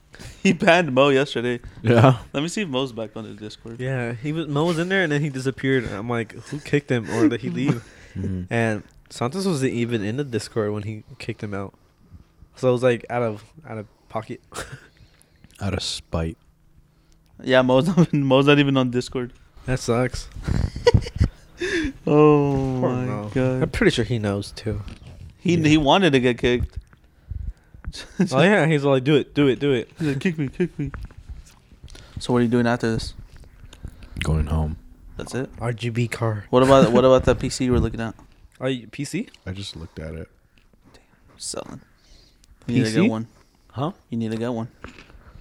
C: He banned Mo yesterday.
B: Yeah.
C: Let me see if Mo's back on the Discord.
A: Yeah, he was Mo was in there and then he disappeared. And I'm like, who kicked him or did he leave?
B: Mm-hmm.
A: And Santos wasn't even in the Discord when he kicked him out. So it was like out of out of pocket.
B: Out of spite.
C: Yeah, Mo's not, Mo's not even on Discord.
A: that sucks.
C: Oh
A: Poor
C: my
A: Mo. I'm
C: god.
A: pretty sure he knows too.
C: He he wanted to get kicked.
A: oh yeah, he's like, do it, do it, do it.
C: He's like, "Kick me, kick me." So what are you doing after this?
B: Going home.
C: That's it.
E: RGB car.
C: What about what about that PC you were looking at?
E: Are you PC?
D: I just looked at it.
C: Selling. You need to
E: PC?
C: get one.
B: Huh?
C: You need to get one.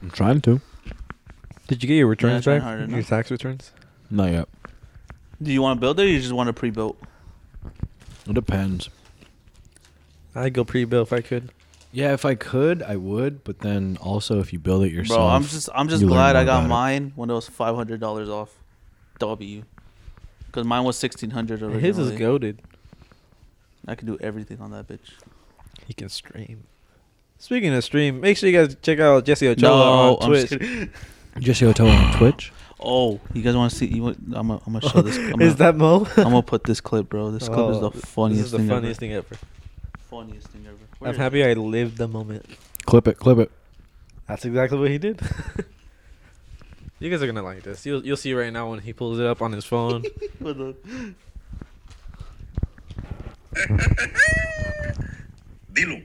B: I'm trying to.
E: Did you get your
C: returns trying
E: returns
C: back? hard
E: back?
C: enough.
E: Your tax returns?
B: Not yet.
C: Do you want to build it or you just want to pre-built?
B: It depends.
E: I'd go pre-bill if I could.
B: Yeah, if I could, I would. But then also, if you build it yourself,
C: Bro, I'm just I'm just
B: you learn
C: glad
B: more
C: I got
B: about it.
C: mine when it was five hundred dollars off. W. Because mine was sixteen hundred originally.
E: His is goaded.
C: I could do everything on that bitch.
E: He can stream. Speaking of stream, make sure you guys check out Jesse Ochoa
C: No,
E: on
C: I'm just
E: Twitch.
B: Jesse Otoa on Twitch.
C: Oh, you guys want to see? You want, I'm gonna I'm gonna show this. I'm,
E: Is
C: gonna,
E: that Mo?
C: I'm gonna put this clip, bro. This clip is
E: Oh,
C: the
E: this
C: funniest
E: This is the
C: thing.
E: funniest thing ever.
C: Ever. Funniest thing ever. Where
E: I'm
C: is
E: happy I lived the moment.
B: Clip it, clip it.
E: That's exactly what he did. you guys are gonna like this. You'll you'll see right now when he pulls it up on his phone.
C: it? What the-
F: Dilo.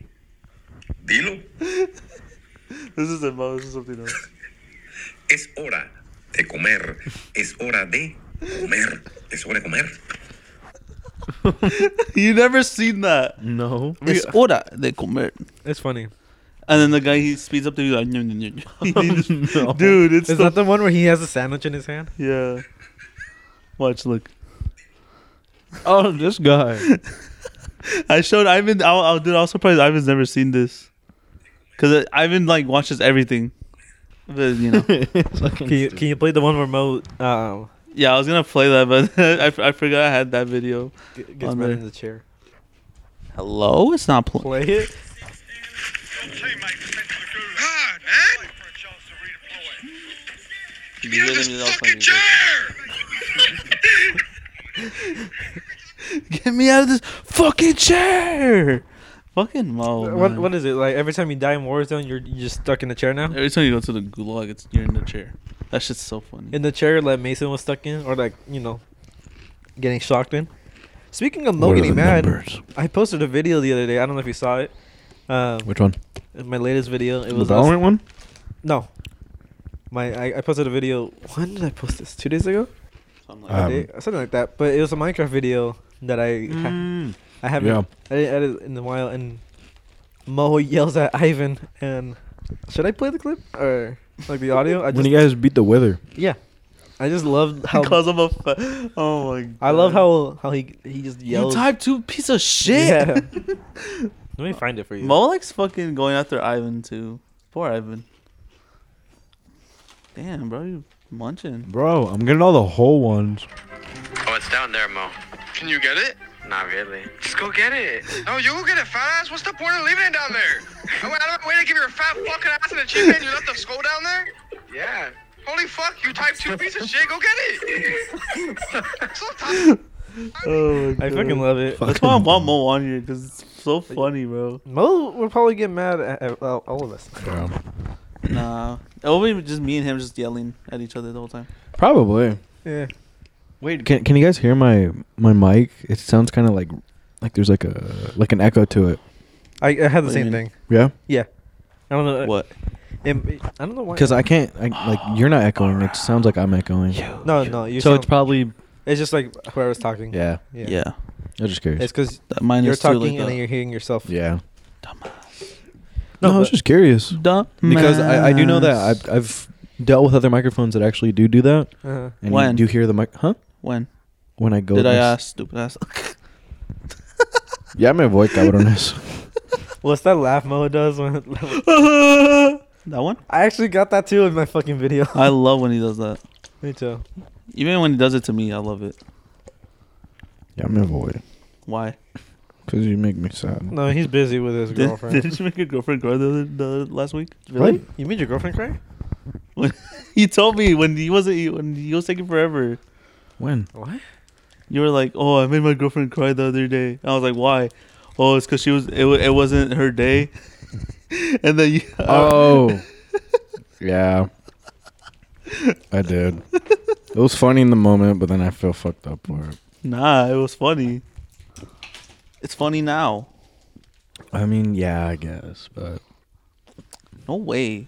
F: Dilo.
C: This is the most something else.
F: Es hora de comer. Es hora de comer. Es hora de comer.
C: you never seen that.
B: No.
C: It's hora de comer.
E: it's funny.
C: And then the guy he speeds up to be like, "Nyum, nyum, nyum." He just- dude, it's
E: Is
C: the,
E: that the one where he has a sandwich in his hand?
C: yeah. Watch, look.
B: Oh, this guy.
C: I showed Ivan. I, I, dude, I was surprised Ivan's never seen this, because Ivan like watches everything. But, you know,
E: Can you, can you play the one where Mo um,
C: yeah, I was gonna play that, but I, f- I forgot I had that video.
E: g- gets
C: On
E: right
C: there.
E: in the chair?
C: Hello, it's not playing.
E: Play it.
F: God, man. Give me another fucking chair.
C: Get me out of this fucking chair! Fucking Mo.
E: what
C: Oh, man.
E: what is it like? Every time you die in Warzone, you're you're just stuck in the chair now.
C: Every time you go to the gulag, it's you're in the chair. That shit's so funny.
E: In the chair that Mason was stuck in, or like you know, getting shocked in. Speaking of Mo
B: What are
E: getting
B: the
E: mad,
B: numbers?
E: I posted a video the other day. I don't know if you saw it. Um,
B: Which one?
E: my latest video. It
B: The
E: was us-
B: Valorant one?
E: No. My I, I posted a video. When did I post this? Two days ago,
C: Something like
E: A
B: Um,
E: day- something like that. But it was a Minecraft video that I ha-
C: Mm.
E: I haven't
B: Yeah.
E: I didn't edit in a while. And Mo yells at Ivan. And should I play the clip or like the audio? I
B: when
E: just
B: you guys beat the weather.
E: yeah. I just loved
C: that.
E: how
C: Because I'm a. Fa- oh my. God.
E: I love how how he he just yells.
C: You type two piece of shit.
E: Yeah. Let me find it for you.
C: Mo likes fucking going after Ivan too. Poor Ivan. Damn, bro, you munching.
B: Bro, I'm getting all the whole ones.
G: Oh, it's down there, Mo.
H: Can you get it?
G: Not really. Just go get it.
H: No, you will get it, fat ass. What's the point of leaving it down there? Oh, I went out of my way to give your fat fucking ass an achievement and you left the skull down there?
G: Yeah.
H: Holy fuck, you typed two pieces of shit. Go get it. Sometimes.
C: Oh
E: I fucking love it.
C: That's why I want Mo on here because it's so funny, bro.
E: Mo will probably get mad at, at all all of us.
C: Nah, it'll be just me and him just yelling at each other the whole time.
B: Probably.
E: Yeah.
B: Wait, can can you guys hear my my mic? It sounds kind of like like there's like a like an echo to it.
E: I, I had the
C: What do you
E: same
C: mean?
E: thing.
B: Yeah.
E: I don't know uh,
C: What?
E: it- I don't know why.
B: Because I can't I, like you're not echoing. It sounds like I'm echoing.
E: no no you.
B: so
E: sound-
B: it's probably
E: It's just like whoever's talking.
B: yeah.
E: Yeah.
C: Yeah,
B: I'm just curious.
E: It's because
C: that mine
E: you're
C: is too
E: talking
C: like
E: and then
C: that.
E: you're hearing yourself.
B: yeah.
E: No,
B: No, I was
E: but-
B: just curious
C: Dumb
B: because I, I do know that
C: ass.
B: I've, I've dealt with other microphones that actually do do that.
E: Uh-huh.
B: And
C: When?
B: you do hear the mic? Huh?
C: when
B: When I go?
C: did I
B: this-
C: ask stupid ass?
B: Yeah, me voy cabrones.
E: What's that laugh Mo does when?
C: that one?
E: I actually got that too in my fucking video.
C: I love when he does that.
E: Me too.
C: Even when he does it to me, I love it.
B: yeah, me voy.
C: Why?
B: Cause you make me sad.
E: No, he's busy with his
C: Did,
E: girlfriend.
C: did you make your girlfriend cry the, other, the other- last week?
E: really? You made your girlfriend cry?
C: He told me when he wasn't he- when he was taking forever.
B: When?
E: What?
C: You were like, "Oh, I made my girlfriend cry the other day." I was like, "Why?" Oh, it's because she was it, wa- it wasn't her day. and then you,
B: Oh. yeah. I did. It was funny in the moment, but then I feel fucked up for it.
C: nah, it was funny. It's funny now.
B: I mean, yeah, I guess, but
C: No way.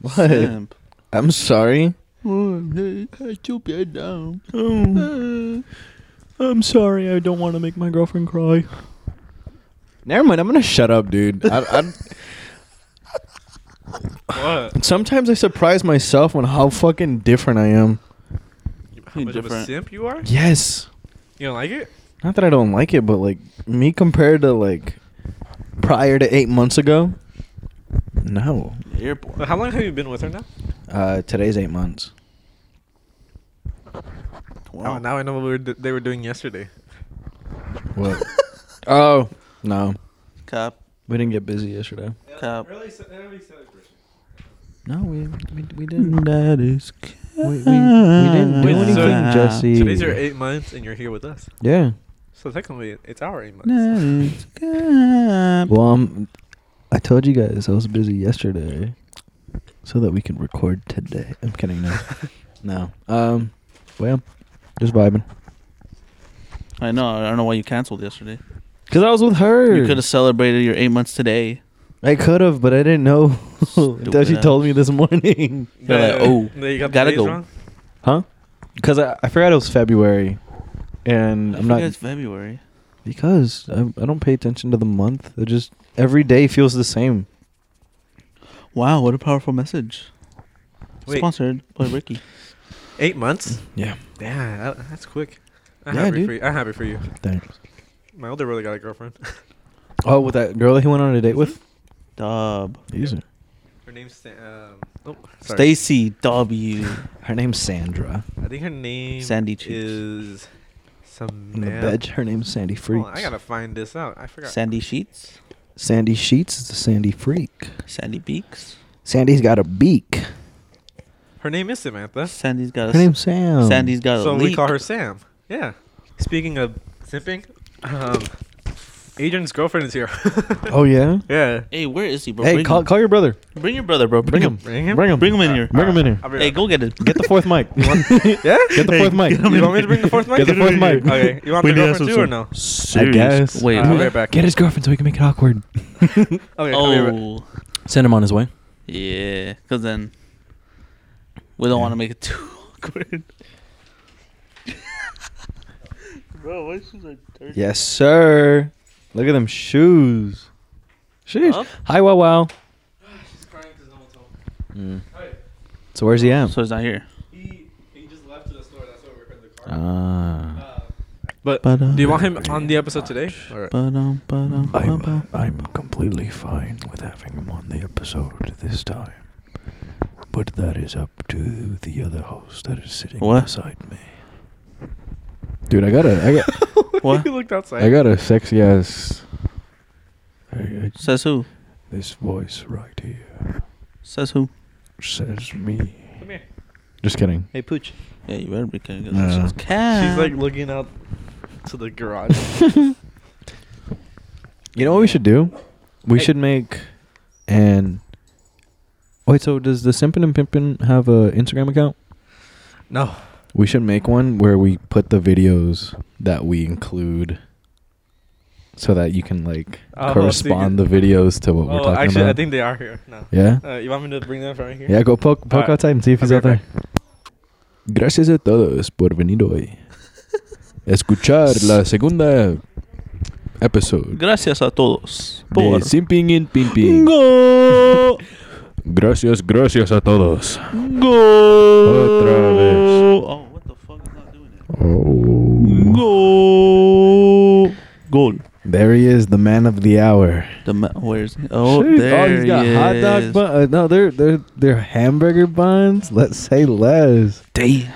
B: what?
C: Simp.
B: I'm sorry.
C: I feel bad now.
D: Oh. I'm sorry. I don't want to make my girlfriend cry.
B: Never mind. I'm gonna shut up, dude. I, I,
E: What?
B: sometimes I surprise myself on how fucking different I am.
E: How much of a
C: different.
E: simp you are?
B: Yes.
E: You don't like it?
B: Not that I don't like it, but like me compared to like prior to eight months ago. No.
E: But how long have you been with her now?
B: Uh, today's eight months.
E: Oh, now I know what we were d- they were doing yesterday.
B: What? oh no,
C: Cap,
D: We didn't get busy yesterday.
C: cap.
D: No, we we, we didn't.
C: That is
D: we, we, we didn't do
E: Wait, so-
D: anything, Jesse.
E: So these are eight months, and you're here with us.
D: yeah.
E: So technically, it's our eight months.
C: That is cap.
D: Well, I'm, I told you guys I was busy yesterday, so that we could record today. I'm kidding. No,
B: no. Um,
D: well, just vibing.
C: I know. I don't know why you canceled yesterday.
B: cause I was with her.
C: You could have celebrated your eight months today.
D: I could have, but I didn't know until she
C: Stupid
D: told me this morning.
C: You're like, oh,
E: They got the
C: gotta
E: days
C: go.
E: wrong?
B: huh? Cause I, I forgot it was February, and
C: I
B: I'm not
C: forget It's February.
D: Because I, I don't pay attention to the month. It just every day feels the same.
C: Wow, what a powerful message.
E: Wait,
C: Sponsored by Ricky.
E: eight months?
B: Yeah.
E: Damn, that, that's quick. I'm
D: Yeah,
E: happy
D: dude.
E: for you. I'm happy for you.
D: Thanks.
E: My older brother got a girlfriend.
D: Oh, with that girl that he went on a date with.
C: Dub.
E: Mm-hmm.
D: Easy.
E: Her name's Sta- um, oh, sorry.
C: Stacy W.
D: Her name's Sandra.
E: I think her name
C: Sandy Cheeks.
E: is
D: In the
E: Samantha.
D: bed, her name's Sandy Freaks.
E: I gotta find this out. I forgot.
C: Sandy Sheets.
D: Sandy Sheets is a Sandy Freak.
C: Sandy Beaks.
D: Sandy's got a beak.
E: her name is Samantha.
C: Sandy's got a.
D: Her name's um, Sam.
C: Sandy's got a.
E: So we
C: leak.
E: call her Sam. Yeah. Speaking of simping, um, Adrian's girlfriend is here.
D: Oh yeah.
E: yeah.
C: Hey, where is he, bro?
D: Hey,
C: bring,
D: call,
C: him.
D: call your brother.
C: bring your brother, bro. Bring,
D: Bring
C: him.
D: him.
E: Bring him.
D: Bring him.
C: Bring him in here.
D: Bring him in here.
E: I'll be
C: Hey,
E: right
C: go get it.
D: Get the fourth mic.
E: back. Yeah.
D: Get the fourth mic.
E: You want me to bring the fourth mic?
D: Get the fourth mic.
E: Okay. You want
C: We
E: the
C: need to
E: girlfriend
C: ask
E: too or
C: him
E: no?
D: I guess.
C: Wait,
E: Uh,
C: what?
E: I'll be right back.
D: Get his girlfriend so we can make it awkward.
E: Okay, I'll be right back.
C: Oh,
D: Send him on his way.
C: yeah. Because then we don't want to make it too awkward. Bro, why shoes are dirty?
B: Yes, sir. Look at them shoes.
D: Sheesh.
C: Up?
D: Hi, wow, wow. So where's he at?
C: So he's not here.
E: He, he just left to the store. That's why we're in the car.
B: Ah.
E: But
D: uh,
C: Ba-dum.
E: do you want him on the episode today? Or
C: Ba-dum, ba-dum, ba-ba.
D: I'm completely fine with having him on the episode this time. But that is up to the other host that is sitting
C: What?
D: beside me.
B: Dude, I got a I got
C: What?
E: he looked outside.
B: I got a sexy ass.
D: I- I-
C: Says who?
D: this voice right here
C: Says who?
D: says me.
E: Come here.
B: Just kidding.
E: Hey, Pooch.
C: Yeah, you better be careful.
B: No.
C: She's
E: She's like looking out to the garage.
B: You know what we should do? We
E: Hey.
B: should make an. Wait, so does the Simpin' and Pimpin' have a Instagram account?
E: no.
B: We should make one where we put the videos that we include, so that you can like
E: Oh, so you
B: correspond
E: can-
B: the videos to what we're
E: Oh,
B: talking
E: actually,
B: about.
E: I think they are here. No.
B: yeah,
E: Uh, you want me to bring them from right here?
B: yeah. Go poke poke
E: Alright.
B: outside and see if
E: I'll
B: he's
E: be
B: out
E: right
B: there. Gracias a todos por venir hoy. Escuchar la segunda episode
C: Gracias a todos.
B: de
C: Por.
B: Simping and Pimping.
C: Go.
I: Gracias, gracias a todos.
C: Go.
I: Otra vez.
C: Oh, what the fuck is not doing it?
B: Oh.
C: Go. Goal.
B: There he is, the man of the hour.
C: The ma- where's he? Oh,
B: Shoot.
C: there
B: he's got
C: he
B: hot dog
C: is.
B: bun. Uh, no, they're they're they're hamburger buns. Let's say less.
C: Damn.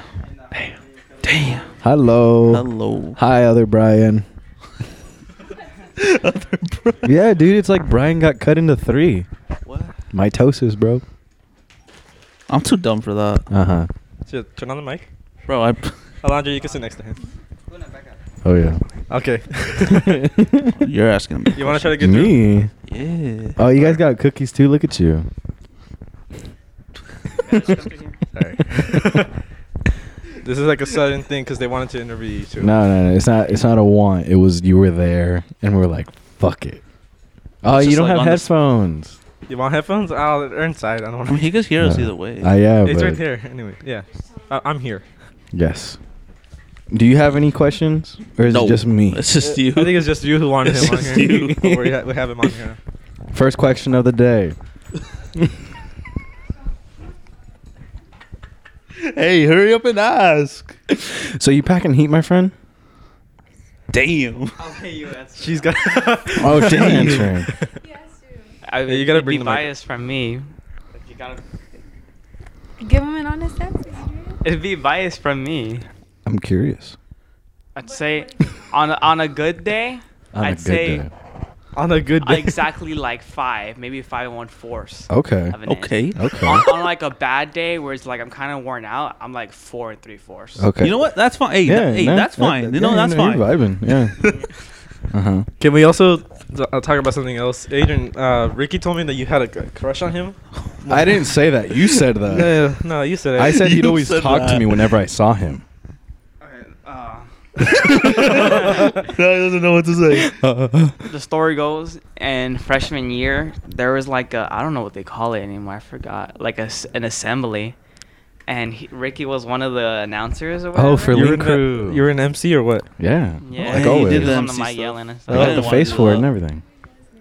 C: Damn.
B: Hello.
C: Hello.
B: Hi, other Brian. Yeah, dude, it's like Brian got cut into three.
C: What?
B: Mitosis, bro.
C: I'm too dumb for that,
B: Uh huh.
E: Should I turn on the mic.
C: bro. I.
E: Alondra, you can sit next to him.
B: Oh yeah.
E: Okay.
C: You're asking me.
E: you want to try to get through?
B: Me.
C: Yeah.
B: Oh, you guys got cookies too. Look at you.
E: Sorry. this is like a sudden thing because they wanted to interview you too.
B: No, no, no. It's not. It's not a want. It was you were there, and we are like, fuck it. Oh,
C: It's
B: you
C: just
B: don't
C: like
B: have
C: on the s-
B: headphones.
E: You want headphones? I'll they're inside. I don't
C: I mean,
E: want.
C: he could hear us
B: Yeah.
C: either way.
B: Uh, I yeah,
E: It's
B: but
E: right there. Anyway, yeah, I, I'm here.
B: yes. Do you have any questions, or is
C: No.
B: it just me?
C: It's just you.
E: I think it's just you who wanted
C: It's
E: him on
C: just
E: here.
C: you.
E: But we, ha- we have him on here.
B: First question of the day.
C: hey, hurry up and ask.
B: So you packing heat, my friend?
C: Damn.
E: She's got.
B: Oh, she's answering.
J: I
E: Yeah, you gotta
J: it'd
E: bring
J: be
E: the mic up.
J: biased from me. Like, you gotta.
K: Give him an honest answer.
J: It'd be biased from me.
B: I'm curious.
J: I'd say, on a, on a good day,
B: On a
J: I'd
B: good
J: say
B: day.
E: on a good day.
J: exactly like five, maybe five and one fourth.
B: Okay.
J: of an inch.
C: Okay.
B: Okay.
J: on, on like a bad day where it's like I'm kind of worn out, I'm like four and three fourths.
B: Okay.
C: You know what? That's fine. Hey,
B: Yeah,
C: that- hey,
B: no,
C: that's
B: that-
C: fine.
B: that-
C: you know,
B: yeah,
C: that's fine.
B: You're vibing. Yeah. uh huh.
E: Can we also t- uh, talk about something else? Adrian, uh, Ricky told me that you had a c- crush on him.
B: I didn't say that. You said that.
E: No, no, you said it.
B: Uh, I said
C: You
B: he'd always
C: said
B: talk to
C: that.
B: me whenever I saw him.
J: Uh,
C: No, he doesn't know what to say.
J: the story goes, in freshman year, there was like a I don't know what they call it anymore. I forgot. Like a s an assembly, and he, Ricky was one of the announcers or whatever.
B: Oh, for
E: you were
B: Link
E: in
B: Crew.
E: You're an MC or what?
B: yeah.
J: yeah,
B: Like
C: Hey, you
B: always.
C: did
J: He was
C: the
J: on the
C: MC
J: mic
C: stuff.
J: yelling and
B: I
C: I
J: stuff.
B: got
C: didn't
B: the
C: wanna
B: face
C: do
B: for it
C: that.
B: and everything.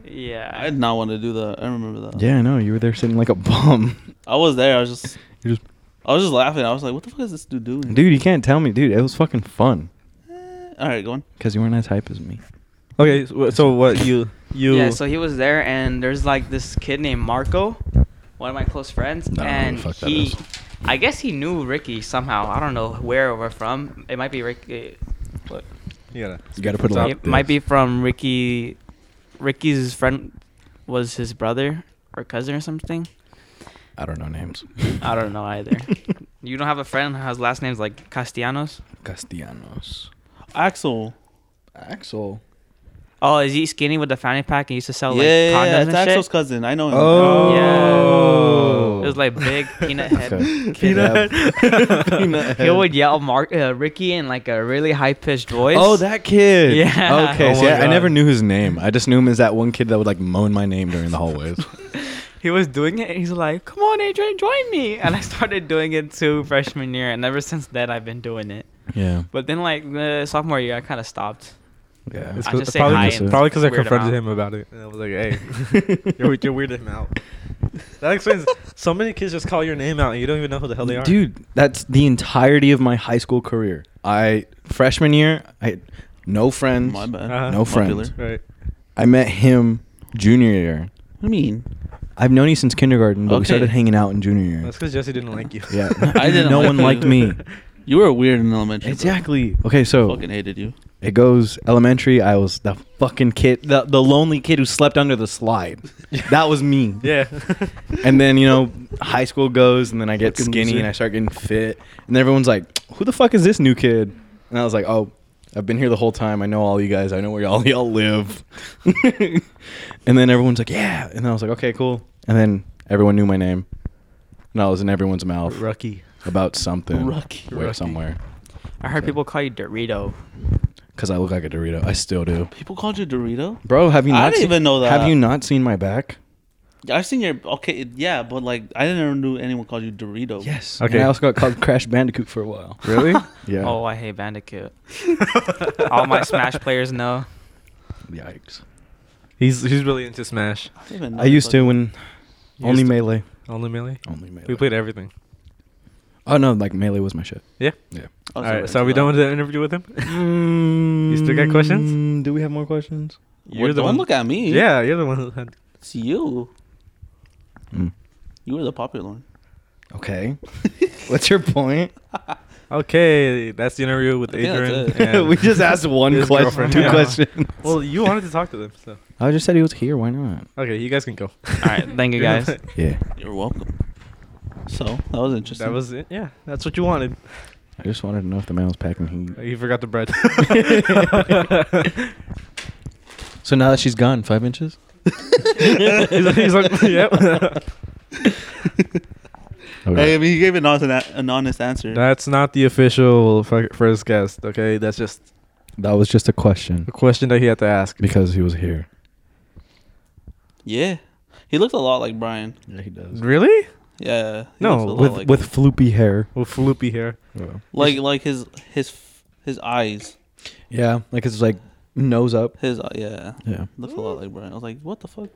C: I
J: Yeah,
C: did not want to do that. I remember that.
B: Yeah, I know. You were there sitting like a bum.
C: I was there. I was just,
B: You just-
C: I was just laughing. I was like, "What the fuck is this dude doing?" Eh,
B: Dude, you can't tell me, dude. It was fucking fun.
C: All right, go on.
B: Because you weren't as hype as me.
E: Okay, so, wh- so what you you?
J: yeah. So he was there, and there's like this kid named Marco, one of my close
B: I
J: friends,
B: don't know who the
J: and
B: fuck that
J: he,
B: is.
J: I guess he knew Ricky somehow. I don't know where we're from. It might be Ricky.
E: you gotta
B: You gotta put it like
J: it might be
B: this.
J: from Ricky. Ricky's friend was his brother or cousin or something.
B: I don't know names.
J: I don't know either. you don't have a friend whose last name's like Castellanos?
B: Castellanos.
C: Axel.
B: Axel.
J: Oh, is he skinny with the fanny pack and used to sell like
C: yeah, yeah, yeah,
J: condoms
C: it's
J: and
C: Axel's
J: shit?
C: cousin. I know him.
E: Oh.
J: Yeah.
E: Oh.
J: It was like big peanut head.
B: Okay.
J: kid.
B: Peanut
J: He would yell Mark uh, Ricky in like a really high pitched voice.
B: Oh, that kid.
J: Yeah.
B: Okay.
E: Oh
B: so
E: my
B: yeah, I
E: God.
B: never knew his name. I just knew him as that one kid that would like moan my name during the hallways.
J: he was doing it and he's like, Come on, Adrian, join me and I started doing it too freshman year and ever since then I've been doing it.
B: yeah.
J: But then like the sophomore year I kinda stopped.
B: Yeah.
E: It's
J: I
E: 'cause-
J: just say
B: hi
E: probably
B: and
E: because probably 'cause I
J: weird him
E: confronted
J: out.
E: him about it, and I was like, "Hey, you're, you're weirding him out." That explains. so many kids just call your name out, and you don't even know who the hell they are.
B: Dude, that's the entirety of my high school career. I freshman year, I had no friends.
C: My bad.
E: Uh-huh.
B: No friends.
C: Popular.
E: right?
B: I met him junior year.
C: I mean,
B: I've known you since kindergarten, but we
C: Okay.
B: started hanging out in junior year.
E: That's because Jesse didn't like you.
B: Yeah.
C: I didn't
B: No
C: like
B: one
C: you.
B: liked me.
C: you were weird in elementary. bro.
B: Exactly. Okay, so
C: Fucking hated you.
B: it goes elementary. I was the fucking kid, the, the lonely kid who slept under the slide. That was me.
E: yeah.
B: And then, you know, high school goes, and then I get
C: Fucking
B: skinny
C: loser.
B: and I start getting fit. And everyone's like, who the fuck is this new kid? And I was like, oh, I've been here the whole time. I know all you guys. I know where all y'all live. and then everyone's like, yeah. And I was like, okay, cool. And then everyone knew my name. And I was in everyone's mouth
E: Rucky.
B: about something.
C: Rucky.
B: Where
E: Rucky.
B: somewhere.
J: I heard
B: So-
J: people call you Dorito.
B: Because I look like a Dorito. I still do.
C: People called you Dorito.
B: Bro, have you
C: I
B: not
C: didn't
B: seen-
C: even know that.
B: Have you not seen my back?
C: I've seen your okay, yeah, but like I didn't knew anyone called you Dorito.
B: Okay.
E: Okay.
B: And I also got called Crash Bandicoot for a while.
E: Really?
B: Yeah.
J: Oh, I hate Bandicoot. All my Smash players know.
B: Yikes.
E: He's he's really into Smash.
C: I, didn't even know
B: I used to
C: fucking-
B: when
E: You
B: only
E: used to-
B: melee.
E: Only melee.
B: Only melee.
E: We played everything.
B: Oh no, like melee was my shit.
E: Yeah.
B: Yeah.
C: I
E: All
C: was
E: right.
C: into
E: So are we
C: that.
E: done with the interview with him?
B: you
E: still got questions?
B: Mm, Do we have more questions?
C: Well, don't look at me.
E: Yeah, you're the one who had.
C: it's you.
B: Mm.
C: You were the popular one.
B: Okay. What's your point?
E: Okay, that's the interview with
C: I think that's
E: Adrian.
C: it.
E: and-
B: we just asked one
E: His
B: question,
E: girlfriend.
B: two
E: Yeah.
B: questions.
E: well, you wanted to talk to them, so
B: I just said he was here. Why not?
E: okay, you guys can go.
J: All right, thank you guys.
B: Yeah.
C: You're welcome. So that was interesting.
E: that was it. Yeah, that's what you wanted.
B: I just wanted to know if the man was packing heat.
E: You Oh, forgot the bread.
B: So now that she's gone, five inches.
E: he's like, he's like yep.
B: Oh,
C: Hey, I mean, he gave an honest, an honest answer.
E: That's not the official fir- first guest. Okay, that's just
B: That was just a question
E: a question that he had to ask.
B: because he was here.
C: yeah, He looked a lot like Brian.
B: Yeah, he does.
E: Really?
C: Yeah. he looks a
E: No,
C: lot
E: with
C: like
B: with
C: him.
B: floopy hair.
E: with floopy hair.
C: like like his his f- his eyes.
B: Yeah, like it's like nose up.
C: His eye- yeah.
B: Yeah.
C: Looks a lot like Brian. I was like, what the fuck?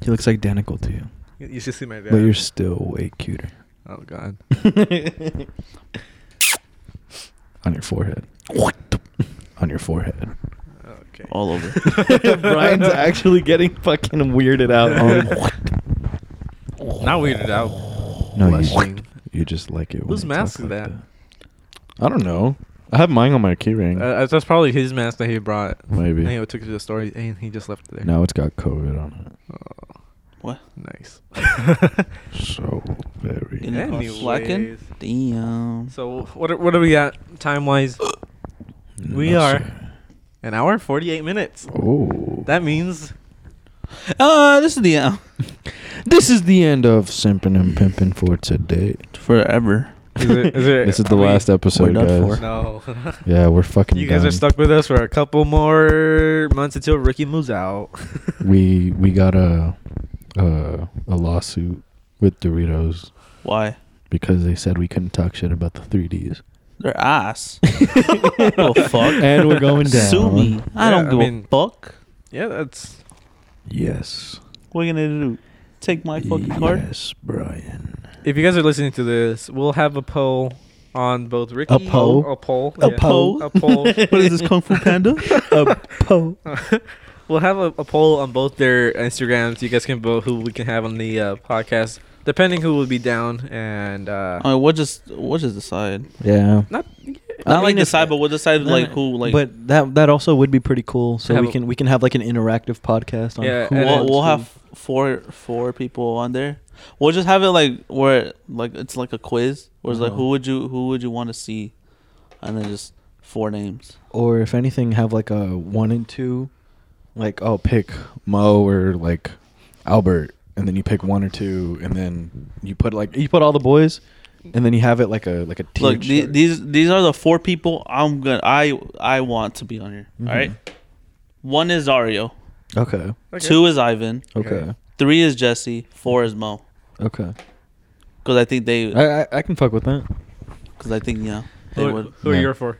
B: He looks identical to you,
E: You- You should see my dad.
B: but you're still way cuter
E: oh god.
B: on your forehead. on your forehead.
E: Okay.
C: All over.
B: Brian's actually getting fucking weirded out. On
E: Not weirded out.
B: no, you,
E: Blushing.
B: you just like it. when
E: Whose
B: they talk
E: mask is
B: like
E: that?
B: I don't know. I have mine on my keyring.
E: Uh, that's probably his mask that he brought.
B: Maybe.
E: And he took it to the store and he just left it there.
B: now it's got COVID on
E: Oh,
C: What?
E: nice.
B: it. So very.
C: In the
E: Anyways.
C: slacking? Damn.
E: so what are, what are we at time wise? We
B: No,
E: are
B: sir.
E: an hour forty eight minutes.
B: Oh.
E: That means
C: Uh, this is the end.
B: This is the end of Simpin' and Pimpin' for today.
C: Forever.
E: Is it- is it-
B: This is the
E: Are we-
B: last
C: we're
B: episode,
C: done
B: guys.
C: for.
E: no.
B: Yeah, we're fucking
E: you guys are
B: done.
E: stuck with us for a couple more months until Ricky moves out.
B: We we got a a, a lawsuit with Doritos
C: Why?
B: because they said we couldn't talk shit about the 3ds.
C: Their ass. the fuck?
B: And we're going down.
C: Sue me. I
E: Yeah,
C: don't
E: I
C: give
E: mean-
C: a fuck.
E: yeah, that's
L: Yes.
C: What are you gonna do? Take my fucking card?
L: Yes, Brian.
E: if you guys are listening to this, we'll have a poll on both Ricky
B: poll?
E: a poll,
B: A
E: yeah.
B: poll?
E: a poll.
C: What is this, Kung Fu Panda?
B: a po.
E: We'll have a, a poll on both their Instagrams. You guys can vote who we can have on the uh, podcast, depending who will be down. And uh,
C: Alright, we'll just we'll just decide.
B: Yeah.
E: not
C: Not like
B: it's-
C: decide, but we'll decide
B: No,
C: like
B: no,
C: who like.
B: But that that also would be pretty cool. So
E: Have
B: we
E: a-
B: can we can have like an interactive podcast on
E: Yeah,
B: who
E: and
B: wants
C: we'll, we'll
B: to-
C: have four four people on there. We'll just have it like where like it's like a quiz where it's like
B: Uh-huh.
C: who would you who would you want to see, and then just four names.
B: or if anything have like a one and two like oh pick mo or like albert and then you pick one or two and then you put like you put all the boys and then you have it like a like a team
C: Look, the,
B: chart.
C: these these are the four people I'm gonna I I want to be on here.
B: Mm-hmm.
C: all right, one is Ario,
B: okay
C: two is Ivan,
B: okay
C: three is Jesse, four is Mo.
B: okay
C: Because I think they
B: I, I i can fuck with that
C: because I think yeah they
E: who,
C: would.
E: who are
B: No.
E: your for?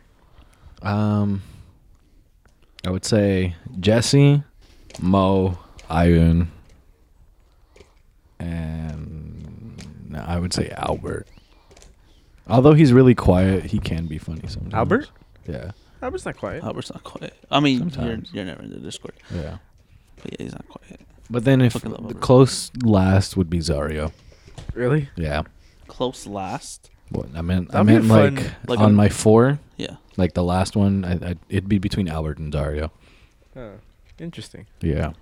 B: um i would say jesse mo iron and no, i would say albert although he's really quiet he can be funny sometimes
E: Albert?
B: yeah
E: Albert's not quiet.
C: Albert's not quiet. I mean, you're,
B: Sometimes.
C: you're never in the Discord,
B: yeah
C: but yeah, he's not quiet.
B: But then if
C: Fucking love
B: the
C: Albert.
B: close last would be Zario.
E: Really?
B: Yeah.
C: Close last,
B: What I meant,
E: That'd be
B: I
E: a
B: meant
E: fun-
B: like,
C: like
B: on
C: a-
B: my four,
C: yeah.
B: like the last one, I, I, it'd be between Albert and Zario.
E: Oh, interesting.
B: Yeah.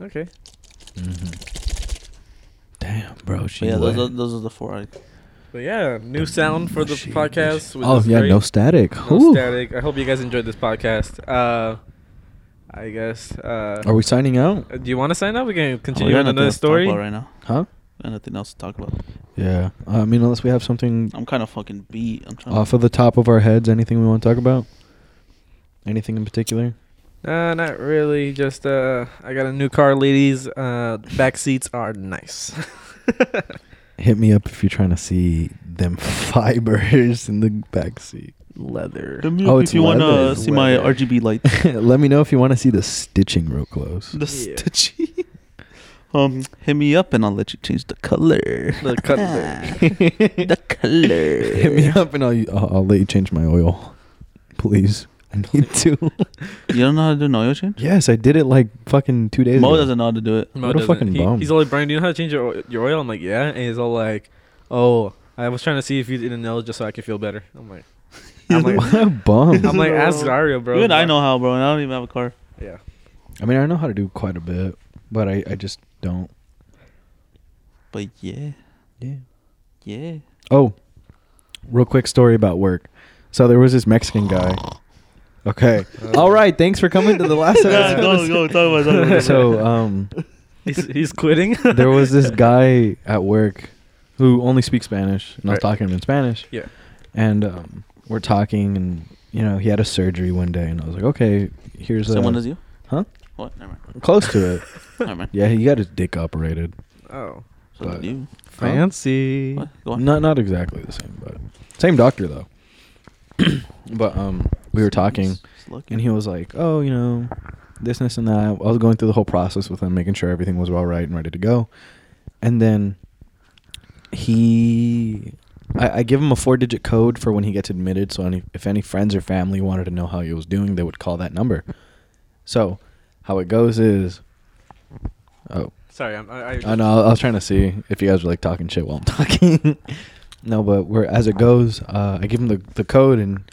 E: Okay.
B: Mm-hmm. Damn, bro. She
C: But yeah, those
B: wet.
C: are, those are the four. I,
E: But yeah, new sound for the podcast. which
B: oh
E: is
B: yeah,
E: great.
B: no static.
E: No
B: Whew.
E: static. I hope you guys enjoyed this podcast. Uh, I guess. Uh,
B: Are we signing out?
E: uh, do you want to sign up? We can
C: we
E: continue
C: got
E: with
C: nothing
E: another
C: else to talk
E: story.
C: about right now.
B: Huh?
C: We got nothing else to talk about.
B: Yeah. I mean, unless we have something
C: I'm kind of fucking beat. I'm trying.
B: off of the top of our heads, anything we want to talk about, anything in particular.
E: Uh, not really. Just uh, I got a new car, ladies. Uh, back seats are nice.
B: Hit me up if you're trying to see them fibers in the backseat.
E: Leather.
C: Let me know
B: Oh, it's
C: if you want
B: leather.
C: to see my
E: Leather.
C: RGB light,
B: Let me know if you want to see the stitching real close.
C: the stitchy. um, hit me up and I'll let you change the color.
E: The
B: Ah.
E: color.
C: the color.
B: Hit me up and I'll, I'll I'll let you change my oil, please. I need to.
C: You don't know how to do an oil change?
B: yes, I did it like fucking two days.
C: Mo
B: ago.
C: doesn't know how to do it.
E: Mo
B: What a
E: doesn't-
B: fucking
E: he-
B: bum.
E: He's all like, Brian, do you know how to change your, o- your oil? I'm like, yeah. And he's all like, oh, I was trying to see if you didn't know just so I could feel better. I'm like, I'm like,
B: What a bum.
E: I'm like ask Dario, bro.
C: Even I know how, bro. And I don't even have a car.
E: Yeah.
B: I mean, I know how to do quite a bit, but I, I just don't.
C: But yeah,
B: Yeah.
C: yeah.
B: Oh, real quick story about work. So there was this Mexican guy. Okay. All right. Thanks for coming to the last
C: Yeah, go,
B: episode.
C: go. Talk about, talk about.
B: so um,
E: He's, he's quitting.
B: there was this guy at work who only speaks Spanish, and I was
E: Right.
B: talking to him in Spanish.
E: Yeah.
B: and um, we're talking, and you know, he had a surgery one day, and I was like, okay, here's
C: Someone
B: a,
C: is you?
B: huh?
C: What? Never mind.
B: Close to it.
C: Never mind.
B: yeah, he got his dick operated.
E: Oh.
C: So did
B: But-
C: you.
E: Fancy.
C: What? Go on.
B: Not not exactly the same, but same doctor though. but um, we were talking,
C: Just looking.
B: and he was like, "Oh, you know, this, this, and that." I was going through the whole process with him, making sure everything was all right and ready to go. And then he, I, I give him a four-digit code for when he gets admitted. So any, if any friends or family wanted to know how he was doing, they would call that number. So how it goes is, oh,
E: Sorry, I'm, I, I,
B: I know. I was trying to see if you guys were like talking shit while I'm talking. no, but where as it goes, uh, I give him the the code, and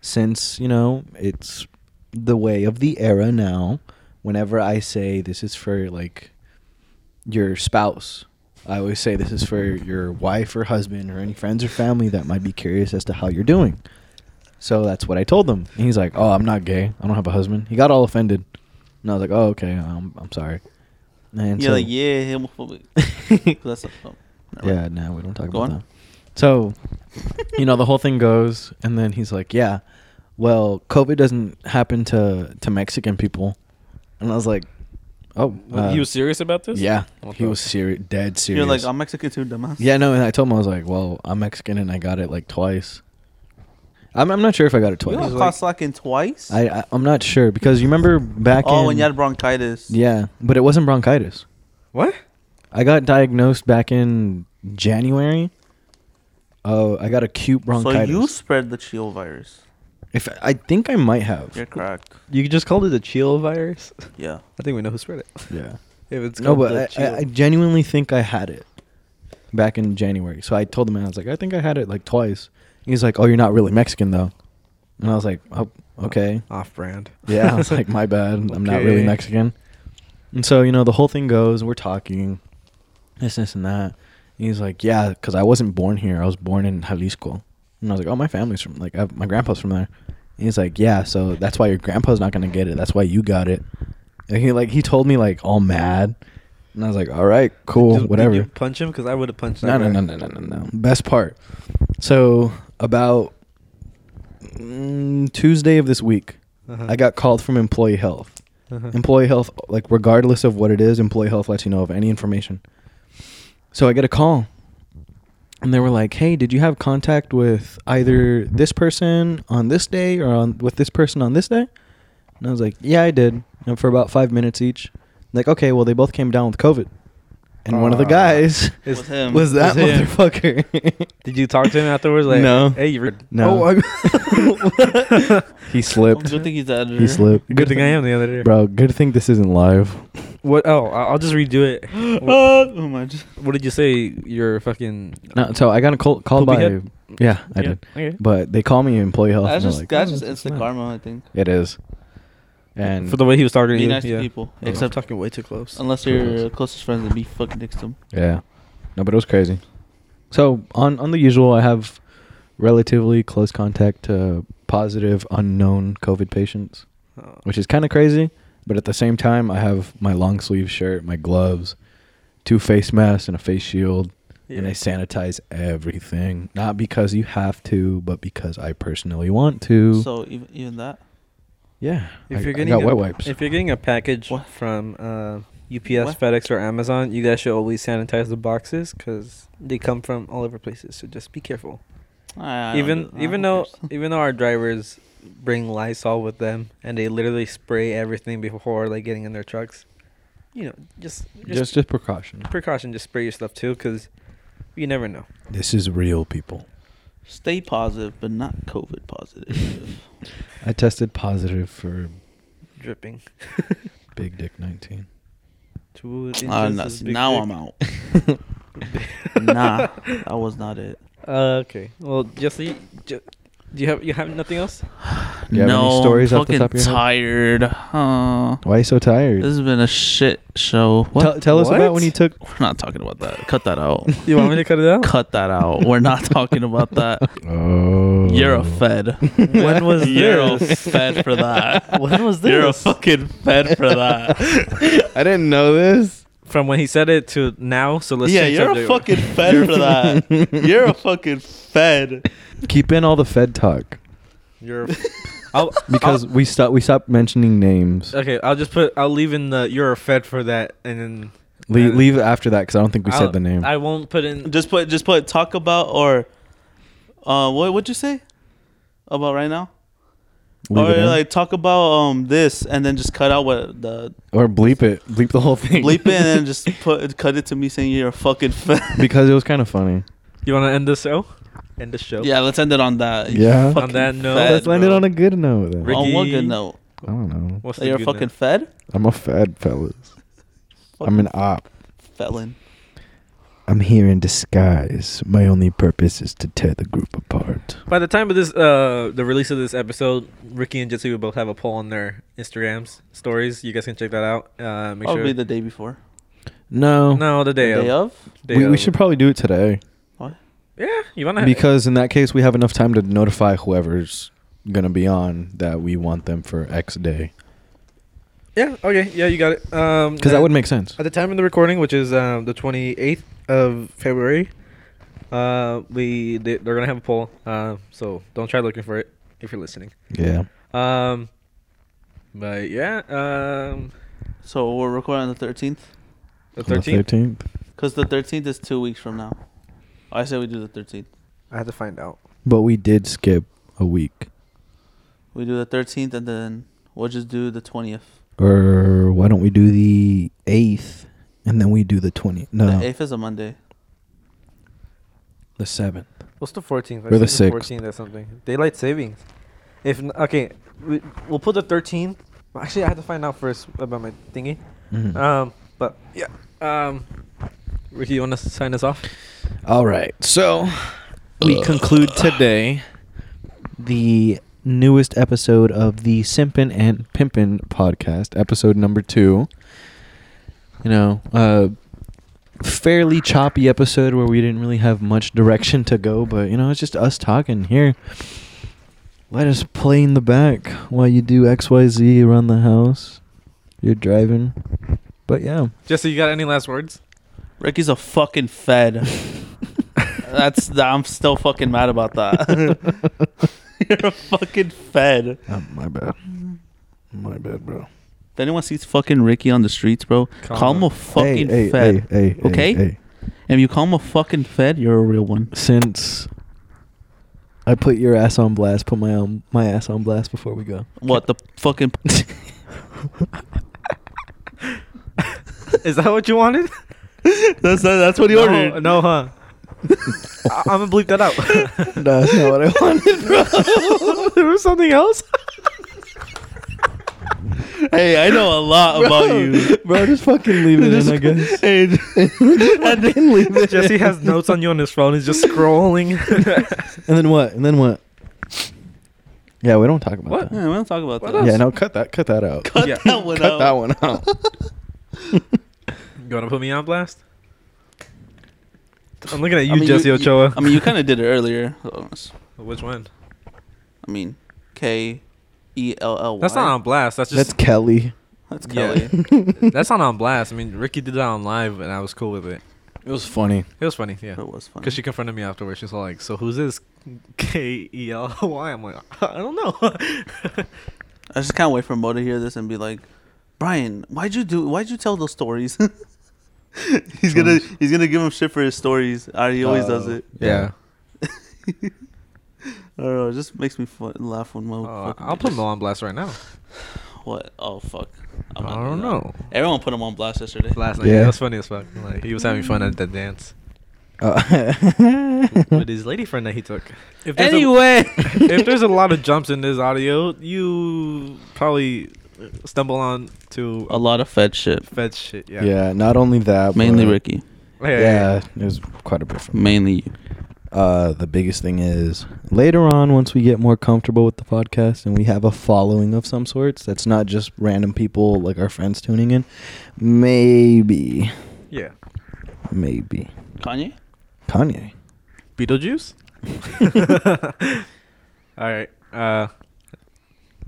B: since you know it's the way of the era now, whenever I say this is for like your spouse, I always say this is for your wife or husband or any friends or family that might be curious as to how you're doing. So that's what I told them. And he's like, "Oh, I'm not gay. I don't have a husband." He got all offended, and I was like, "Oh, okay. I'm I'm sorry." And
C: yeah,
B: so-
C: like yeah, homophobic. 'Cause that's a, oh, never
B: yeah,
C: mind.
B: no, we don't talk
C: Go
B: about
C: on.
B: that. So, you know, the whole thing goes, and then he's like, "Yeah, well, COVID doesn't happen to to Mexican people," and I was like, "Oh,
E: Well, he
B: uh,
E: was serious about this?
B: Yeah,
E: What
B: he
E: the-
B: was serious, dead serious.
C: You're like I'm Mexican too, dumbass.
B: yeah, no, and I told him I was like, "Well, I'm Mexican, and I got it like twice." I'm I'm not sure if I got it
C: You
B: twice.
C: got caught slacking twice.
B: I, I I'm not sure because you remember back
C: oh,
B: in
C: when you had bronchitis.
B: yeah, but it wasn't bronchitis.
E: What?
B: I got diagnosed back in January. Oh, I got acute bronchitis.
C: So you spread the chill virus.
B: If I think I might
C: You're
B: have.
C: correct.
E: You just called it the chill virus?
C: Yeah.
E: I think we know who spread it.
B: Yeah.
E: If it's
B: No,
E: called
B: but
E: the
B: I- I,
E: chill-
B: I genuinely think I had it back in January. So I told the man I was like, I think I had it like twice. He's like, Oh, you're not really Mexican though. And I was like, Oh, okay.
E: off brand.
B: Yeah, I was like, my bad. I'm not really
E: Okay.
B: Mexican. And so, you know, the whole thing goes, we're talking, this, this, and that. And he's like, yeah, because I wasn't born here. I was born in Jalisco. And I was like, oh, my family's from, like, I have, my grandpa's from there. And he's like, yeah, so that's why your grandpa's not going to get it. That's why you got it. And he, like, he told me, like, all mad. And I was like, all right, cool,
E: Did- did
B: whatever.
E: you punch him? Because I would have punched
B: No,
E: that
B: no,
E: guy.
B: no, no, no, no, no. Best part. So about mm, Tuesday of this week,
E: Uh-huh.
B: I got called from employee health.
E: Uh-huh.
B: Employee health, like regardless of what it is, employee health lets you know of any information. So I get a call, and they were like, "Hey, did you have contact with either this person on this day or on with this person on this day?" And I was like, "Yeah, I did." And for about five minutes each, like, okay, well, they both came down with COVID, and one of the
E: Ah. Um,
B: guys
E: Is-
C: With him.
B: was that
E: Was him.
B: motherfucker.
E: Did you talk to him afterwards? Like,
B: No.
E: Hey, you were.
B: No.
E: Oh, I-
B: he slipped.
C: Good thing he's the editor.
B: He slipped.
E: Good thing I am the other day.
B: Bro, good thing this isn't live.
E: What? Oh, I- I'll just redo it. What,
C: oh my. j-
E: what did you say? You're fucking.
B: No, so I got a call, call
E: Poopy
B: by.
E: head?
B: Yeah, I
E: Yeah,
B: did.
E: okay.
B: But they call me employee health.
C: That's
B: and they're
C: just
B: like,
C: that's
B: "Oh,
C: just
B: that's
C: instant
B: not-"
C: karma, I think.
B: It is. And Oh.
E: for the way he was talking to
C: Be
E: you.
C: nice to
E: yeah.
C: people,
E: Yeah.
C: except-
E: talking way too close.
C: Unless
B: Sure
C: you're
B: is.
C: your closest friends, then be fucking next to them.
B: yeah, no, but it was crazy. So on on the usual, I have relatively close contact to positive unknown COVID patients.
E: Oh.
B: which is kind of crazy. But at the same time, I have my long sleeve shirt, my gloves, two face masks, and a face shield, and
E: Yeah.
B: I sanitize everything. Not because you have to, but because I personally want to.
C: So even, even that.
B: yeah,
E: If
B: I,
E: you're
B: I
E: getting
B: got
E: a,
B: wet wipes.
E: If you're getting a package
C: What?
E: from uh, UPS,
C: What?
E: FedEx, or Amazon, you guys should always sanitize the boxes because they come from all over places. So just be careful.
C: I- I don't
E: even
C: do- I
E: even
C: don't
E: though even though our drivers bring Lysol with them and they literally spray everything before like getting in their trucks, you know, just just,
B: just just precaution.
E: precaution, just spray your stuff too because you never know.
B: This is real, people.
C: care. stay positive, but not COVID positive.
B: I tested positive for
E: Dripping.
B: Big Dick 19.
E: Two
C: Ah,
E: inches
C: nah,
E: is
C: see,
E: big
C: now
E: dick.
C: I'm out. nah, that was not it.
E: Uh, okay. Well, Jesse, ju- do you have you have nothing else?
B: You have any
C: no,
B: stories
C: I'm
B: off the top of
C: fucking
B: your head?
C: tired. Huh.
B: Why are you so tired?
C: This has been a shit show. What?
B: Tell, tell us
E: What?
B: about when you took.
C: We're not talking about that. Cut that out.
E: You want me to cut it out?
C: Cut that out. We're not talking about that.
B: Oh,
C: You're a fed.
E: When was
C: You're a
E: this?
C: fed for that.
E: When was
C: You're a
E: this?
C: fucking fed for that.
B: I didn't know this.
E: From when he said it to now, so let's
C: yeah,
E: change
C: you're a
E: subject.
C: fucking fed for that. You're a fucking fed.
B: Keep in all the Fed talk.
E: You're a I'll,
B: because we stop we stopped mentioning names.
E: okay, I'll just put. I'll leave in the. You're a Fed for that, and then
B: Le- leave after that because I don't think we
E: I'll-
B: said the name.
E: I won't put in.
C: Just put just put talk about or uh what would you say about right now?
B: Leave
C: or
B: it in.
C: like talk about um this and then just cut out what the
B: or bleep it, bleep the whole thing.
C: bleep it and then just put cut it to me saying you're a fucking fat.
B: because it was kind of funny.
E: You want to end the show? End the show.
C: yeah, let's end it on that. you
B: Yeah. On
C: fucking
E: that note,
C: fat,
B: Let's land it
C: bro.
B: on a good note. Then.
E: Ricky-
C: On what good note?
B: I don't know.
E: What's
C: That you're a
E: good
C: fucking
E: now?
C: fed?
B: I'm a fad, fellas. I'm an op.
C: Felon.
M: I'm here in disguise. My only purpose is to tear the group apart.
E: By the time of this, uh, the release of this episode, Ricky and Jitsu will both have a poll on their Instagrams stories. You guys can check that out. Uh, make
C: Probably
E: sure.
C: the day before.
B: No,
E: no, the day,
C: Day
E: of.
C: of?
E: Day
B: we, we
E: of.
B: should probably do it today
C: What?
E: Yeah, you wanna
B: because in that case we have enough time to notify whoever's gonna be on that we want them for X day.
E: Yeah. Okay. Yeah, you got it. Um,
B: Because that
E: uh,
B: would make sense.
E: At the time of the recording, which is um, the 28th of February, uh, we they, they're gonna have a poll. Uh, so don't try looking for it if you're listening.
B: Yeah.
E: Um, but yeah, um,
C: So we're recording on the 13th?
E: the
B: On the
E: 13th.
B: 13th.
C: Because the 13th is two weeks from now. Oh, I say we do the 13th.
E: I had to find out.
B: But we did skip a week.
C: We do the 13th and then we'll just do the 20th.
B: Or why don't we do the 8th and then we do the 20th? No.
C: The 8th is a Monday.
B: The 7th.
E: What's the 14th? I
B: Or the
E: think
B: 6th.
E: 14th or something. Daylight savings. If n- okay, we, we'll put the 13th. Actually, I had to find out first about my thingy.
B: Mhm.
E: Um, but yeah. Um, Ricky, you want to sign us off?
B: All right. So we conclude today the newest episode of the Simpin' and Pimpin' podcast, episode number two. You know, uh, fairly choppy episode where we didn't really have much direction to go, but you know, it's just us talking here. Let us play in the back while you do XYZ around the house. You're driving. But yeah.
E: Jesse, you got any last words?
C: Ricky's a fucking fed. That's the, I'm still fucking mad about that. You're a fucking fed.
B: Oh, my bad. My bad, bro.
C: If anyone sees fucking Ricky on the streets, bro, call, him a fucking
B: hey,
C: fed.
B: hey, hey,
C: okay?
B: hey, hey.
C: If you call him a fucking fed, you're a real one.
B: Since I put your ass on blast, put my um, my ass on blast before we go.
C: What the fucking?
E: Is that what you wanted?
C: that's that's what he
E: no,
C: ordered.
E: No, huh? I, I'm gonna bleep that out.
B: No, that's not what I wanted, bro.
E: there was something else.
C: Hey, I know a lot about you.
B: bro, just fucking leave it in, I guess.
C: Hey,
B: and then leave it.
E: Jesse has notes on you on his phone. He's just scrolling.
B: And then what? And then what? Yeah, we don't talk about
E: What?
B: that.
C: Yeah, we don't talk about
E: What
C: that.
E: else?
B: Yeah, no, cut that, cut that out.
C: Cut
E: Yeah.
C: that one
B: Cut
C: out.
B: that one out.
E: you wanna put me on blast? I'm looking at you,
C: I mean,
E: Jesse Ochoa.
C: I mean, you kind of did it earlier. I
E: Which one?
C: mean, K E L L Y.
E: That's not on blast. That's
B: That's
E: just
B: Kelly.
C: That's
E: Yeah.
C: Kelly.
E: that's not on blast. I mean, Ricky did that on live, and I was cool with it.
B: It was funny.
E: It was funny, yeah.
C: That was funny.
E: Because she confronted me afterwards. She's all like, "So who's this K E L Y?" I'm like, "I don't know."
C: I just can't wait for Mo to hear this and be like, Brian, why'd you do? Why'd you tell those stories? he's gonna he's gonna give him shit for his stories. Ah, he always does
E: Uh,
B: Oh.
C: it.
E: yeah.
C: I don't know. It just makes me fu- laugh when Mo.
E: Oh,
C: fucking
E: I'll put
C: does-
E: Mo on blast right now.
C: What? Oh fuck. I'm not
E: I
C: doing
E: don't
C: that.
E: know.
C: Everyone put him on blast yesterday.
E: Last night, yeah.
B: Yeah.
E: that was funny as fuck. Like he was having fun at the dance
B: Uh,
E: with his lady friend that he took. If there's,
C: Anyway,
E: a, if there's a lot of jumps in this audio, you probably stumble on to
C: a lot of fed shit.
E: fed shit. Yeah.
B: yeah. not only that,
C: Mainly
B: but-
C: Ricky.
E: Yeah. yeah, yeah.
B: Yeah, it was quite a bit from
C: Mainly you.
B: uh, the biggest thing is later on, once we get more comfortable with the podcast and we have a following of some sorts, that's not just random people like our friends tuning in. Maybe,
E: Yeah.
B: maybe
C: Kanye.
B: Kanye.
E: Beetlejuice. All right. Uh,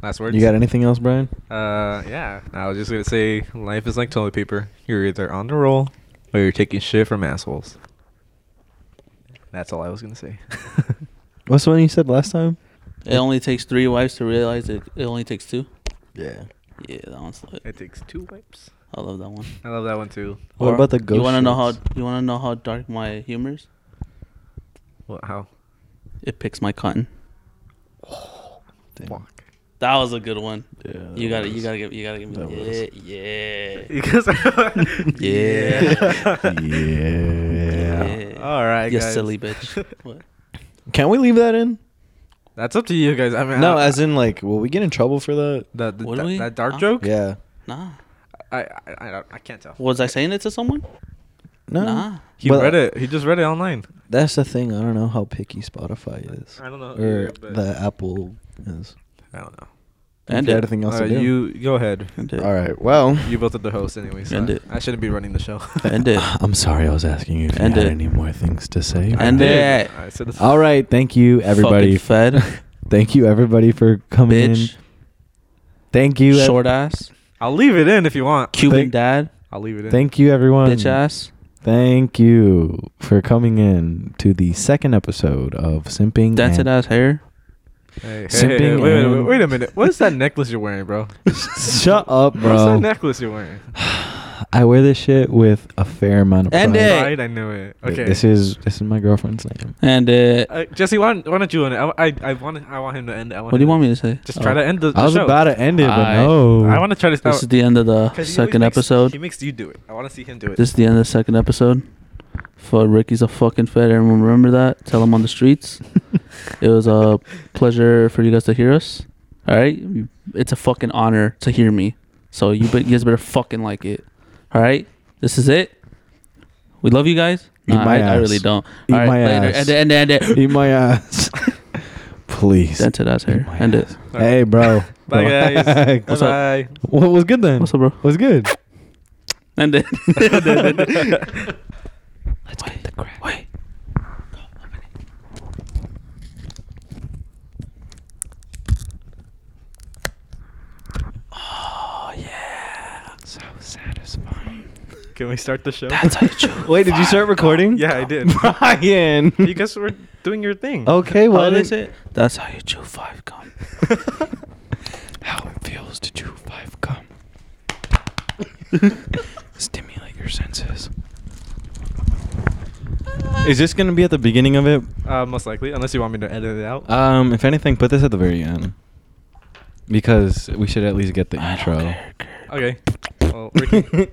E: last words.
B: You got anything else, Brian?
E: Uh, yeah. I was just gonna say, life is like toilet paper. You're either on the roll or you're taking shit from assholes. That's all I was gonna say.
B: What's the one you said last time?
C: It only takes three wives to realize it. It only takes two.
E: Yeah.
C: Yeah, that one's lit.
E: It takes two wipes.
C: I love that one.
E: I love that one too.
B: What about the ghost
C: You wanna know how?
B: shits?
C: You wanna know how dark my humor is?
E: What? How?
C: It picks my cotton.
E: Fuck.
C: That was a good one.
B: Yeah,
C: you
B: that
C: gotta, you
B: was-
C: gotta give, you gotta give
B: that
C: me.
B: was-
C: Yeah, yeah.
E: Because.
C: Yeah.
B: Yeah.
C: Yeah.
E: All right,
C: you
E: guys.
C: silly bitch. what?
B: Can we leave that in?
E: That's up to you guys. I mean,
B: No,
E: I,
B: as in like, will we get in trouble for that?
E: the, the,
C: Would
E: that-
C: we?
E: that dark
C: Uh,
E: joke.
B: Yeah.
C: Nah.
E: I I, I, don't- I can't tell.
C: Was I saying it to someone?
B: No.
C: Nah.
E: He
B: But-
E: read it. He just read it online.
B: That's the thing. I don't know how picky Spotify is.
E: Oh, I don't know
B: Or
E: either, but-
B: the Apple is.
E: I don't know.
B: If
C: End
B: you had
C: it.
B: anything else
E: All
B: to
E: right,
B: do?
E: you go ahead.
C: End it.
B: All right. Well,
E: You both are the host, anyways.
C: End
E: I,
C: it.
E: I shouldn't be running the show.
C: End it.
N: I'm sorry I was asking you if
C: End
N: you had
C: it.
N: any more things to say.
E: I
C: End
E: did.
C: it.
E: I said this-
B: all right. Thank you, everybody.
C: Fucking fed,
B: Thank you, everybody, for coming
C: bitch,
B: in. Thank you. ev-
C: short ass,
E: I'll leave it in if you want.
C: Cuban
B: Thank-
C: dad,
E: I'll leave it in.
B: Thank you, everyone.
C: bitch ass.
B: Thank you for coming in to the second episode of Simping.
C: Dented
B: and-
C: ass hair.
E: Hey, hey,
B: Simping
E: hey, wait, wait, wait,
B: and-
E: wait a minute. What is that necklace you're wearing, bro?
B: Shut up,
E: What's that
B: bro.
E: necklace you're wearing?
B: I wear this shit with a fair amount of
C: And
B: pride.
C: Hey.
E: Right, I knew it.
B: Th-
E: Okay.
B: This is this is my girlfriend's name.
C: And uh,
E: Uh, Jesse, why, don't- why don't you end it? I, I, I want I want him to end. it. I want
C: what do you
E: him
C: want me to say?
E: Just try to end the, the
B: I was
E: show.
B: about to end it, but
C: I-
B: no.
E: I want to try to. Oh,
C: This is the end of the second
E: He
C: episode.
E: makes you do it. I want to see him do it.
C: This is the end of the second episode. For Ricky's a fucking fed. Everyone remember that. Tell him on the streets. it was a pleasure for you guys to hear us. All right, it's a fucking honor to hear me. So you, be- you guys better fucking like it. All right, this is it. We love you guys.
B: Eat my
C: I, I really
B: ass.
C: don't.
B: Eat
C: All right,
B: my
C: later.
B: ass.
C: End it. End it. End it.
B: Eat my ass. Please.
C: Dented ass hair.
B: Eat my
C: End it.
B: ass. Hey, bro.
E: Bye, guys.
B: What's
C: up?
E: Bye.
B: What was good then?
C: What's up, bro?
B: What's good?
C: End it.
B: Let's get the crap.
C: Wait.
B: So satisfying.
E: Can we start the show?
B: Wait, did you start recording?
E: yeah, I did.
B: Brian.
E: you guys were doing your thing.
C: Oh.
B: okay, well,
C: How
B: I
C: did I
B: didn't-
C: say it? That's how you chew five gum.
N: How it feels to chew five gum. Stimulate your senses.
B: Is this going to be at the beginning of it?
E: Uh, most likely, unless you want me to edit it out.
C: Uh,
B: Um, if anything, put this at the very end. Because we should at least get the intro.
E: okay. Well, Ricky.